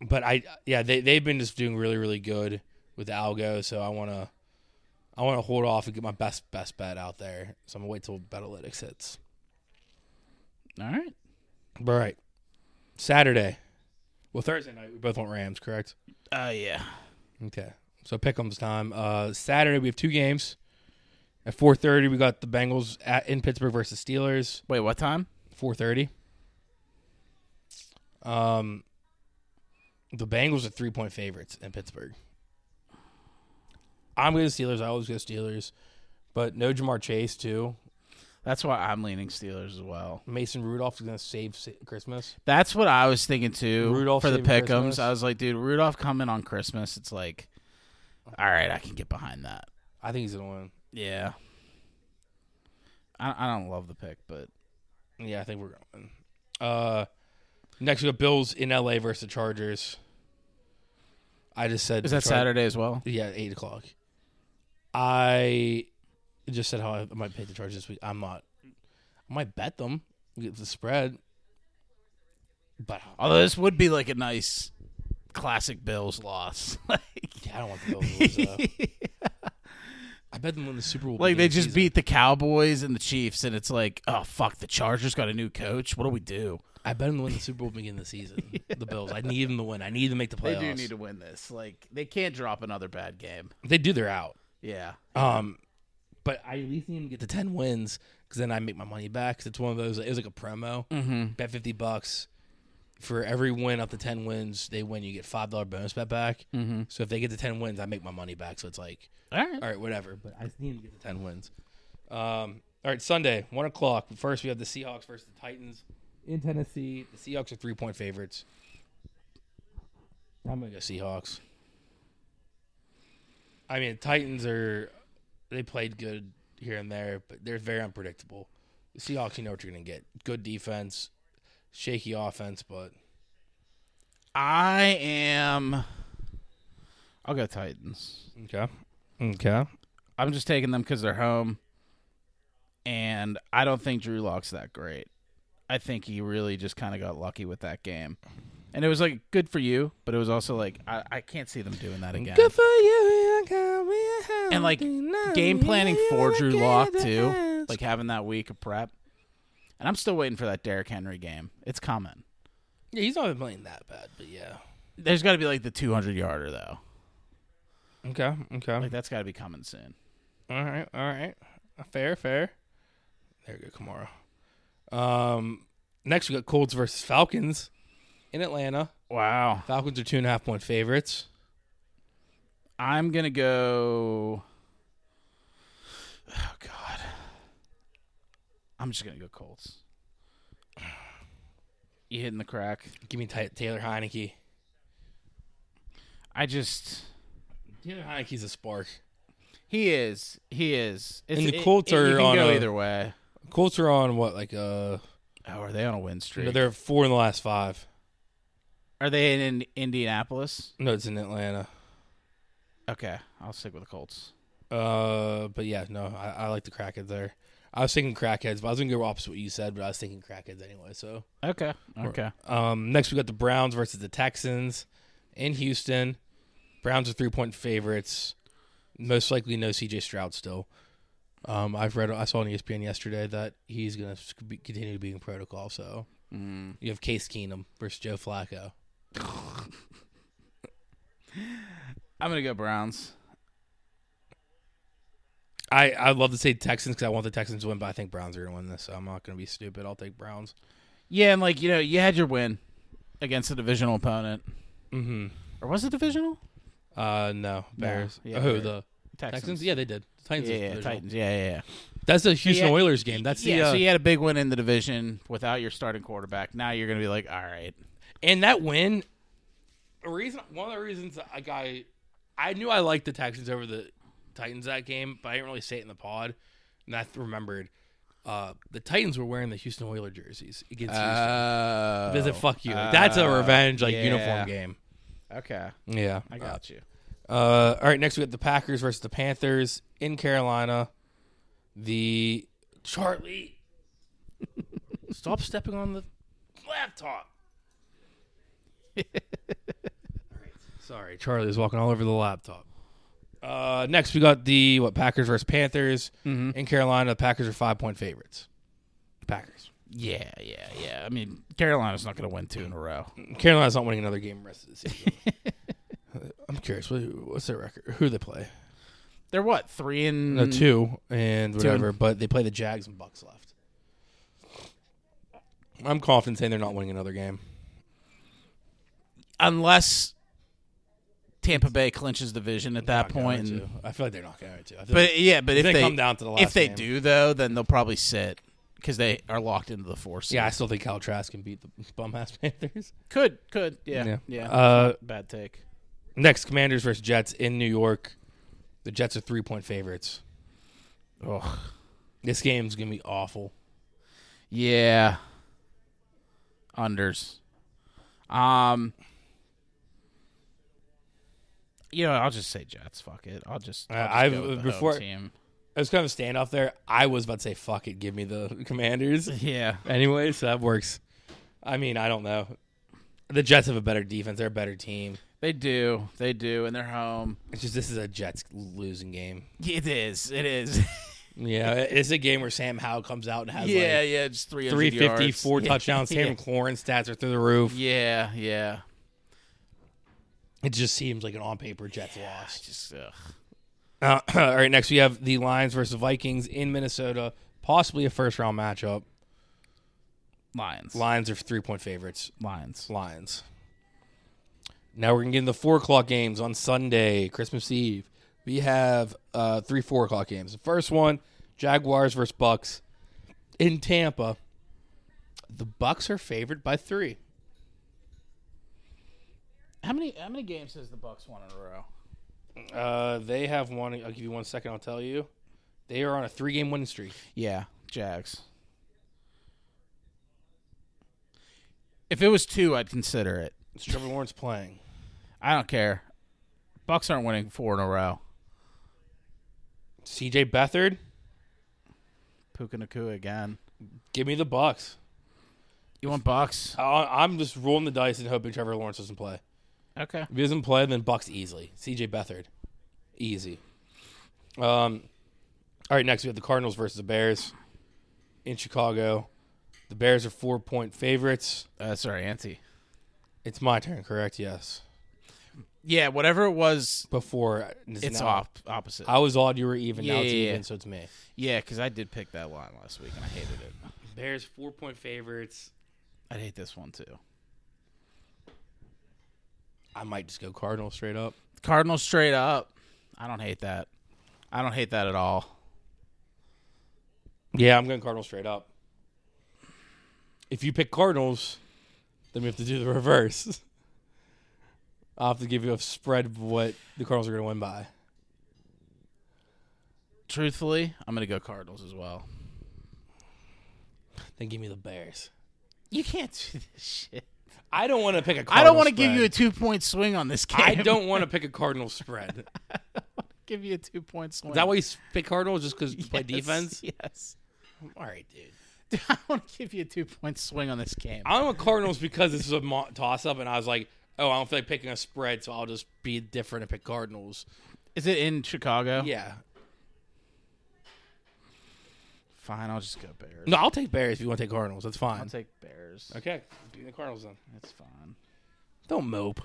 Speaker 2: but I yeah they they've been just doing really really good with algo, so I wanna I wanna hold off and get my best best bet out there. So I'm gonna wait till Betalytics hits.
Speaker 1: All right.
Speaker 2: All right, Saturday. Well, Thursday night we both want Rams, correct?
Speaker 1: Oh, yeah.
Speaker 2: Okay. So pick'em's time. Uh, Saturday we have two games. At four thirty we got the Bengals at in Pittsburgh versus Steelers.
Speaker 1: Wait, what time?
Speaker 2: Four thirty. Um, the Bengals are three point favorites in Pittsburgh. I'm going to Steelers. I always go Steelers, but no Jamar Chase too.
Speaker 1: That's why I'm leaning Steelers as well.
Speaker 2: Mason Rudolph is going to save Sa- Christmas.
Speaker 1: That's what I was thinking too
Speaker 2: Rudolph
Speaker 1: for the
Speaker 2: saving
Speaker 1: pickums.
Speaker 2: Christmas.
Speaker 1: I was like, dude, Rudolph coming on Christmas. It's like, all right, I can get behind that.
Speaker 2: I think he's going to win.
Speaker 1: Yeah. I, I don't love the pick, but
Speaker 2: Yeah, I think we're going. Uh, next we got Bills in LA versus the Chargers. I just said
Speaker 1: is that
Speaker 2: Char-
Speaker 1: Saturday as well?
Speaker 2: Yeah, eight o'clock. I just said how I might pay the Chargers this week. I'm not. I might bet them. Get the spread. But
Speaker 1: Although this would be like a nice classic Bills loss. like,
Speaker 2: yeah, I don't want the Bills to lose. Though. I bet them win the Super Bowl.
Speaker 1: like they
Speaker 2: beginning of
Speaker 1: just
Speaker 2: season.
Speaker 1: beat the Cowboys and the Chiefs, and it's like, oh fuck, the Chargers got a new coach. What do we do?
Speaker 2: I bet them to win the Super Bowl beginning of the season. The Bills. I need them to win. I need them to make the playoffs.
Speaker 1: to win this. Like they can't drop another bad game.
Speaker 2: They do. They're out.
Speaker 1: Yeah.
Speaker 2: Um, but I at least need them to get to ten wins because then I make my money back. 'Cause it's one of those. It was like a promo. Bet fifty bucks for every win up to ten wins. They win, you get five dollar bonus bet back. Mm-hmm. So if they get to ten wins, I make my money back. So it's like
Speaker 1: All right.
Speaker 2: all right, whatever. But I just need them to get to ten wins. Um, all right, Sunday, one o'clock. First, we have the Seahawks versus the Titans in Tennessee. The Seahawks are three point favorites. I'm gonna go Seahawks. I mean, Titans are they played good here and there, but they're very unpredictable. The Seahawks, you know what you're gonna get. Good defense, shaky offense, but
Speaker 1: I am. I'll go Titans.
Speaker 2: okay, okay.
Speaker 1: I'm just taking them because they're home, and I don't think Drew Lock's that great. I think he really just kind of got lucky with that game, and it was like good for you, but it was also like I, I can't see them doing that again.
Speaker 2: Good for you.
Speaker 1: and like game planning for Drew Lock too, like having that week of prep. And I'm still waiting for that Derrick Henry game. It's coming.
Speaker 2: yeah, he's not been playing that bad, but yeah.
Speaker 1: There's got to be like the 200 yarder though.
Speaker 2: Okay. Okay.
Speaker 1: Like that's got to be coming soon.
Speaker 2: all right. All right. Fair. Fair. There we go, Kamara. Um, next we got Colts versus Falcons in Atlanta.
Speaker 1: Wow.
Speaker 2: Falcons are two and a half point favorites.
Speaker 1: I'm gonna go. Oh God. I'm just gonna go Colts. You hitting the crack?
Speaker 2: Give me Ty- Taylor Heineke.
Speaker 1: I just.
Speaker 2: Taylor Heineke's a spark.
Speaker 1: He is. He is. It's,
Speaker 2: And the
Speaker 1: it-
Speaker 2: Colts
Speaker 1: it-
Speaker 2: are
Speaker 1: you can
Speaker 2: on
Speaker 1: go
Speaker 2: a-
Speaker 1: either way.
Speaker 2: Colts are on what like uh
Speaker 1: Oh, are they on a win streak?
Speaker 2: they're four in the last five.
Speaker 1: Are they in, in Indianapolis?
Speaker 2: No, it's in Atlanta.
Speaker 1: Okay, I'll stick with the Colts.
Speaker 2: Uh, but yeah, no, I, I like the Kraken there. I was thinking crackheads, but I was gonna go opposite what you said, but I was thinking crackheads anyway. So
Speaker 1: Okay. Okay.
Speaker 2: um, next we got the Browns versus the Texans in Houston. Browns are three point favorites. Most likely no CJ Stroud still. Um, I've read I saw on ESPN yesterday that he's gonna sc- be- continue to be in protocol. So you have Case Keenum versus Joe Flacco.
Speaker 1: I'm gonna go Browns.
Speaker 2: I I'd love to say Texans because I want the Texans to win, but I think Browns are gonna win this. So I'm not gonna be stupid. I'll take Browns.
Speaker 1: Yeah, and like you know, you had your win against a divisional opponent,
Speaker 2: Mm-hmm.
Speaker 1: or was it divisional?
Speaker 2: Uh, no Bears.
Speaker 1: yeah,
Speaker 2: oh,
Speaker 1: Bears.
Speaker 2: the
Speaker 1: Texans.
Speaker 2: Texans? Yeah, they did. Titans.
Speaker 1: Yeah,
Speaker 2: is
Speaker 1: yeah,
Speaker 2: divisional.
Speaker 1: Titans. Yeah, yeah, yeah.
Speaker 2: That's the Houston
Speaker 1: yeah,
Speaker 2: Oilers game. That's the
Speaker 1: yeah.
Speaker 2: uh,
Speaker 1: so you had a big win in the division without your starting quarterback. Now you're gonna be like, all right,
Speaker 2: and that win. A reason, one of the reasons I got, I knew I liked the Texans over the Titans that game, but I didn't really say it in the pod, and I th- remembered. Uh, the Titans were wearing the Houston Oilers jerseys against Houston.
Speaker 1: uh,
Speaker 2: Does it fuck you? That's a revenge like
Speaker 1: yeah.
Speaker 2: uniform game.
Speaker 1: okay,
Speaker 2: Yeah,
Speaker 1: I got you.
Speaker 2: Uh, all right, next we got the Packers versus the Panthers in Carolina. The Charlie, stop stepping on the laptop. Sorry, Charlie is walking all over the laptop. Uh, next we got the what Packers versus Panthers in Carolina. The Packers are five point favorites. Packers.
Speaker 1: Yeah, yeah, yeah. I mean, Carolina's not gonna win two in a row.
Speaker 2: Carolina's not winning another game the rest of the season. I'm curious. What, what's their record? Who do they play?
Speaker 1: They're what three and
Speaker 2: No, Uh, Mm. two and
Speaker 1: and-
Speaker 2: whatever, but they play the Jags and Bucks left. I'm confident saying they're not winning another game.
Speaker 1: unless Tampa Bay clinches division at that
Speaker 2: Not going
Speaker 1: point. and-
Speaker 2: to. I feel like they're not going to. I feel like-
Speaker 1: But yeah, but if
Speaker 2: they
Speaker 1: they,
Speaker 2: come down to the
Speaker 1: if
Speaker 2: last
Speaker 1: they
Speaker 2: game.
Speaker 1: do though, then they'll probably sit because they are locked into the four. seed.
Speaker 2: yeah, I still think Kyle Trask can beat the bum ass Panthers.
Speaker 1: could could yeah yeah.
Speaker 2: Uh,
Speaker 1: Bad take.
Speaker 2: next, Commanders versus Jets in New York. The Jets are three point favorites.
Speaker 1: Ugh.
Speaker 2: This game's gonna be awful.
Speaker 1: Yeah. Unders. Um. You know, I'll just say Jets. Fuck it. I'll just. I'll
Speaker 2: Uh,
Speaker 1: just
Speaker 2: I've-
Speaker 1: go with the
Speaker 2: before-
Speaker 1: home team.
Speaker 2: It was kind of a standoff there. I was about to say, "Fuck it, give me the Commanders."
Speaker 1: Yeah.
Speaker 2: anyway, so that works. I mean, I don't know. The Jets have a better defense. They're a better team.
Speaker 1: They do. They do, and they're home.
Speaker 2: It's just this is a Jets losing game.
Speaker 1: It is. It is.
Speaker 2: Yeah, it's a game where Sam Howell comes out and has
Speaker 1: yeah.
Speaker 2: like
Speaker 1: yeah. Just three.
Speaker 2: 350, four
Speaker 1: yeah.
Speaker 2: touchdowns. Sam
Speaker 1: Yeah.
Speaker 2: McLaurin stats are through the roof.
Speaker 1: Yeah. Yeah.
Speaker 2: It just seems like an on paper Jets loss.
Speaker 1: Just. Ugh.
Speaker 2: Uh, all right, next we have the Lions versus Vikings in Minnesota, possibly a first round matchup.
Speaker 1: Lions.
Speaker 2: Lions are three point favorites.
Speaker 1: Lions.
Speaker 2: Lions. Now we're gonna get into four o'clock games on Sunday, Christmas Eve. We have uh, three four o'clock games. The first one, Jaguars versus Bucks in Tampa. The Bucks are favored by three.
Speaker 1: How many? How many games has the Bucks won in a row?
Speaker 2: Uh, they have one. I'll give you one second. I'll tell you. They are on a three game winning streak.
Speaker 1: Yeah, Jags. If it was two, I'd consider it.
Speaker 2: It's Trevor Lawrence playing.
Speaker 1: I don't care. Bucks aren't winning four in a row.
Speaker 2: C.J. Beathard,
Speaker 1: Puka Nakua again.
Speaker 2: give me the Bucks.
Speaker 1: You want Bucks?
Speaker 2: I, I'm just rolling the dice and hoping Trevor Lawrence doesn't play.
Speaker 1: Okay.
Speaker 2: If he doesn't play, then Bucks easily. CJ Beathard, easy. Um, all right. Next we have the Cardinals versus the Bears in Chicago. The Bears are four point favorites.
Speaker 1: Uh, sorry, Auntie.
Speaker 2: It's my turn, correct? Yes.
Speaker 1: Yeah, whatever it was,
Speaker 2: Before uh,
Speaker 1: it's
Speaker 2: now-
Speaker 1: off opposite.
Speaker 2: I was odd. You were even. now it's
Speaker 1: Yeah, yeah,
Speaker 2: even.
Speaker 1: yeah.
Speaker 2: So it's me.
Speaker 1: yeah, because I did pick that line last week and I hated it.
Speaker 2: Bears four point favorites.
Speaker 1: I'd hate this one too.
Speaker 2: I might just go Cardinals straight up.
Speaker 1: Cardinals straight up. I don't hate that. I don't hate that at all.
Speaker 2: Yeah, I'm going Cardinals straight up. If you pick Cardinals, then we have to do the reverse. I'll have to give you a spread of what the Cardinals are going to win by.
Speaker 1: Truthfully, I'm gonna go Cardinals as well.
Speaker 2: Then give me the Bears.
Speaker 1: You can't do this shit.
Speaker 2: I don't want to pick a
Speaker 1: I
Speaker 2: Cardinals
Speaker 1: don't want to give you a
Speaker 2: spread.
Speaker 1: two point swing on this game.
Speaker 2: I don't want to pick a Cardinals spread.
Speaker 1: give you a two point swing.
Speaker 2: Is that why you pick Cardinals just because you play defense?
Speaker 1: Yes.
Speaker 2: All right, dude.
Speaker 1: I want to give you a two point swing on this game.
Speaker 2: I'm a Cardinals because this is a mo- toss up, and I was like, oh, I don't feel like picking a spread, so I'll just be different and pick Cardinals.
Speaker 1: Is it in Chicago?
Speaker 2: Yeah.
Speaker 1: Fine, I'll just go Bears.
Speaker 2: No, I'll take Bears if you want to take Cardinals. That's fine.
Speaker 1: I'll take Bears.
Speaker 2: okay. Give me the Cardinals then.
Speaker 1: That's fine.
Speaker 2: Don't mope.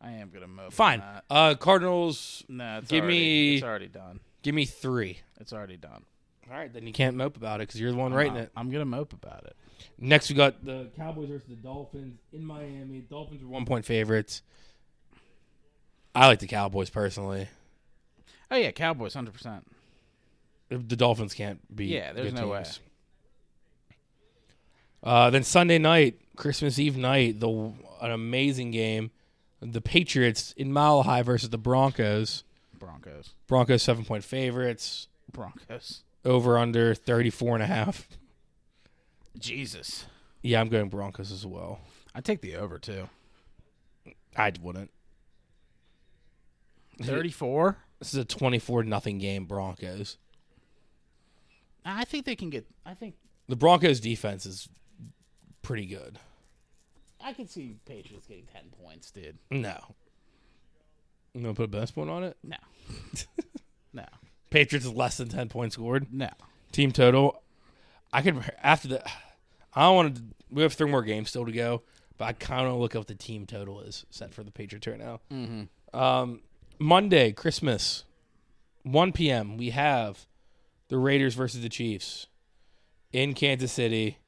Speaker 1: I am gonna move. on
Speaker 2: Fine.
Speaker 1: that.
Speaker 2: Uh, Cardinals,
Speaker 1: No, it's
Speaker 2: Give
Speaker 1: already,
Speaker 2: me-
Speaker 1: It's already done.
Speaker 2: give me three.
Speaker 1: It's already done.
Speaker 2: All right, then you can't mope about it because you're the one writing it.
Speaker 1: I'm gonna mope about it.
Speaker 2: Next, we got the Cowboys versus the Dolphins in Miami. Dolphins are one point favorites. I like the Cowboys personally.
Speaker 1: Oh yeah, Cowboys, hundred percent.
Speaker 2: The Dolphins can't be.
Speaker 1: Yeah, there's
Speaker 2: good
Speaker 1: no
Speaker 2: teams. Uh, then Sunday night, Christmas Eve night, the an amazing game. The Patriots in Mile High versus the Broncos.
Speaker 1: Broncos,
Speaker 2: Broncos seven point favorites.
Speaker 1: Broncos.
Speaker 2: Over under 34 and a half.
Speaker 1: Jesus,
Speaker 2: Yeah, I'm going Broncos as well.
Speaker 1: I take the over too.
Speaker 2: I wouldn't.
Speaker 1: Thirty four.
Speaker 2: This is a 24 nothing game, Broncos.
Speaker 1: I think they can get. I think
Speaker 2: The Broncos defense is pretty good.
Speaker 1: I can see Patriots getting ten points, dude.
Speaker 2: No. You going to put a best one on it?
Speaker 1: No, no,
Speaker 2: Patriots is less than 10 points scored.
Speaker 1: no.
Speaker 2: Team total. I could, after the, I don't want to, we have three more games still to go, but I kind of want to look up what the team total is set for the Patriots right now. Mm-hmm. Um, Monday, Christmas, 1 p.m., we have the Raiders versus the Chiefs in Kansas City.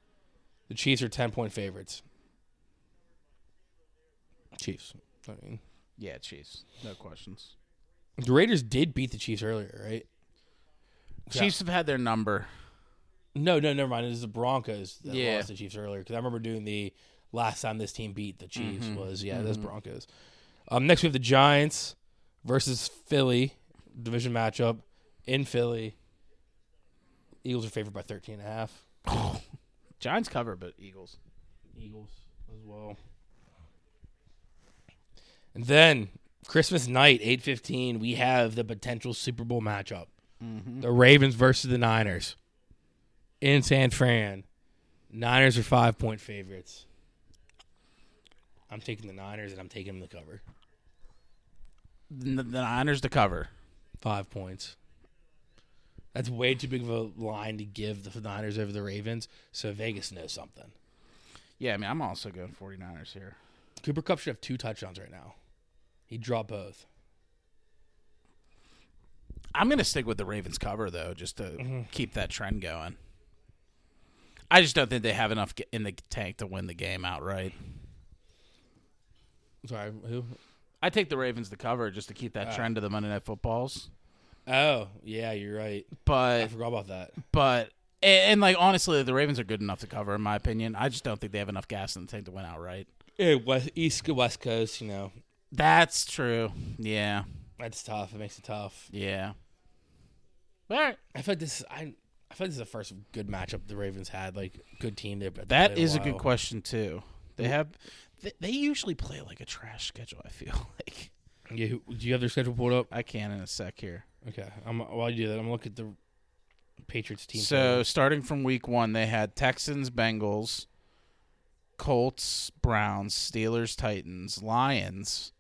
Speaker 2: The Chiefs are 10 point favorites. Chiefs. I mean,
Speaker 1: Yeah, Chiefs. No questions.
Speaker 2: the Raiders did beat the Chiefs earlier, right?
Speaker 1: Chiefs have had their number.
Speaker 2: No, no, never mind. It was the Broncos that
Speaker 1: Yeah.
Speaker 2: lost the Chiefs earlier because I remember doing the last time this team beat the Chiefs was yeah, those Broncos. Um, next we have the Giants versus Philly division matchup in Philly. Eagles are favored by 13 and a half.
Speaker 1: Giants cover, but Eagles.
Speaker 2: Eagles as well. And then Christmas night, 8:15, we have the potential Super Bowl matchup. The Ravens versus the Niners in San Fran. Niners are 5-point favorites. I'm taking the Niners and I'm taking them to cover.
Speaker 1: The, the Niners to cover.
Speaker 2: 5 points. That's way too big of a line to give the Niners over the Ravens, so Vegas knows something.
Speaker 1: Yeah, I mean, I'm also going 49ers here.
Speaker 2: Cooper Cup should have two touchdowns right now. He dropped both.
Speaker 1: I'm going to stick with the Ravens cover though, just to keep that trend going. I just don't think they have enough ge- in the tank to win the game outright.
Speaker 2: Sorry, who?
Speaker 1: I take the Ravens to cover just to keep that trend of the Monday Night Footballs.
Speaker 2: Oh, yeah, you're right. I
Speaker 1: But
Speaker 2: forgot about that.
Speaker 1: but and, and like honestly, the Ravens are good enough to cover in my opinion. I just don't think they have enough gas in the tank to win outright.
Speaker 2: Yeah, West, East West Coast, you know,
Speaker 1: That's true. Yeah.
Speaker 2: that's tough. It makes it tough.
Speaker 1: Yeah. All right.
Speaker 2: I feel like this. I I feel like this is the first good matchup the Ravens had. Like good team there, but
Speaker 1: That is a good question too. They have they, they usually play like a trash schedule, I feel like.
Speaker 2: question. Yeah, who, do you have their schedule pulled up?
Speaker 1: I can in a sec here.
Speaker 2: Okay, I'm while you do that, I'm gonna look at the Patriots team.
Speaker 1: So starting from week one, they had Texans, Bengals, Colts, Browns, Steelers, Titans, Lions.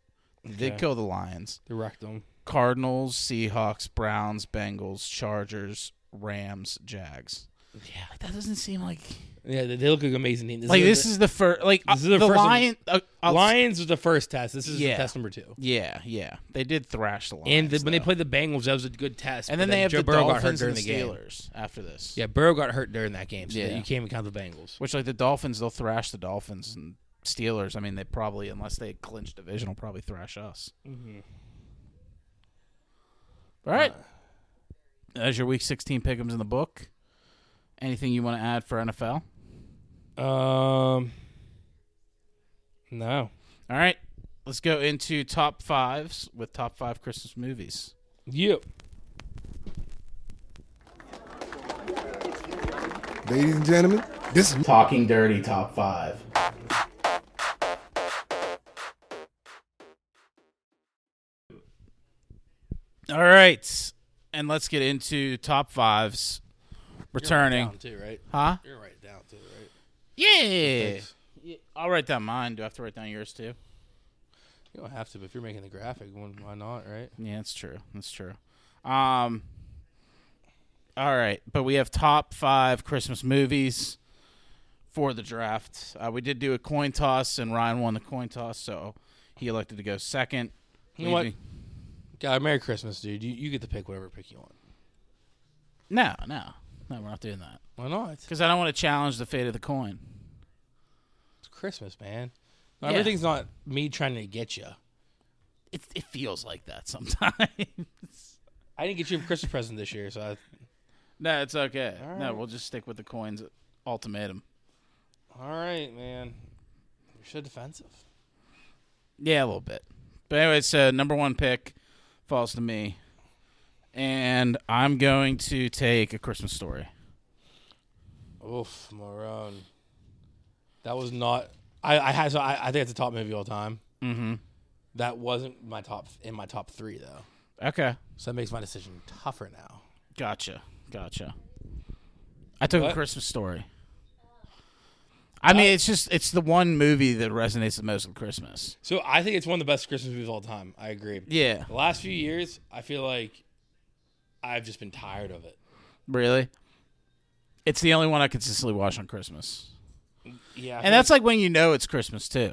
Speaker 1: They Did
Speaker 2: Okay.
Speaker 1: kill the Lions.
Speaker 2: they wrecked them.
Speaker 1: Cardinals, Seahawks, Browns, Bengals, Chargers, Rams, Jags. Yeah, like that doesn't seem like
Speaker 2: Yeah, they, they look like an amazing team. This
Speaker 1: like
Speaker 2: is
Speaker 1: this
Speaker 2: the-
Speaker 1: is the first like
Speaker 2: This is
Speaker 1: uh,
Speaker 2: the
Speaker 1: the
Speaker 2: first-
Speaker 1: Lion uh, uh,
Speaker 2: Lions was the first test. This is
Speaker 1: Yeah.
Speaker 2: test number two.
Speaker 1: Yeah, yeah, they did thrash the Lions.
Speaker 2: And the, when they
Speaker 1: though.
Speaker 2: played the Bengals, Oh, that was a good test.
Speaker 1: and
Speaker 2: but
Speaker 1: then they have
Speaker 2: Joe
Speaker 1: the
Speaker 2: Burrow got hurt
Speaker 1: Dolphins
Speaker 2: during
Speaker 1: and the
Speaker 2: the game.
Speaker 1: Steelers after this.
Speaker 2: Yeah, Burrow got hurt during that game, so
Speaker 1: Yeah.
Speaker 2: you can't even count the Bengals.
Speaker 1: Which like the Dolphins, they'll thrash the Dolphins and Steelers. I mean, they probably unless they clinch division, will probably thrash us.
Speaker 2: Mm-hmm.
Speaker 1: All right.
Speaker 2: Uh,
Speaker 1: As your week sixteen pickums in the book. Anything you want to add for NFL?
Speaker 2: Um, no.
Speaker 1: All right. Let's go into top fives with top five Christmas movies.
Speaker 2: Yep.
Speaker 5: Ladies and gentlemen, this is
Speaker 1: Talking Dirty Top Five. All right. And let's get into top fives. returning.
Speaker 2: Down too, right?
Speaker 1: Huh?
Speaker 2: You're right down too, right?
Speaker 1: Yeah. Yeah, I'll write down mine. Do I have to write down yours too?
Speaker 2: You don't have to, but if you're making the graphic, one- why not, right?
Speaker 1: Yeah, that's true. That's true. Um, all right, but we have top five Christmas movies for the draft. Uh, we did do a coin toss, and Ryan won the coin toss, so he elected to go second.
Speaker 2: You know what?
Speaker 1: Leaving-
Speaker 2: God, Merry Christmas, dude. You, you get to pick whatever pick you want.
Speaker 1: No, no, no. We're not doing that
Speaker 2: Why not? It's
Speaker 1: because I don't want to challenge the fate of the coin.
Speaker 2: Christmas, man. Now,
Speaker 1: Yeah.
Speaker 2: Everything's not me trying to get you.
Speaker 1: It it feels like that sometimes.
Speaker 2: I didn't get you a Christmas present this year, so I,
Speaker 1: no, it's okay. No,
Speaker 2: right.
Speaker 1: we'll just stick with the coins ultimatum.
Speaker 2: all right, man. You're so defensive.
Speaker 1: Yeah, a little bit. But anyway, so number one pick falls to me. And I'm going to take a Christmas story.
Speaker 2: Oof, Marone. That was not. I I had. So I, I think it's a top movie all time. Mm-hmm. That wasn't my top in my top three though.
Speaker 1: Okay.
Speaker 2: So that makes my decision tougher now.
Speaker 1: Gotcha. Gotcha. I took a
Speaker 2: What?
Speaker 1: Christmas story. I mean, it's just it's the one movie that resonates the most with Christmas.
Speaker 2: So I think it's one of the best Christmas movies of all time. I agree.
Speaker 1: Yeah.
Speaker 2: The last few years, I feel like I've just been tired of it.
Speaker 1: Really? It's the only one I consistently watch on Christmas.
Speaker 2: Yeah, I
Speaker 1: And that's like when you know it's Christmas too.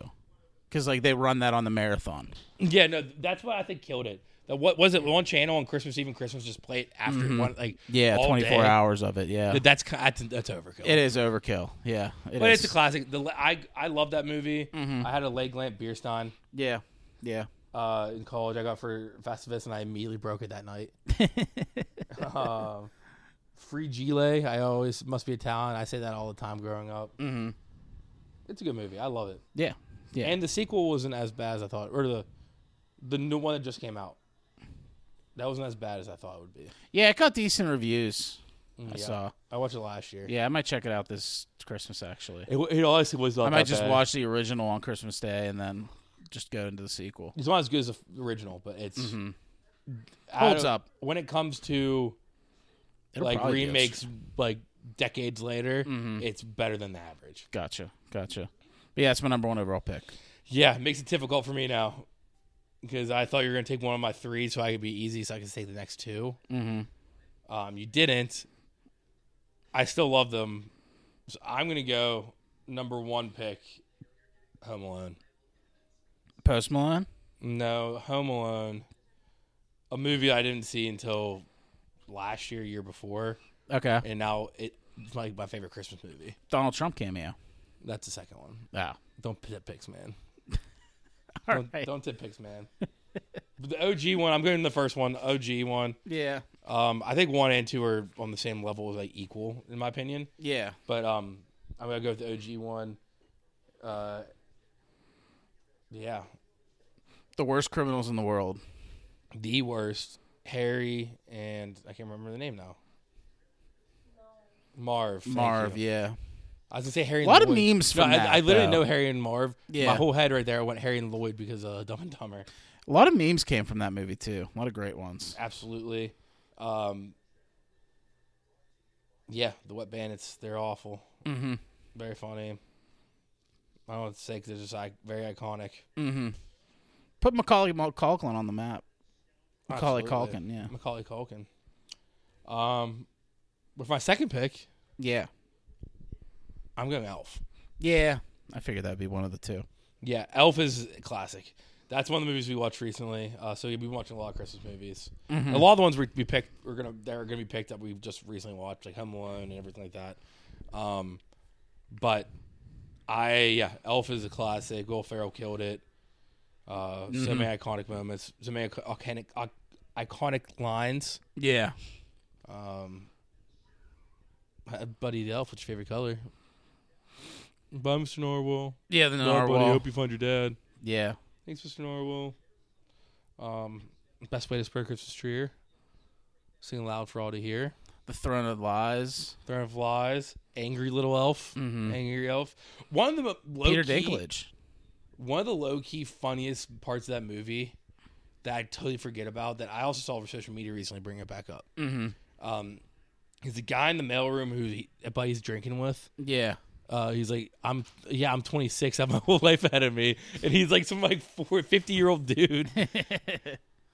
Speaker 1: Cuz like they run that on the marathon.
Speaker 2: Yeah, no, that's why I think killed it. The, what was it? One channel on Christmas Eve and Christmas just played after one, like
Speaker 1: Yeah,
Speaker 2: all
Speaker 1: 24
Speaker 2: day.
Speaker 1: hours of it. Yeah.
Speaker 2: That's ki- that's that's overkill.
Speaker 1: It is overkill. Yeah, it
Speaker 2: but
Speaker 1: is.
Speaker 2: it's a classic. The I I love that movie. I had a leg lamp beer stein
Speaker 1: yeah, yeah.
Speaker 2: uh, in college. I got for Festivus, and I immediately broke it that night. um, free Gile. I always must be Italian. I say that all the time growing up. Mm-hmm. It's a good movie. I love it.
Speaker 1: Yeah, yeah.
Speaker 2: And the sequel wasn't as bad as I thought, or the the new one that just came out. That wasn't as bad as I thought it would be.
Speaker 1: yeah, it got decent reviews. I saw.
Speaker 2: I watched it last year.
Speaker 1: Yeah, I might check it out this Christmas actually.
Speaker 2: It, it honestly was not.
Speaker 1: I might
Speaker 2: that
Speaker 1: just
Speaker 2: bad.
Speaker 1: watch the original on Christmas Day and then just go into the sequel.
Speaker 2: It's not as good as the f- original, but it's I
Speaker 1: Mm-hmm. Holds
Speaker 2: don't-
Speaker 1: up.
Speaker 2: when it comes to
Speaker 1: It'll
Speaker 2: like
Speaker 1: probably be a- Mm-hmm.
Speaker 2: remakes, like decades later. It's better than the average.
Speaker 1: Gotcha, gotcha. But yeah, it's my number one overall pick.
Speaker 2: Yeah, it makes it difficult for me now because I thought you were gonna take one of my three, so I could be easy, so I could take the next 2 Mm-hmm. Um, you didn't. I still love them. So I'm gonna go number one pick, Home Alone.
Speaker 1: Post Malone.
Speaker 2: No, Home Alone, a movie I didn't see until last year, year before,
Speaker 1: Okay.
Speaker 2: and now it- it's like my favorite Christmas movie.
Speaker 1: Donald Trump cameo.
Speaker 2: That's the second one.
Speaker 1: Oh.
Speaker 2: Don't tip picks, man.
Speaker 1: All
Speaker 2: Don't, don't tip picks, man. But the OG one, I'm going the first one. OG one.
Speaker 1: Yeah.
Speaker 2: Um, I think one and two are on the same level, like equal in my opinion.
Speaker 1: Yeah.
Speaker 2: But um, I'm gonna go with the OG one. Uh, yeah,
Speaker 1: The worst criminals in the world.
Speaker 2: the worst Harry and I can't remember the name now. Marv. thank
Speaker 1: Marv.
Speaker 2: you.
Speaker 1: Yeah.
Speaker 2: I was gonna say Harry.
Speaker 1: Lot
Speaker 2: and
Speaker 1: of
Speaker 2: Lloyd.
Speaker 1: memes
Speaker 2: No,
Speaker 1: from
Speaker 2: I,
Speaker 1: that,
Speaker 2: I literally
Speaker 1: though.
Speaker 2: know Harry and Marv.
Speaker 1: Yeah.
Speaker 2: My whole head right there went Harry and Lloyd because of Dumb and Dumber.
Speaker 1: A lot of memes came from that movie too. A lot of great ones.
Speaker 2: Absolutely. Um, yeah, the Wet Bandits, they're awful. Mm-hmm. Very funny. I don't know what to say because they're just like very iconic.
Speaker 1: Mm-hmm. Put Macaulay Culkin on the map. Macaulay
Speaker 2: Absolutely.
Speaker 1: Culkin, yeah.
Speaker 2: Macaulay Culkin. Um, with my second pick,
Speaker 1: Yeah.
Speaker 2: I'm going Elf.
Speaker 1: Yeah. I figured that'd be one of the two.
Speaker 2: Yeah, Elf is a classic. That's one of the movies we watched recently. Uh, so we've been watching a lot of Christmas movies. A lot of the ones we, we picked are gonna they're gonna be picked up. We've just recently watched like Home Alone and everything like that. Um, but I yeah, Elf is a classic. Will Ferrell killed it. Uh, So many iconic moments. So many iconic iconic lines.
Speaker 1: Yeah.
Speaker 2: Uh, Buddy the Elf, what's your favorite color? Bye, Mr. Norwell.
Speaker 1: Yeah, the
Speaker 2: Bye, buddy.
Speaker 1: narwhal.
Speaker 2: Hope you find your dad.
Speaker 1: Yeah.
Speaker 2: Thanks, Mr. Norwell. Um, best way to spread Christmas tree here. Sing loud for all to hear.
Speaker 1: The throne of lies.
Speaker 2: Throne of Lies. Angry Little Elf. Angry Elf. One of the mo- low
Speaker 1: Mm-hmm. Peter
Speaker 2: key,
Speaker 1: Dinklage.
Speaker 2: One of the low key funniest parts of that movie that I totally forget about that I also saw over social media recently. Bring it back up. Mm-hmm. Um, He's the guy in the mailroom who he, everybody he's drinking with.
Speaker 1: Yeah.
Speaker 2: Uh, he's like, I'm yeah, I'm 26. I have my whole life ahead of me, and he's like some like 4 50 year old dude.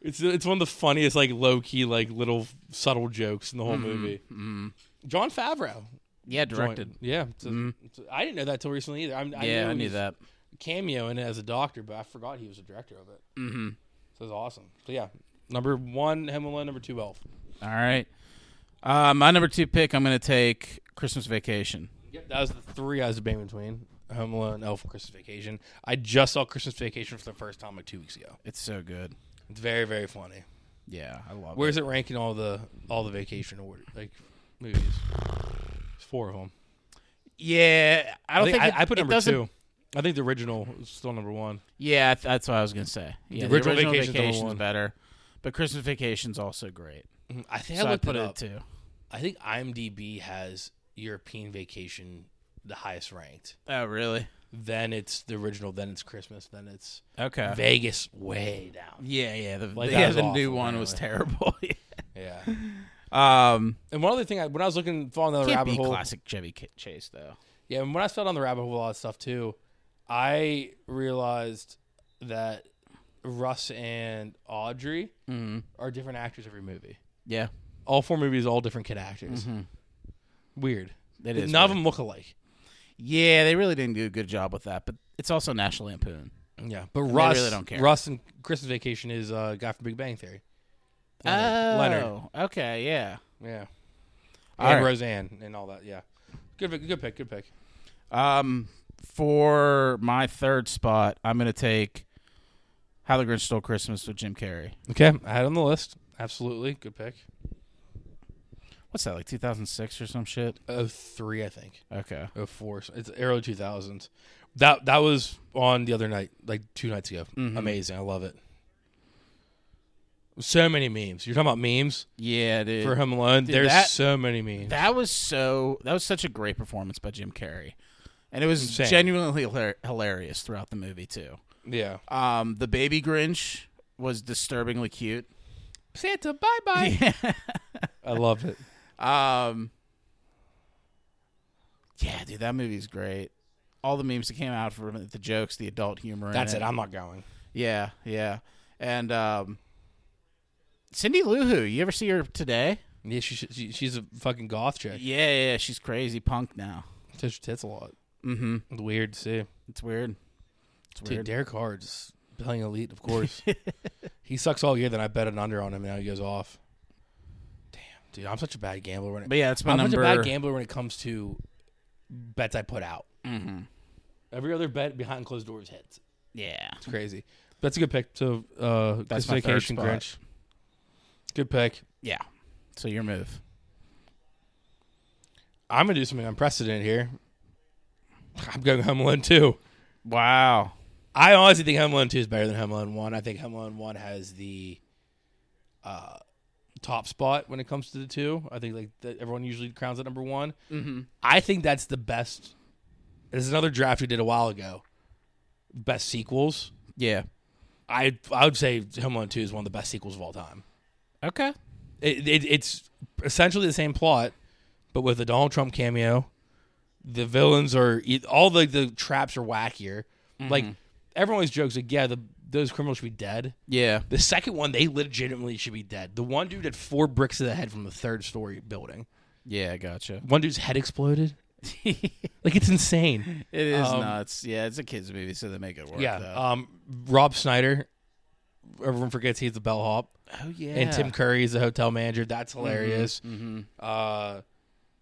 Speaker 2: it's it's one of the funniest like low key like little subtle jokes in the whole
Speaker 1: Mm-hmm.
Speaker 2: movie. John Favreau
Speaker 1: Yeah,
Speaker 2: joined-
Speaker 1: directed. Mm-hmm.
Speaker 2: Yeah, it's a- it's a- I didn't know that till recently either. I, I
Speaker 1: yeah,
Speaker 2: knew
Speaker 1: I knew
Speaker 2: he's
Speaker 1: that.
Speaker 2: cameo in it as a doctor, but I forgot he was a director of it. Mm-hmm. So it's awesome. So yeah, number one Home Alone, number two Elf.
Speaker 1: All right. Uh, my number two pick, I'm going to take Christmas Vacation.
Speaker 2: Yep, that was the three I was debating between Home Alone, Elf, and Christmas Vacation. I just saw Christmas Vacation for the first time like two weeks ago.
Speaker 1: It's so good.
Speaker 2: It's very very funny.
Speaker 1: Yeah, I love
Speaker 2: Where's it ranking all the all the vacation award like movies? It's four of them.
Speaker 1: it. Yeah, I
Speaker 2: I,
Speaker 1: don't
Speaker 2: think,
Speaker 1: think,
Speaker 2: I,
Speaker 1: it-
Speaker 2: I put
Speaker 1: it
Speaker 2: number
Speaker 1: doesn't-
Speaker 2: two. I think the original is still number one.
Speaker 1: Yeah, I th- that's what I was going to say. Yeah, the original,
Speaker 2: original Vacation's
Speaker 1: Vacation's,
Speaker 2: number one.
Speaker 1: better, but Christmas Vacation's also great.
Speaker 2: Mm-hmm. I think
Speaker 1: so
Speaker 2: I
Speaker 1: I
Speaker 2: looked
Speaker 1: put
Speaker 2: it
Speaker 1: it,
Speaker 2: up.
Speaker 1: too.
Speaker 2: I think IMDb has European Vacation the highest ranked.
Speaker 1: Oh, really?
Speaker 2: Then it's the original. Then it's Christmas. Then it's
Speaker 1: Okay.
Speaker 2: Vegas way down.
Speaker 1: yeah, yeah. The,
Speaker 2: Like, that
Speaker 1: yeah,
Speaker 2: was
Speaker 1: the new
Speaker 2: awful,
Speaker 1: one was terrible.
Speaker 2: Yeah.
Speaker 1: um,
Speaker 2: And one other thing, I, when I was looking, falling down the
Speaker 1: can't
Speaker 2: rabbit
Speaker 1: be
Speaker 2: hole.
Speaker 1: classic Chevy Ki- Chase though.
Speaker 2: Yeah, and when I fell down the rabbit hole with all that stuff too, I realized that Russ and Audrey are different actors every movie.
Speaker 1: Yeah,
Speaker 2: All four movies, all different kid actors. Mm-hmm. Weird.
Speaker 1: It
Speaker 2: None
Speaker 1: is
Speaker 2: of
Speaker 1: weird.
Speaker 2: them look alike.
Speaker 1: yeah. They really didn't do a good job with that, but it's also National Lampoon.
Speaker 2: Yeah, but Russ,
Speaker 1: really don't care.
Speaker 2: Russ and Christmas Vacation is a uh, guy from Big Bang Theory.
Speaker 1: Oh,
Speaker 2: Leonard.
Speaker 1: okay, yeah.
Speaker 2: Yeah,
Speaker 1: All
Speaker 2: and
Speaker 1: right.
Speaker 2: Roseanne and all that. Yeah, good, pick- good pick, good pick.
Speaker 1: Um, for my third spot, I'm gonna take How the Grinch Stole Christmas with Jim Carrey.
Speaker 2: Okay, I had it on the list. Absolutely, good pick.
Speaker 1: What's that like 2006 or some shit?
Speaker 2: Oh three, I think.
Speaker 1: Okay.
Speaker 2: Oh four. so It's early two thousands. That that was on the other night, like two nights ago. Amazing. I love it. So many memes. You're talking about memes
Speaker 1: Yeah, dude.
Speaker 2: for Home Alone.
Speaker 1: Dude,
Speaker 2: There's
Speaker 1: that-
Speaker 2: so many memes.
Speaker 1: that was so. That was such a great performance by Jim Carrey, and it was
Speaker 2: Insane.
Speaker 1: genuinely hilar- hilarious throughout the movie too.
Speaker 2: yeah.
Speaker 1: Um, the baby Grinch was disturbingly cute.
Speaker 2: Santa, bye bye. I love it.
Speaker 1: Um, yeah, dude, that movie's great. All the memes that came out from it, the jokes, the adult humor. in
Speaker 2: That's it. I'm not going.
Speaker 1: Yeah, yeah. And um Cindy Lou Who, you ever see her today?
Speaker 2: Yeah, she, she she's a fucking goth chick.
Speaker 1: Yeah, yeah, she's crazy punk now.
Speaker 2: Touch her tits a lot.
Speaker 1: Mm-hmm.
Speaker 2: It's weird to see.
Speaker 1: It's weird. It's
Speaker 2: Dude,
Speaker 1: weird.
Speaker 2: Derek Hard's playing elite, of course. he sucks all year. Then I bet an under on him. Now he goes off. Damn, dude, I'm such a bad gambler when it.
Speaker 1: but yeah, it's my
Speaker 2: I'm
Speaker 1: number.
Speaker 2: such a bad gambler when it comes to bets I put out. Mm-hmm. Every other bet behind closed doors hits.
Speaker 1: Yeah.
Speaker 2: It's crazy. That's a good pick. So, uh,
Speaker 1: That's
Speaker 2: Christmas
Speaker 1: my third
Speaker 2: vacation,
Speaker 1: spot.
Speaker 2: Grinch. Good pick.
Speaker 1: Yeah. So your move.
Speaker 2: I'm gonna do something unprecedented here. I'm going Home Alone two.
Speaker 1: Wow.
Speaker 2: I honestly think Home Alone Two is better than Home Alone One. I think Home Alone One has the uh, top spot when it comes to the two. I think like that everyone usually crowns it number one. Mm-hmm. I think that's the best. This is another draft we did a while ago. Best sequels.
Speaker 1: Yeah.
Speaker 2: I I would say Home Alone Two is one of the best sequels of all time.
Speaker 1: Okay.
Speaker 2: It, it it's essentially the same plot, but with a Donald Trump cameo. The villains are e- all the the traps are wackier. Like everyone always jokes like, yeah, the those criminals should be dead.
Speaker 1: Yeah.
Speaker 2: The second one, they legitimately should be dead. The one dude had four bricks to the head from the third story building.
Speaker 1: Yeah, gotcha.
Speaker 2: One dude's head exploded.
Speaker 1: it
Speaker 2: Like it's insane.
Speaker 1: is nuts. Yeah, it's a kids movie, so they make it work.
Speaker 2: yeah.
Speaker 1: Though.
Speaker 2: Um, Rob Snyder. Everyone forgets he's the bellhop.
Speaker 1: oh yeah.
Speaker 2: and Tim Curry is the hotel manager. That's hilarious. Uh,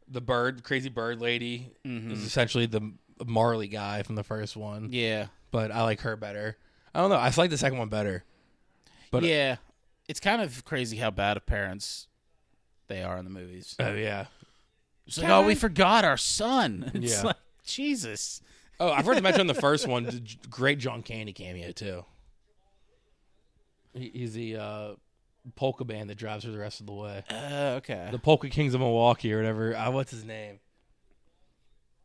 Speaker 2: the bird, crazy bird lady, is essentially the Marley guy from the first one,
Speaker 1: Yeah.
Speaker 2: but I like her better. I don't know. I just like the second one better. But- uh,
Speaker 1: yeah. It's kind of crazy how bad of parents they are in the movies.
Speaker 2: Oh yeah.
Speaker 1: It's like, oh, we forgot our son. It's
Speaker 2: Yeah.
Speaker 1: like, Jesus.
Speaker 2: Oh, I forgot to mention the first one. the j- Great John Candy cameo too. He- He's the uh, polka band that drives her the rest of the way.
Speaker 1: Oh, okay.
Speaker 2: The Polka Kings of Milwaukee or whatever. Uh, what's his name?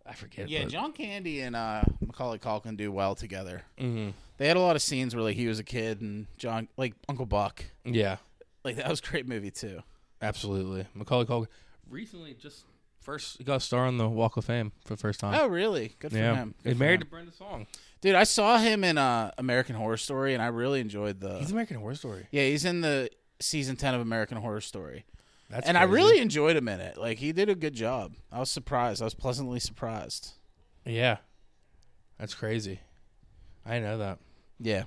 Speaker 2: I forget.
Speaker 1: yeah,
Speaker 2: but-
Speaker 1: John Candy and uh, Macaulay Culkin do well together. Mm-hmm. They had a lot of scenes where like he was a kid and John, like Uncle Buck,
Speaker 2: yeah.
Speaker 1: like that was a great movie too.
Speaker 2: Absolutely. Macaulay Culkin. recently just first he got a star on the Walk of Fame for the first time.
Speaker 1: Oh, really? Good for
Speaker 2: yeah,
Speaker 1: him. Good
Speaker 2: he's
Speaker 1: for
Speaker 2: married
Speaker 1: him.
Speaker 2: to Brenda Song.
Speaker 1: Dude, I saw him in uh, American Horror Story, and I really enjoyed the.
Speaker 2: He's American Horror Story.
Speaker 1: yeah, he's in the season ten of American Horror Story,
Speaker 2: That's
Speaker 1: and I
Speaker 2: crazy.
Speaker 1: really enjoyed him in it. Like he did a good job. I was surprised. I was pleasantly surprised.
Speaker 2: yeah, that's crazy. I know that.
Speaker 1: Yeah.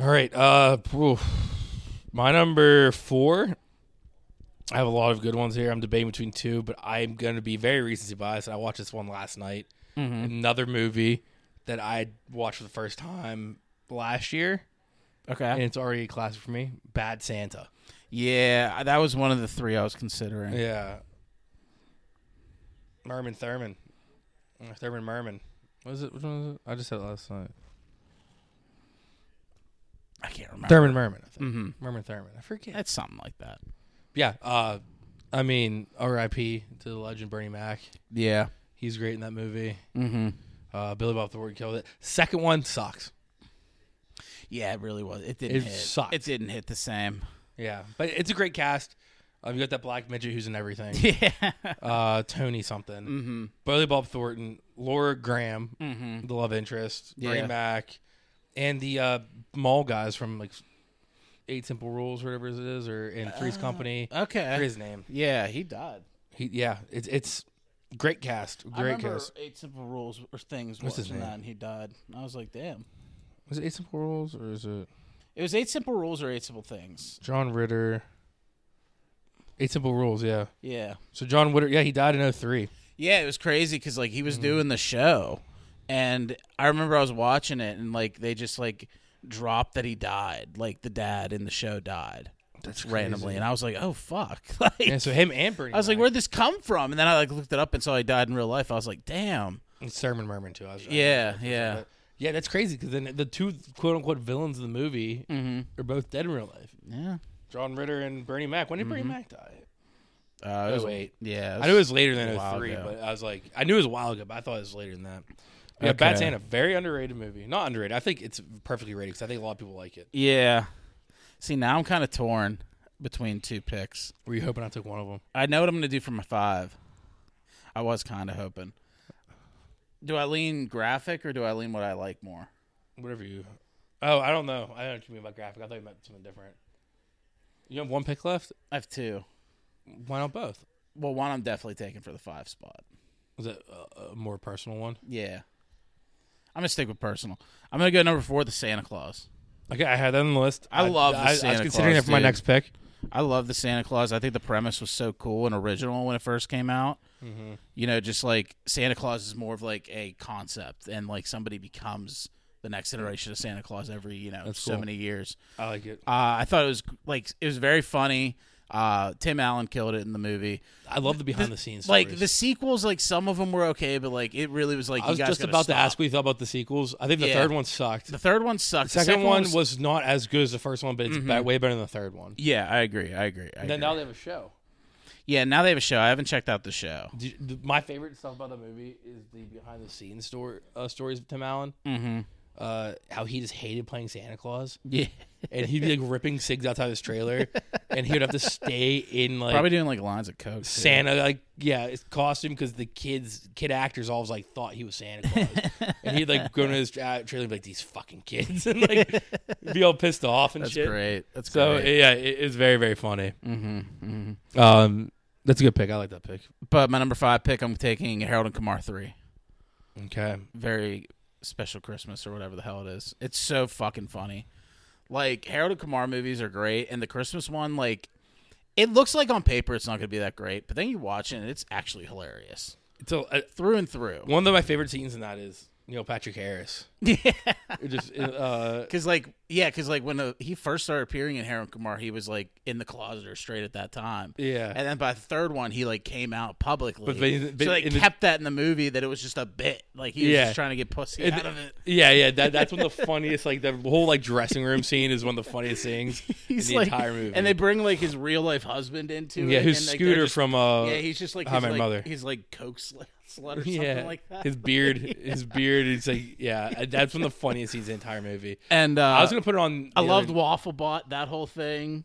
Speaker 2: All right. Uh, oof. my number four. I have a lot of good ones here. I'm debating between two, but I'm going to be very recency biased. I watched this one last night. Another movie that I watched for the first time last year,
Speaker 1: Okay.
Speaker 2: and it's already a classic for me. Bad Santa.
Speaker 1: yeah, that was one of the three I was considering.
Speaker 2: Yeah. Merman Thurman. Uh, Thurman Merman. What is it? Which one was it? I just said it last night.
Speaker 1: I can't remember.
Speaker 2: Thurman Merman, I think. Merman Thurman. I forget.
Speaker 1: It's something like that.
Speaker 2: Yeah. Uh, I mean, R.I.P. to the legend Bernie Mac.
Speaker 1: Yeah.
Speaker 2: He's great in that movie. Mm-hmm. Uh, Billy Bob Thornton killed it. Second one sucks.
Speaker 1: Yeah, it really was. It didn't
Speaker 2: It
Speaker 1: hit.
Speaker 2: sucked.
Speaker 1: It didn't hit the same.
Speaker 2: Yeah, but it's a great cast. Uh, you got that black midget who's in everything.
Speaker 1: Yeah.
Speaker 2: Uh, Tony something. Mm-hmm. Billy Bob Thornton, Laura Graham, mm-hmm. the love interest,
Speaker 1: Yeah.
Speaker 2: Bernie Mac, and the uh, mall guys from like Eight Simple Rules, whatever it is, or in
Speaker 1: Uh,
Speaker 2: Three's Company. I forget
Speaker 1: Okay.
Speaker 2: his name.
Speaker 1: Yeah, he died.
Speaker 2: He, yeah, it's it's great cast.
Speaker 1: I
Speaker 2: Great
Speaker 1: remember
Speaker 2: cast.
Speaker 1: eight simple rules or things
Speaker 2: What's his
Speaker 1: watching
Speaker 2: name?
Speaker 1: that, and he died. And I was like, damn.
Speaker 2: Was it Eight Simple Rules or is it
Speaker 1: It was eight simple rules or eight simple things.
Speaker 2: John Ritter? Eight Simple Rules, yeah.
Speaker 1: Yeah.
Speaker 2: So John Ritter, yeah, he died in 03.
Speaker 1: Yeah, it was crazy because like he
Speaker 2: Mm-hmm.
Speaker 1: was doing the show, and I remember I was watching it, and like they just like dropped that he died, like the dad in the show died. That's randomly, and I was like, "Oh fuck!" Like,
Speaker 2: And so him and Bernie.
Speaker 1: I was like,
Speaker 2: Mac.
Speaker 1: "Where'd this come from?" And then I like looked it up and saw he died in real life. I was like, "Damn."
Speaker 2: And Sermon Merman too. I was
Speaker 1: Yeah, yeah,
Speaker 2: yeah, that's crazy because then the two quote unquote villains of the movie are both dead in real life.
Speaker 1: yeah.
Speaker 2: John Ritter and Bernie Mac. When did Bernie Mac die?
Speaker 1: Uh, it was-
Speaker 2: Oh wait,
Speaker 1: Yeah,
Speaker 2: I knew it was later than
Speaker 1: a while
Speaker 2: 03,
Speaker 1: ago.
Speaker 2: but I was like, I knew it was a while ago, but I thought it was later than that. Yeah, Bad
Speaker 1: Okay.
Speaker 2: Santa, very underrated movie. Not underrated. I think it's perfectly rated because I think a lot of people like it.
Speaker 1: Yeah. See, now I'm kind of torn between two picks.
Speaker 2: Were you hoping I took one of them?
Speaker 1: I know what I'm going to do for my five. I was kind of hoping. Do I lean graphic or do I lean what I like more?
Speaker 2: Whatever you. Oh, I don't know. I don't know what you mean by graphic. I thought you meant something different. You have one pick left.
Speaker 1: I have two.
Speaker 2: Why not both?
Speaker 1: Well, one I'm definitely taking for the five spot.
Speaker 2: Was it a, a more personal one?
Speaker 1: Yeah. I'm going to stick with personal. I'm going to go number four, the Santa Claus.
Speaker 2: Okay, I had that on the list.
Speaker 1: I love the
Speaker 2: I, I was
Speaker 1: Santa
Speaker 2: considering
Speaker 1: Claus,
Speaker 2: it for my
Speaker 1: dude.
Speaker 2: next pick.
Speaker 1: I love the Santa Claus. I think the premise was so cool and original when it first came out. You know, just like Santa Claus is more of like a concept, and like somebody becomes the next iteration of Santa Claus every you know so
Speaker 2: cool.
Speaker 1: many years.
Speaker 2: I like it.
Speaker 1: Uh, I thought it was like it was very funny. Uh, Tim Allen killed it in the movie.
Speaker 2: I love the behind the, scenes.
Speaker 1: Like the sequels, like some of them were okay, but like it really was like
Speaker 2: I
Speaker 1: you
Speaker 2: was
Speaker 1: guys
Speaker 2: just
Speaker 1: gotta
Speaker 2: about
Speaker 1: stop.
Speaker 2: to ask what you thought about the sequels. I think the
Speaker 1: Yeah.
Speaker 2: third one sucked.
Speaker 1: The
Speaker 2: The
Speaker 1: third one sucked.
Speaker 2: second, one
Speaker 1: was,
Speaker 2: was, not as good as the first one, but it's ba- way better than the third one.
Speaker 1: Mm-hmm. yeah, I agree. I agree. I
Speaker 2: Then
Speaker 1: agree.
Speaker 2: now they have a show.
Speaker 1: yeah, now they have a show. I haven't checked out the show.
Speaker 2: Did you- th- my favorite stuff about the movie is the behind the scenes story uh, stories of Tim Allen. Mm-hmm. Uh, how he just hated playing Santa Claus,
Speaker 1: Yeah,
Speaker 2: and he'd be like ripping cigs outside his trailer, and he would have to stay in like
Speaker 1: probably doing like lines of coke. too.
Speaker 2: Santa, like yeah, his costume because the kids, kid actors, always like thought he was Santa Claus, and he'd like go to his uh, trailer and be like these fucking kids, and like be all pissed off and
Speaker 1: That's
Speaker 2: shit.
Speaker 1: great. That's
Speaker 2: So
Speaker 1: great.
Speaker 2: yeah, it, it's very very funny. Mm-hmm, Um, that's a good pick. I like that pick.
Speaker 1: But my number five pick, I'm taking Harold and Kumar three.
Speaker 2: Okay,
Speaker 1: Very special Christmas or whatever the hell it is. It's so fucking funny. Like Harold and Kumar movies are great, and the Christmas one, like, it looks like on paper it's not going to be that great, but then you watch it and it's actually hilarious
Speaker 2: so uh,
Speaker 1: through and through.
Speaker 2: one of my favorite scenes in that is Neil Patrick Harris.
Speaker 1: Yeah,
Speaker 2: It just uh,
Speaker 1: because like yeah, because like when uh he first started appearing in Harold and Kumar, he was like in the closet or straight at that time.
Speaker 2: Yeah.
Speaker 1: and then by the third one, he like came out publicly.
Speaker 2: But they- they-
Speaker 1: so they
Speaker 2: in the-
Speaker 1: kept that in the movie that it was just a bit. Like he was
Speaker 2: Yeah.
Speaker 1: just trying to get pussy out of it.
Speaker 2: Yeah, yeah, that, that's one of the funniest. Like the whole like dressing room scene is one of the funniest things
Speaker 1: He's
Speaker 2: in the
Speaker 1: like,
Speaker 2: entire movie.
Speaker 1: and they bring like his real life husband into it.
Speaker 2: yeah, who's
Speaker 1: and, like, they're
Speaker 2: Scooter
Speaker 1: just-
Speaker 2: from uh,
Speaker 1: Yeah, he's just like
Speaker 2: How I
Speaker 1: his,
Speaker 2: Met
Speaker 1: like,
Speaker 2: Mother.
Speaker 1: He's like coke slut, slut or something like that.
Speaker 2: His beard, his beard. It's like, yeah, that's one of the funniest scenes in the entire movie.
Speaker 1: and uh,
Speaker 2: I was gonna put it on.
Speaker 1: I
Speaker 2: the
Speaker 1: loved
Speaker 2: other- Oh,
Speaker 1: Waffle Bot. That whole thing.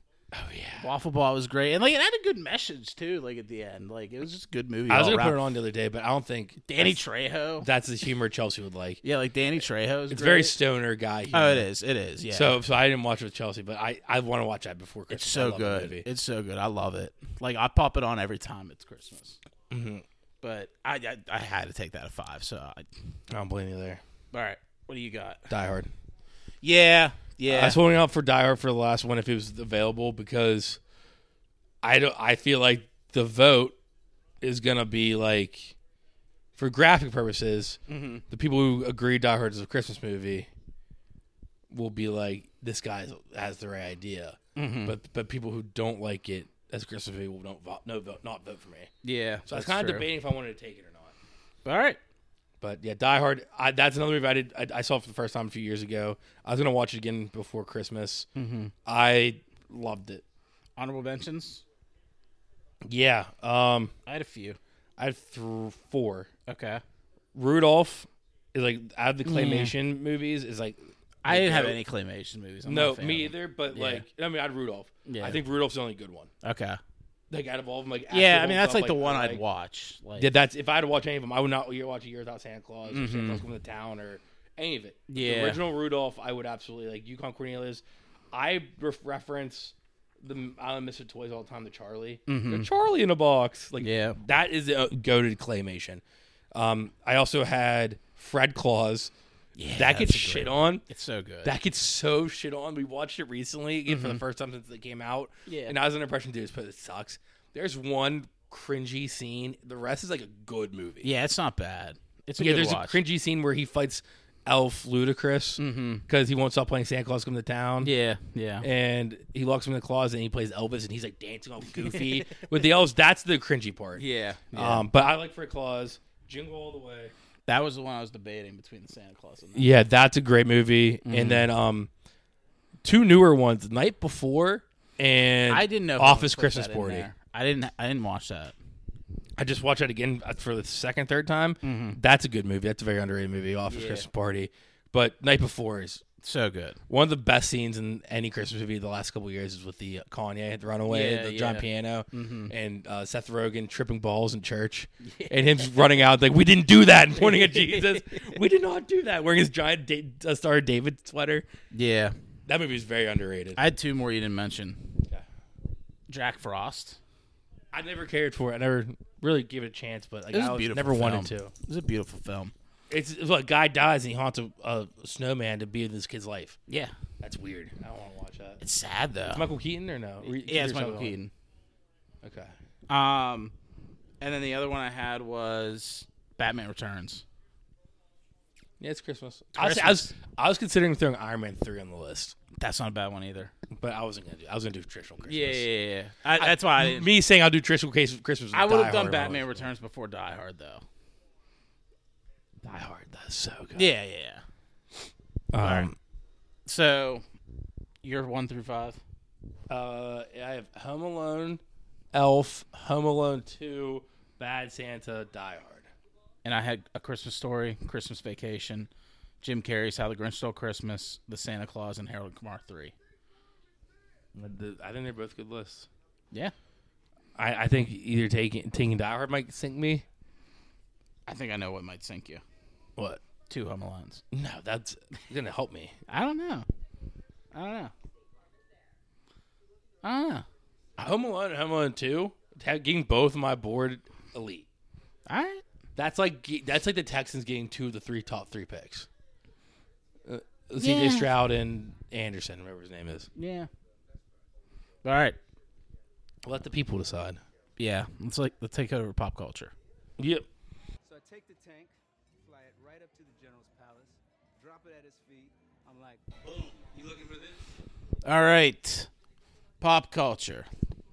Speaker 1: Waffle Ball was great, and like it had a good message too. Like at the end, like it was just a good movie.
Speaker 2: I was
Speaker 1: all
Speaker 2: gonna put it
Speaker 1: around.
Speaker 2: on the other day, but I don't think
Speaker 1: Danny Trejo.
Speaker 2: that's the humor Chelsea would like.
Speaker 1: yeah, like Danny Trejo. Is
Speaker 2: It's
Speaker 1: great.
Speaker 2: very stoner guy. Humor.
Speaker 1: Oh, it is. It is. Yeah.
Speaker 2: So, so I didn't watch it with Chelsea, but I, I want to watch that before Christmas.
Speaker 1: it's
Speaker 2: I
Speaker 1: so
Speaker 2: love that
Speaker 1: good.
Speaker 2: movie.
Speaker 1: It's so good. I love it. Like I pop it on every time it's Christmas.
Speaker 2: Mm-hmm.
Speaker 1: But I, I I had to take that a five. So I,
Speaker 2: I don't blame you there.
Speaker 1: all right, what do you got?
Speaker 2: Die Hard.
Speaker 1: Yeah,
Speaker 2: I
Speaker 1: yeah.
Speaker 2: was holding out for Die Hard for the last one if it was available because I don't. I feel like the vote is gonna be like for graphic purposes. The people who agree Die Hard is a Christmas movie will be like, this guy has the right idea. But but people who don't like it as a Christmas movie will don't vote, no vote, not vote for me.
Speaker 1: yeah.
Speaker 2: So I was kind of debating if I wanted to take it or not.
Speaker 1: All right.
Speaker 2: But yeah, Die Hard. I, that's another movie I did. I, I saw for the first time a few years ago. I was gonna watch it again before Christmas. Mm-hmm. I loved it.
Speaker 1: Honorable mentions.
Speaker 2: Yeah. Um.
Speaker 1: I had a few.
Speaker 2: I had th- four.
Speaker 1: Okay.
Speaker 2: Rudolph is like out of
Speaker 1: Mm.
Speaker 2: the claymation movies is like
Speaker 1: I didn't have
Speaker 2: no.
Speaker 1: any claymation movies. I'm
Speaker 2: no
Speaker 1: not a fan
Speaker 2: me
Speaker 1: of them.
Speaker 2: either. But
Speaker 1: Yeah.
Speaker 2: like I mean, I had Rudolph.
Speaker 1: Yeah.
Speaker 2: I think Rudolph's the only good one.
Speaker 1: Okay.
Speaker 2: Like out of all of them, like
Speaker 1: Yeah,
Speaker 2: actual
Speaker 1: I mean
Speaker 2: ones
Speaker 1: that's like the one
Speaker 2: I
Speaker 1: I'd
Speaker 2: like.
Speaker 1: watch. Like Mm-hmm.
Speaker 2: Yeah, that's if I had to watch any of them, I would not watch a year without Santa Claus or Santa Claus coming to town or any of it.
Speaker 1: Yeah.
Speaker 2: the original Rudolph, I would absolutely like. Yukon Cornelius, I ref- reference the Island Mister Toys all the time to Charlie. They're Charlie in a box, like
Speaker 1: Mm-hmm. Yeah.
Speaker 2: that is a goaded claymation. Um, I also had Fred Claus.
Speaker 1: Yeah,
Speaker 2: that gets
Speaker 1: that's a
Speaker 2: shit
Speaker 1: great-
Speaker 2: on.
Speaker 1: It's so good.
Speaker 2: That gets so shit on. We watched it recently again for the first time since it came out.
Speaker 1: Mm-hmm. Yeah.
Speaker 2: And I was under impression, dude, but it sucks. There's one cringy scene. The rest is like a good movie.
Speaker 1: yeah, it's not bad. It's a
Speaker 2: Yeah,
Speaker 1: good
Speaker 2: there's
Speaker 1: watch.
Speaker 2: a cringy scene where he fights Elf Ludacris because he won't stop playing Santa Claus Come to Town.
Speaker 1: Mm-hmm. yeah, yeah.
Speaker 2: And he locks him in the closet and he plays Elvis and he's like dancing all goofy with the elves. That's the cringy part.
Speaker 1: yeah.
Speaker 2: Um, but I like Fred Claus. Jingle all the way.
Speaker 1: That was the one I was debating between the Santa Claus and that.
Speaker 2: Yeah, that's a great movie.
Speaker 1: Mm-hmm.
Speaker 2: And then um, two newer ones, Night Before and
Speaker 1: I didn't know if I
Speaker 2: Office
Speaker 1: would put
Speaker 2: Christmas
Speaker 1: that in
Speaker 2: Party.
Speaker 1: there. I didn't. I didn't watch that.
Speaker 2: I just watched it again uh, for the second, third time.
Speaker 1: Mm-hmm.
Speaker 2: That's a good movie. That's a very underrated movie, Office Christmas Party. But Night Before is
Speaker 1: So good.
Speaker 2: one of the best scenes in any Christmas movie the last couple of years is with the uh, Kanye, the Runaway,
Speaker 1: Yeah, Mm-hmm.
Speaker 2: the John
Speaker 1: yeah.
Speaker 2: Piano, and uh, Seth Rogen tripping balls in church, and him just running out like we didn't do that and pointing at Jesus. we did not do that. Wearing his giant da- uh, Star of David sweater.
Speaker 1: Yeah,
Speaker 2: That movie is very underrated.
Speaker 1: I had two more you didn't mention. Jack Frost.
Speaker 2: I never cared for it. I never really gave it a chance, but like,
Speaker 1: It was
Speaker 2: I
Speaker 1: a
Speaker 2: was,
Speaker 1: beautiful.
Speaker 2: never wanted
Speaker 1: film.
Speaker 2: to.
Speaker 1: It was a beautiful film.
Speaker 2: It's, it's like a guy dies and he haunts a, a snowman to be in this kid's life.
Speaker 1: Yeah,
Speaker 2: That's weird. I don't want to watch that. It's
Speaker 1: it's sad though.
Speaker 2: Michael Keaton or no? Or
Speaker 1: yeah, it's
Speaker 2: or
Speaker 1: Michael
Speaker 2: something like-
Speaker 1: Keaton.
Speaker 2: Okay.
Speaker 1: Um, and then the other one I had was Batman Returns.
Speaker 2: Yeah, it's Christmas. I, was, I was I was considering throwing Iron Man three on the list,
Speaker 1: That's not a bad one either.
Speaker 2: but I wasn't gonna do. I was gonna do traditional Christmas.
Speaker 1: Yeah, yeah, yeah. I, that's why I didn't.
Speaker 2: Me saying I'll do traditional case- Christmas.
Speaker 1: I would have done Batman Returns before Die Hard though.
Speaker 2: Die Hard. That's so good.
Speaker 1: Yeah, yeah. yeah.
Speaker 2: Um,
Speaker 1: So, you're one through five.
Speaker 2: uh, I have Home Alone, Elf, Home Alone two, Bad Santa, Die Hard.
Speaker 1: and I had a Christmas story, Christmas vacation, Jim Carrey's How the Grinch Stole Christmas, The Santa Claus, and Harold and Kumar three.
Speaker 2: The- I think they're both good lists.
Speaker 1: Yeah,
Speaker 2: I, I think either taking taking Die Hard might sink me.
Speaker 1: I think I know what might sink you.
Speaker 2: What?
Speaker 1: Two Home Alones.
Speaker 2: No, that's gonna help me.
Speaker 1: I don't know. I don't know. I don't know.
Speaker 2: Home Alone, and Home Alone two, have- getting both of my board elite.
Speaker 1: All right.
Speaker 2: That's like ge- that's like the Texans getting two of the three top three picks. Uh,
Speaker 1: Yeah.
Speaker 2: CJ Stroud and Anderson, whatever his name is.
Speaker 1: Yeah. All right.
Speaker 2: Let the people decide.
Speaker 1: Yeah. Let's like let's take over pop culture.
Speaker 2: Yep.
Speaker 6: So I take the tank, fly it right up to the general's palace, drop it at his feet. I'm like,
Speaker 1: All right. Pop culture.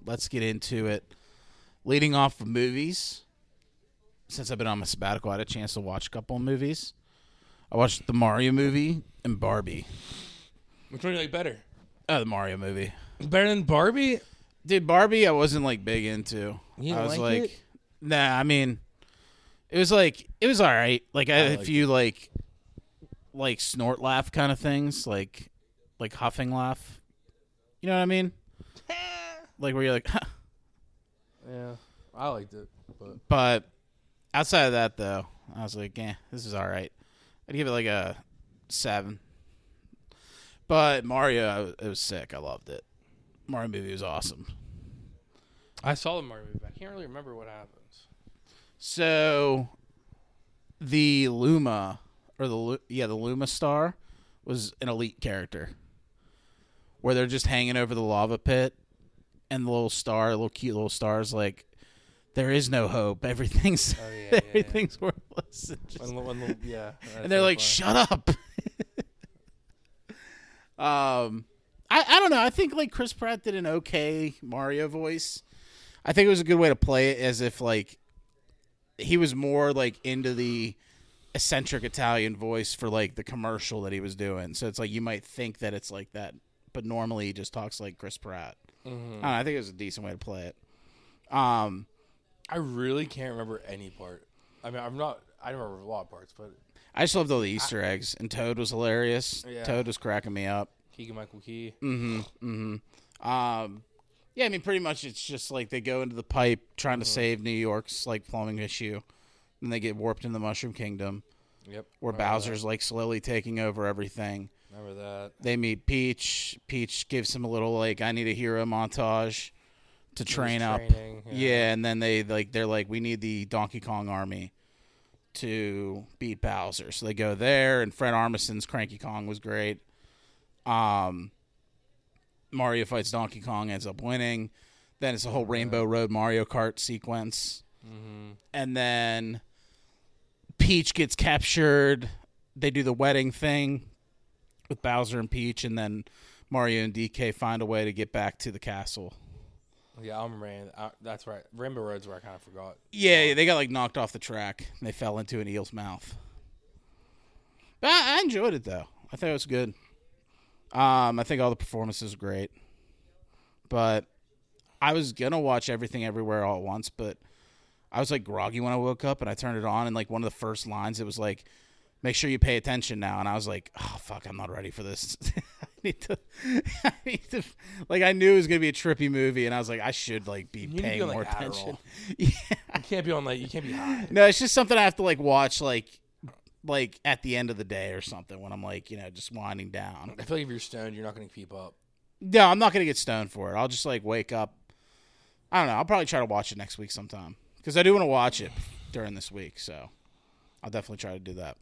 Speaker 1: Let's get into it. Leading off with movies. Since I've been on my sabbatical, I had a chance to watch a couple of movies. I watched the Mario movie and Barbie.
Speaker 2: Which one do you like better?
Speaker 1: Oh, the Mario movie.
Speaker 2: Better than Barbie?
Speaker 1: Dude, Barbie I wasn't like big into.
Speaker 2: You didn't
Speaker 1: I was
Speaker 2: like
Speaker 1: like,
Speaker 2: it?
Speaker 1: nah, I mean it was like it was all right. Like I, had a
Speaker 2: liked
Speaker 1: few like like snort laugh kind of things, like like huffing laugh. You know what I mean? like where you're like, huh.
Speaker 2: Yeah, I liked it, but
Speaker 1: but outside of that though, I was like, eh, this is all right. I'd give it like a seven. But Mario, it was sick. I loved it. Mario movie was awesome.
Speaker 2: I saw the Mario movie. but I can't really remember what happens.
Speaker 1: So the Luma or the Lu- yeah, the Luma star was an elite character where they're just hanging over the lava pit and the little star, little cute little stars like there is no hope. Everything's everything's worthless. It just-
Speaker 2: One, li- one, little- yeah,
Speaker 1: and they're like, "Shut up." um, I I don't know. I think like Chris Pratt did an okay Mario voice. I think it was a good way to play it, as if like he was more like into the eccentric Italian voice for like the commercial that he was doing. So it's like you might think that it's like that, but normally he just talks like Chris Pratt. I, don't know, I think it was a decent way to play it. Um,
Speaker 2: I really can't remember any part. I mean, I'm not. I remember a lot of parts, but
Speaker 1: I just loved all the Easter eggs, and Toad was hilarious.
Speaker 2: Yeah.
Speaker 1: Toad was cracking me up.
Speaker 2: Keegan Michael Key.
Speaker 1: Um, yeah, I mean, pretty much it's just like they go into the pipe trying to
Speaker 2: Mm-hmm.
Speaker 1: save New York's like plumbing issue, and they get warped in the Mushroom Kingdom
Speaker 2: Yep.
Speaker 1: where
Speaker 2: remember
Speaker 1: Bowser's like slowly taking over everything.
Speaker 2: that. Remember that?
Speaker 1: They meet Peach. Peach gives him a little like "I need a hero" montage to train up.
Speaker 2: training,
Speaker 1: yeah.
Speaker 2: yeah.
Speaker 1: and then they like they're like, "We need the Donkey Kong army." To beat Bowser, so they go there, and Fred Armisen's Cranky Kong was great. Um, Mario fights Donkey Kong, ends up winning. Then it's a whole Rainbow Road Mario Kart sequence, and then Peach gets captured. They do the wedding thing with Bowser and Peach, and then Mario and DK find a way to get back to the castle.
Speaker 2: Yeah, I'm ran. I, that's right. Rainbow Road's where I kind of forgot.
Speaker 1: Yeah, yeah, they got like knocked off the track. And they fell into an eel's mouth. But I, I enjoyed it though. I thought it was good. Um, I think all the performances were great. But I was gonna watch everything everywhere all at once, but I was like groggy when I woke up and I turned it on and like one of the first lines it was like, "Make sure you pay attention now." And I was like, "Oh fuck, I'm not ready for this." I need to, I need to, like I knew it was gonna be a trippy movie, and I was like, I should like be
Speaker 2: to be
Speaker 1: paying
Speaker 2: on, like,
Speaker 1: more
Speaker 2: Adderall.
Speaker 1: attention. Yeah,
Speaker 2: You can't be on like. You can't be high.
Speaker 1: no, it's just something I have to like watch like like at the end of the day or something when I'm like, you know, just winding down.
Speaker 2: I feel like if you're stoned, you're not going to keep up.
Speaker 1: No, I'm not going to get stoned for it. I'll just like wake up. I don't know. I'll probably try to watch it next week sometime cuz I do want to watch it during this week, so I'll definitely try to do that.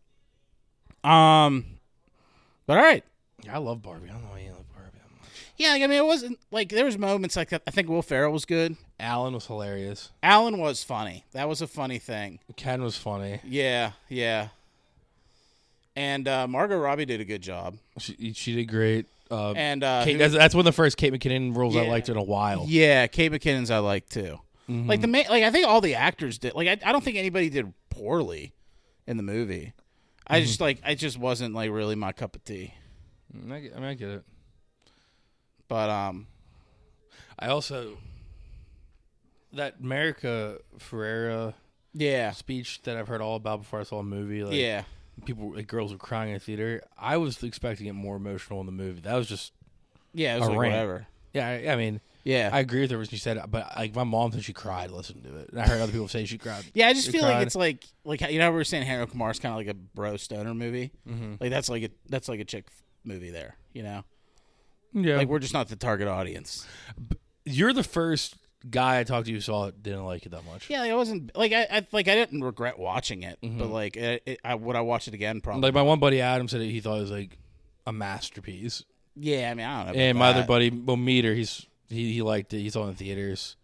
Speaker 1: Um but all right.
Speaker 2: Yeah, I love Barbie. I don't know why you love Barbie. that much.
Speaker 1: Yeah, I mean it wasn't like there was moments like that. I think Will Ferrell was good.
Speaker 2: Alan was hilarious.
Speaker 1: Alan was funny. That was a funny thing.
Speaker 2: Ken was funny.
Speaker 1: Yeah, yeah. And uh, Margot Robbie did a good job.
Speaker 2: She, she did great. Uh,
Speaker 1: And uh,
Speaker 2: Kate,
Speaker 1: who-
Speaker 2: that's, that's one of the first Kate McKinnon roles I
Speaker 1: Yeah.
Speaker 2: liked in a while.
Speaker 1: yeah, Kate McKinnon's I like too. Like the main, like I think all the actors did. Like I, I don't think anybody did poorly in the movie. I just like I just wasn't like really my cup of tea.
Speaker 2: Mm, I, get- I mean, I get it.
Speaker 1: But um,
Speaker 2: I also that America Ferrera
Speaker 1: yeah,
Speaker 2: speech that I've heard all about before I saw a movie. Like,
Speaker 1: yeah,
Speaker 2: people, like, girls were crying in the theater. I was expecting it more emotional in the movie. That was just
Speaker 1: yeah. It was
Speaker 2: A
Speaker 1: like
Speaker 2: rant.
Speaker 1: whatever.
Speaker 2: yeah. I, I mean,
Speaker 1: Yeah,
Speaker 2: I agree with her when she said, it, but like my mom said she cried listening to it. And I heard other people say she cried.
Speaker 1: yeah. I just
Speaker 2: She
Speaker 1: feel
Speaker 2: cried.
Speaker 1: like it's like like how- you know how we were saying Harold Kumar's kind of like a bro stoner movie. Like that's like a that's like a chick movie there. You know,
Speaker 2: yeah.
Speaker 1: like we're just not the target audience.
Speaker 2: You're the first guy I talked to who saw it didn't like it that much.
Speaker 1: Yeah, like, I wasn't like I, I like I didn't regret watching it, but like it, it, I would I watch it again probably.
Speaker 2: Like my one buddy Adam said he thought it was like a masterpiece,
Speaker 1: Yeah, I mean, I don't know. about
Speaker 2: and my other
Speaker 1: that.
Speaker 2: buddy, well, Meter, he's he, he liked it. He saw it in theaters.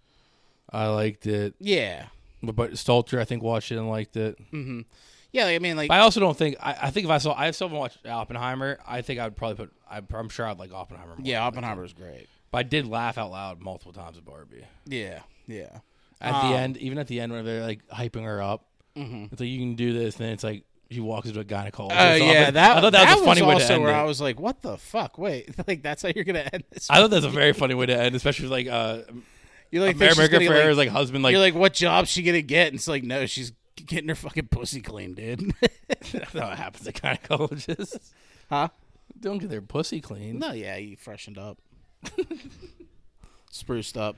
Speaker 2: I liked it,
Speaker 1: Yeah,
Speaker 2: but, but Stalter I think watched it and liked it.
Speaker 1: yeah. Like, I mean, like,
Speaker 2: But I also don't think I, I think if I saw I still haven't watched Oppenheimer. I think I would probably put I, I'm sure I'd like Oppenheimer. More.
Speaker 1: yeah, Oppenheimer's great.
Speaker 2: but I did laugh out loud multiple times at Barbie.
Speaker 1: Yeah, yeah,
Speaker 2: At
Speaker 1: Um,
Speaker 2: the end, even at the end, when they're like hyping her up, it's like you can do this, and then it's like she walks into a gynecologist.
Speaker 1: Mm-hmm. Oh yeah. That
Speaker 2: I thought that, was a funny way to
Speaker 1: also
Speaker 2: end
Speaker 1: where
Speaker 2: it.
Speaker 1: I was like, "What the fuck? Wait, like that's how you're gonna end this?
Speaker 2: I thought that was a very funny way to end, especially with, like uh,
Speaker 1: you like think she's
Speaker 2: America
Speaker 1: gonna, like,
Speaker 2: Ferrer's like husband, like,
Speaker 1: you're like, what job's she gonna get? And it's like, no, she's getting her fucking pussy clean, dude.
Speaker 2: that's not what happens to gynecologists.
Speaker 1: huh?
Speaker 2: Don't get their pussy clean.
Speaker 1: No, yeah, you freshened up. spruced up.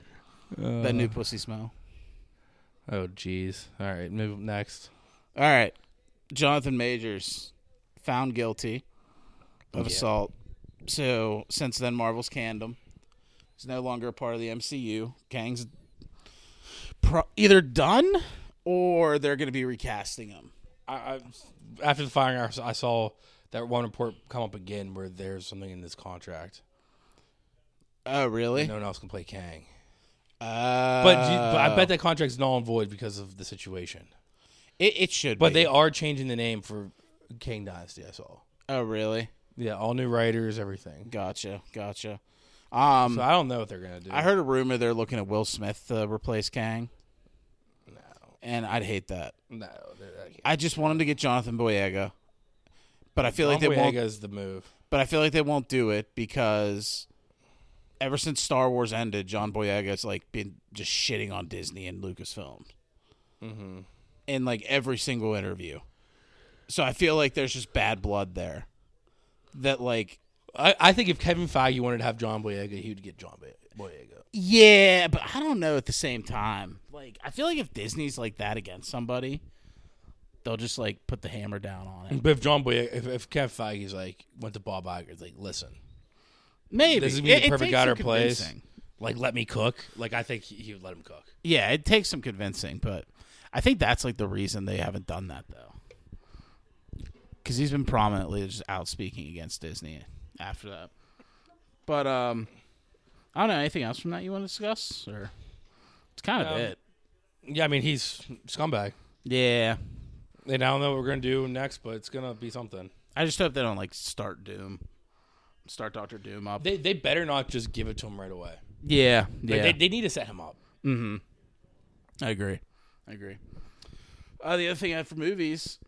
Speaker 1: that
Speaker 2: Uh.
Speaker 1: new pussy smell.
Speaker 2: Oh, jeez. All right, move next.
Speaker 1: All right. Jonathan Majors found guilty
Speaker 2: Oh,
Speaker 1: of assault. So since then, Marvel's canned him. He's no longer a part of the MCU. Kang's pro- either done or they're going to be recasting him.
Speaker 2: I, I after the firing, I s- I saw that one report come up again where there's something in this contract.
Speaker 1: Oh, really?
Speaker 2: No one else can play Kang.
Speaker 1: Uh,
Speaker 2: But, do you- but I bet that contract's null and void because of the situation.
Speaker 1: it, it should
Speaker 2: But
Speaker 1: be.
Speaker 2: they are changing the name for Kang Dynasty. I saw.
Speaker 1: Oh, really?
Speaker 2: Yeah, all new writers, everything.
Speaker 1: Gotcha. Gotcha. Um,
Speaker 2: So I don't know what they're gonna do.
Speaker 1: I heard a rumor they're looking at Will Smith to replace Kang. No. And I'd hate that.
Speaker 2: no. they're- I can't.
Speaker 1: I just want him to get Jonathan Boyega. But I feel like they
Speaker 2: John
Speaker 1: won't
Speaker 2: Boyega's the move.
Speaker 1: but I feel like they won't do it because ever since Star Wars ended, John Boyega's like been just shitting on Disney and Lucasfilm. Mm-hmm. In like every single interview. So I feel like there's just bad blood there. That like
Speaker 2: I, I think if Kevin Feige wanted to have John Boyega, he would get John Boy- Boyega.
Speaker 1: Yeah, but I don't know at the same time. Like, I feel like if Disney's like that against somebody, they'll just like put the hammer down on it.
Speaker 2: But if John Boyega, if, if Kevin Feige's like went to Bob Iger, it's like listen,
Speaker 1: Maybe
Speaker 2: this is gonna be
Speaker 1: It-
Speaker 2: the
Speaker 1: it
Speaker 2: perfect
Speaker 1: takes
Speaker 2: guy to
Speaker 1: some
Speaker 2: replace.
Speaker 1: convincing.
Speaker 2: Like let me cook. Like I think he, he would let him cook.
Speaker 1: Yeah, it takes some convincing, but I think that's like the reason they haven't done that though, because he's been prominently just out speaking against Disney after that. But um, I don't know anything else from that you want to discuss, or it's kind of
Speaker 2: Um,
Speaker 1: it.
Speaker 2: Yeah, I mean he's scumbag,
Speaker 1: Yeah,
Speaker 2: and I don't know what we're gonna do next, but it's gonna be something.
Speaker 1: I just hope they don't like start Doom, start Doctor Doom up.
Speaker 2: They they better not just give it to him right away.
Speaker 1: Yeah,
Speaker 2: Like,
Speaker 1: yeah.
Speaker 2: they, they need to set him up.
Speaker 1: I agree. I agree. Uh, the other thing I have for movies,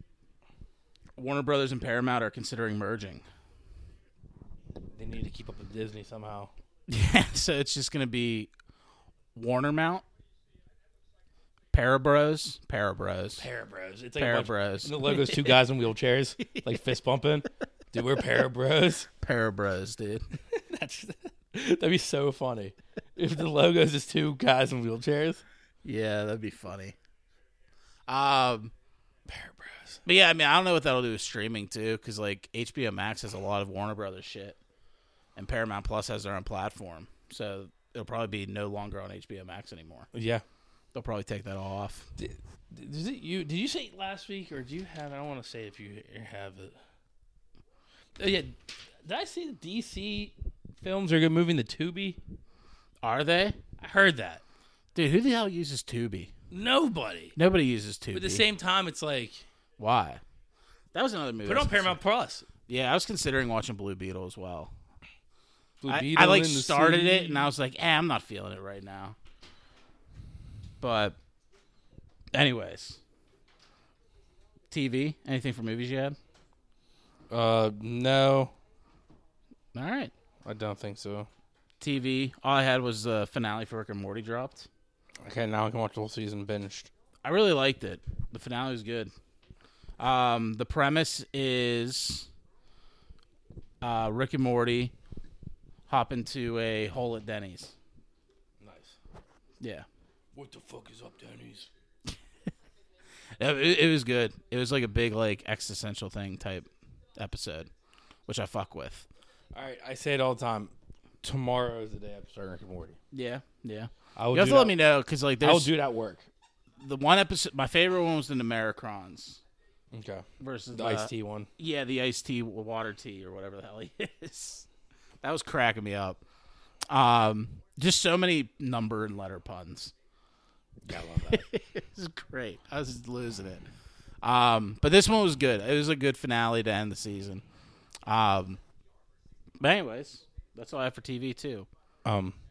Speaker 1: Warner Brothers and Paramount are considering merging.
Speaker 2: They need to keep up with Disney somehow.
Speaker 1: Yeah, so it's just going to be Warner Mount, Parabros, Parabros.
Speaker 2: Parabros. It's like
Speaker 1: Para
Speaker 2: a bunch-
Speaker 1: Bros.
Speaker 2: and the logo's two guys in wheelchairs, like fist bumping. Dude, we're Parabros.
Speaker 1: Parabros, dude.
Speaker 2: That'd be so funny if the logo's just two guys in wheelchairs.
Speaker 1: Yeah, that'd be funny. Um,
Speaker 2: Parabros.
Speaker 1: but yeah, I mean, I don't know what that'll do with streaming too, because like HBO Max has a lot of Warner Brothers shit, and Paramount Plus has their own platform, so it'll probably be no longer on HBO Max anymore.
Speaker 2: Yeah.
Speaker 1: Theyll probably take that off.
Speaker 2: Did it, you did you say it last week or do you have? I don't want to say if you have it. Oh, yeah, did I see the DC films are going to move into Tubi?
Speaker 1: Are they?
Speaker 2: I heard that.
Speaker 1: Dude, who the hell uses Tubi?
Speaker 2: Nobody.
Speaker 1: Nobody uses Tubi.
Speaker 2: But at the same time, it's like
Speaker 1: Why? That was another movie.
Speaker 2: put
Speaker 1: I was
Speaker 2: on Paramount Plus.
Speaker 1: consi- Yeah, I was considering watching Blue Beetle as well.
Speaker 2: Blue
Speaker 1: I,
Speaker 2: Beetle
Speaker 1: I like
Speaker 2: in the
Speaker 1: started
Speaker 2: sea.
Speaker 1: it and I was like, eh, I'm not feeling it right now. But, anyways, TV. Anything for movies you had?
Speaker 2: Uh, no,
Speaker 1: All right,
Speaker 2: I don't think so.
Speaker 1: TV. All I had was the finale for Rick and Morty dropped.
Speaker 2: Okay, now I can watch the whole season binged.
Speaker 1: I really liked it. The finale was good. Um, the premise is uh, Rick and Morty hop into a hole at Denny's.
Speaker 2: Nice.
Speaker 1: Yeah,
Speaker 2: What the fuck is up, Denny's?
Speaker 1: it, it- it was good. It was like a big like existential thing type episode, which I fuck with.
Speaker 2: All right, I say it all the time. Tomorrow is the day I'm starting Rick and Morty.
Speaker 1: Yeah, yeah.
Speaker 2: I will
Speaker 1: You have
Speaker 2: do
Speaker 1: to
Speaker 2: it
Speaker 1: let
Speaker 2: at-
Speaker 1: me know because like
Speaker 2: I will
Speaker 1: there's
Speaker 2: do it at work.
Speaker 1: the one episode. My favorite one was the Numericrons
Speaker 2: Okay.
Speaker 1: versus
Speaker 2: The
Speaker 1: uh,
Speaker 2: iced tea one.
Speaker 1: Yeah, the iced tea, w- water tea, or whatever the hell he is. That was cracking me up. Um, just so many number and letter puns.
Speaker 2: Yeah, I love that.
Speaker 1: This is great. I was just losing it. Um, but this one was good. It was a good finale to end the season. Um, but anyways, that's all I have for TV too.
Speaker 2: um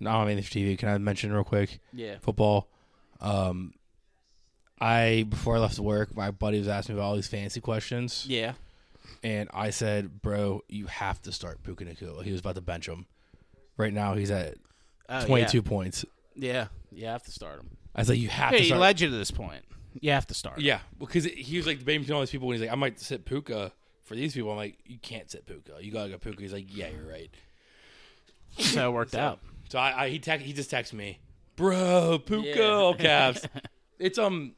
Speaker 2: no i mean if tv can i mention real quick
Speaker 1: Yeah.
Speaker 2: football um i before i left work my buddy was asking me about all these fancy questions
Speaker 1: Yeah.
Speaker 2: and i said bro you have to start puka nakua he was about to bench him right now he's at
Speaker 1: Oh,
Speaker 2: 22 points
Speaker 1: Yeah. yeah. You have to start him.
Speaker 2: i was like you have
Speaker 1: Hey,
Speaker 2: to
Speaker 1: he
Speaker 2: start
Speaker 1: led you to this point. You have to start. 'em.
Speaker 2: yeah because he was like debating between all these people and he's like i might sit puka for these people i'm like you can't sit puka you gotta go puka he's like yeah you're right
Speaker 1: So it worked out.
Speaker 2: So I, I he text he just texted me, bro, Puka
Speaker 1: Yeah.
Speaker 2: all caps. it's um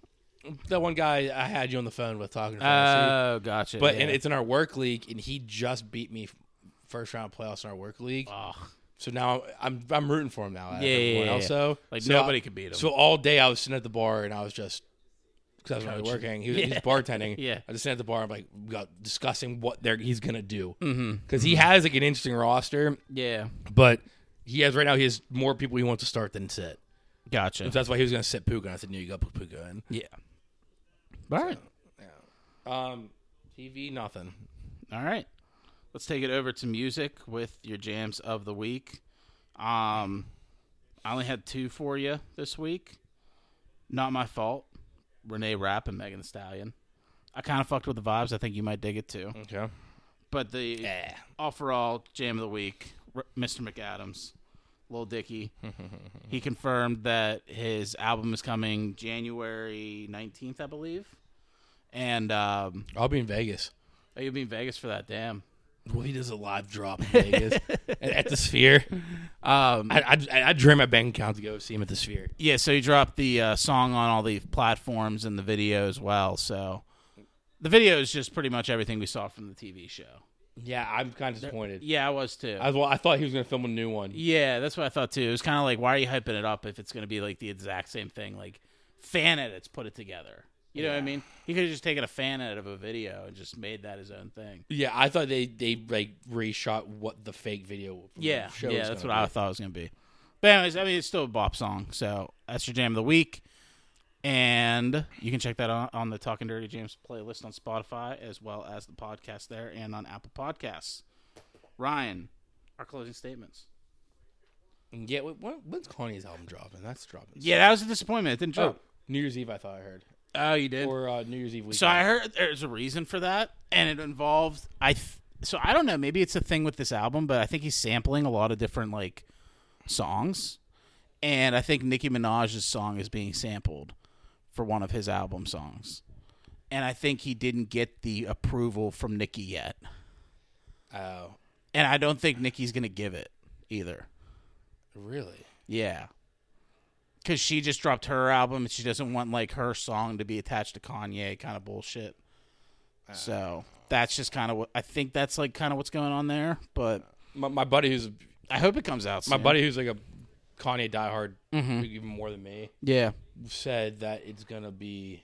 Speaker 2: that one guy I had you on the phone with talking. To
Speaker 1: Oh, gotcha.
Speaker 2: but
Speaker 1: yeah.
Speaker 2: and it's in our work league, and he just beat me f- first round playoffs in our work league.
Speaker 1: Ugh.
Speaker 2: So now I'm I'm rooting for him now. after
Speaker 1: Yeah, yeah,
Speaker 2: everyone
Speaker 1: yeah,
Speaker 2: else,
Speaker 1: yeah.
Speaker 2: so-
Speaker 1: Like,
Speaker 2: so
Speaker 1: nobody
Speaker 2: I-
Speaker 1: could beat him.
Speaker 2: So all day I was sitting at the bar and I was just because I was really
Speaker 1: Coaching.
Speaker 2: working. He was, he was
Speaker 1: Yeah.
Speaker 2: bartending.
Speaker 1: Yeah.
Speaker 2: I was sitting at the bar. I'm like we got discussing what they're he's gonna do because
Speaker 1: Mm-hmm.
Speaker 2: he has like an interesting roster,
Speaker 1: yeah,
Speaker 2: but he has right now he has more people he wants to start than sit.
Speaker 1: gotcha.
Speaker 2: So that's why he was gonna sit Puka. And I said, no, you got to put Puka in.
Speaker 1: yeah. All right,
Speaker 2: Um, TV nothing.
Speaker 1: all right. Let's take it over to music with your jams of the week. Um, I only had two for you this week. Not my fault. Renee Rapp and Megan Thee Stallion. I kind of fucked with the vibes. I think you might dig it too.
Speaker 2: Okay.
Speaker 1: But the
Speaker 2: Mm. Yeah.
Speaker 1: all for all jam of the week, R- Mr. McAdams, Lil Dicky. he confirmed that his album is coming January nineteenth, I believe. And um,
Speaker 2: I'll be in Vegas.
Speaker 1: oh, you'll be in Vegas for that. Damn.
Speaker 2: Well, he does a live drop in Vegas at, at the Sphere.
Speaker 1: Um,
Speaker 2: I, I, I drain my bank account to go see him at the Sphere.
Speaker 1: yeah. So he dropped the uh, song on all the platforms and the video as well. So the video is just pretty much everything we saw from the TV show.
Speaker 2: Yeah, I'm kind of disappointed.
Speaker 1: Yeah, I was too.
Speaker 2: I, well, I thought he was going to film a new one.
Speaker 1: Yeah, that's what I thought too. It was kind of like, why are you hyping it up if it's going to be like the exact same thing? Like, fan edits put it together. You know what I mean? He could have just taken a fan edit of a video and just made that his own thing.
Speaker 2: Yeah, I thought they they like reshot what the fake video. from the
Speaker 1: Yeah,
Speaker 2: show
Speaker 1: yeah,
Speaker 2: was
Speaker 1: that's what
Speaker 2: gonna
Speaker 1: I
Speaker 2: be.
Speaker 1: thought it was going to be. But anyways, I mean, it's still a bop song, so that's your jam of the week. And you can check that on, on the Talking Dirty James playlist on Spotify, as well as the podcast there and on Apple Podcasts. Ryan, our closing statements.
Speaker 2: Yeah, wait, when, when's Kanye's album dropping? That's dropping.
Speaker 1: Yeah, that was a disappointment. It didn't
Speaker 2: Oh,
Speaker 1: drop.
Speaker 2: New Year's Eve, I thought I heard,
Speaker 1: Oh, you did.
Speaker 2: or uh, New Year's Eve weekend.
Speaker 1: So I heard there's a reason for that, and it involved I. Th- so I don't know. Maybe it's a thing with this album, but I think he's sampling a lot of different like songs, and I think Nicki Minaj's song is being sampled for one of his album songs, and I think he didn't get the approval from Nicki yet,
Speaker 2: Oh,
Speaker 1: and I don't think Nicki's gonna give it either.
Speaker 2: really?
Speaker 1: Yeah. Cause she just dropped her album and she doesn't want like her song to be attached to Kanye kind of bullshit. So that's just kind of what I think that's like kind of what's going on there. But
Speaker 2: My, my buddy who's
Speaker 1: I hope it comes out.
Speaker 2: my
Speaker 1: soon.
Speaker 2: buddy who's like a Kanye diehard, even more than me,
Speaker 1: Yeah.
Speaker 2: said that it's gonna be.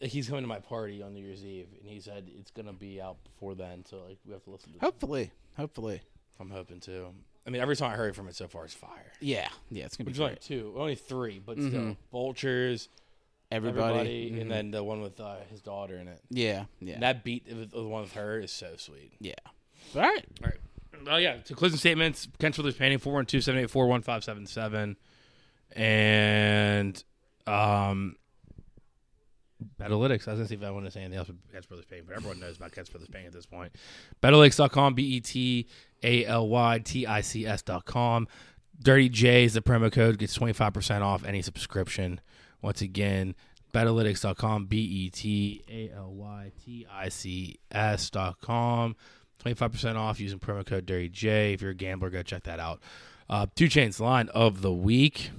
Speaker 2: He's coming to my party on New Year's Eve, and he said it's gonna be out before then. So like, we have to listen to. it.
Speaker 1: Hopefully. Hopefully.
Speaker 2: I'm hoping to. I mean, every song I heard from it so far is fire.
Speaker 1: Yeah. Yeah. It's gonna be
Speaker 2: There's
Speaker 1: great.
Speaker 2: only two, only three, but still, vultures,
Speaker 1: everybody.
Speaker 2: Mm-hmm. everybody, and then the one with uh, his daughter in it.
Speaker 1: Yeah. Yeah.
Speaker 2: And that beat of the one with her is so sweet.
Speaker 1: yeah. All right.
Speaker 2: All right. Oh yeah. So closing statements. Potential there's painting four one two seven eight four one five seven seven, and um, Betalytics. I was gonna see if I wanted to say anything else with Cats Brothers Pain, but everyone knows about Cats Brothers Pain at this point. Betalytics.com, B E T A L Y T I C S dot com. Dirty J is the promo code. Gets twenty five percent off any subscription. Once again. Betalytics.com, B E T A L Y T I C S dot com. 25% off using promo code Dirty J. If you're a gambler, go check that out. Uh, Two Chains line of the week.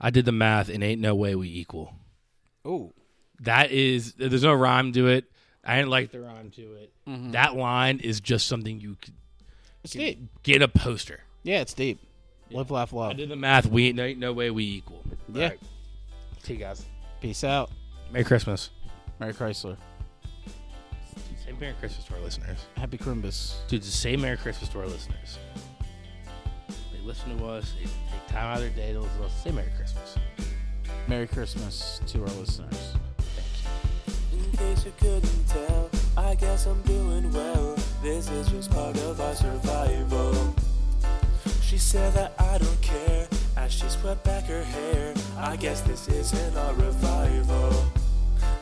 Speaker 2: I did the math and ain't no way we equal.
Speaker 1: Oh.
Speaker 2: That is, there's no rhyme to it. I didn't like the rhyme to it. That line is just something you could
Speaker 1: It's deep.
Speaker 2: get a poster.
Speaker 1: Yeah, it's deep. Live, laugh,
Speaker 2: I
Speaker 1: love.
Speaker 2: did the math. We ain't no, ain't no way we equal.
Speaker 1: Yeah.
Speaker 2: See you guys.
Speaker 1: Peace out.
Speaker 2: Merry Christmas.
Speaker 1: Merry Chrysler.
Speaker 2: Say Merry Christmas to our listeners.
Speaker 1: Happy Crimbus.
Speaker 2: Dude, just say Merry Christmas to our listeners. They listen to us. They take time out of their day to listen to us. Say Merry Christmas.
Speaker 1: Merry Christmas to our listeners.
Speaker 7: In case you couldn't tell, I guess I'm doing well. This is just part of our survival. She said that I don't care as she swept back her hair. I guess this isn't our revival.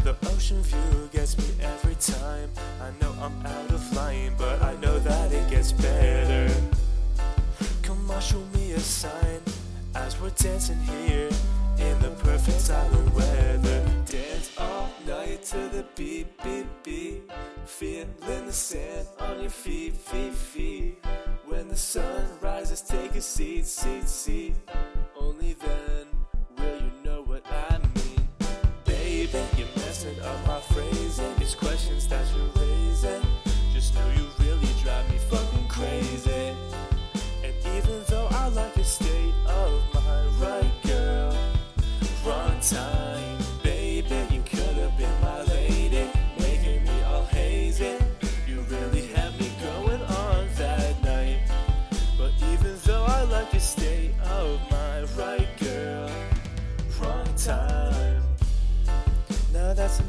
Speaker 7: The ocean view gets me every time. I know I'm out of line, but I know that it gets better. Come on, show me a sign as we're dancing here in the perfect silent weather. Dance all night to the beat, beat, beat. Feeling the sand on your feet, feet, feet. When the sun Just take a seat, seat, seat. Only then will you know what I mean. Baby, you're messing up my phrasing. These questions that you're raising. Just know you really drive me fucking crazy. And even though I like your state of mind, right, girl? Wrong time, baby. You could have been my lady, making me all hazy. You really had me going on that night. But even though I like your state of mind, right, girl? Wrong time. Now that some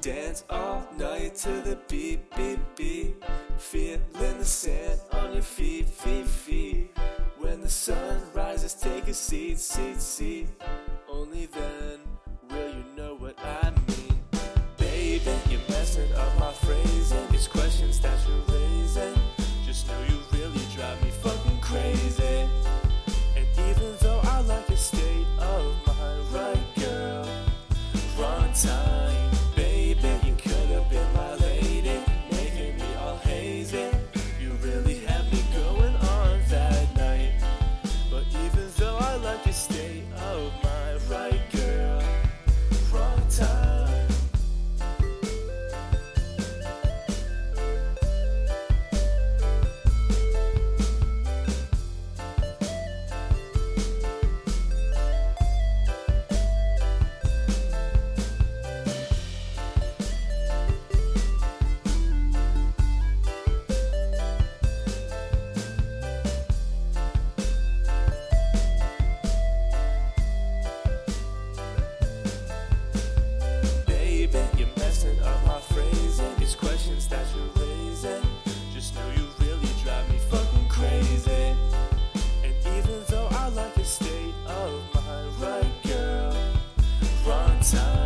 Speaker 7: Dance all night to the beat, beat, beat. Feeling the sand on your feet, feet, feet. When the sun rises, take a seat, seat, seat. Only then will you know what I mean. Baby, you're messing up my phrasing. These questions that you're raising. Just know you really drive me fucking crazy. And even though I like your state of mind, right, girl? Wrong time, baby. You could have been my lady, making me all hazy. You really had me going on that night. But even though I like your state of mind, right, girl? Wrong time. Baby, you're messing up my phrasing. These questions that you're raising. Just know you really drive me fucking crazy. And even though I like your state of mind, right, girl? Wrong time.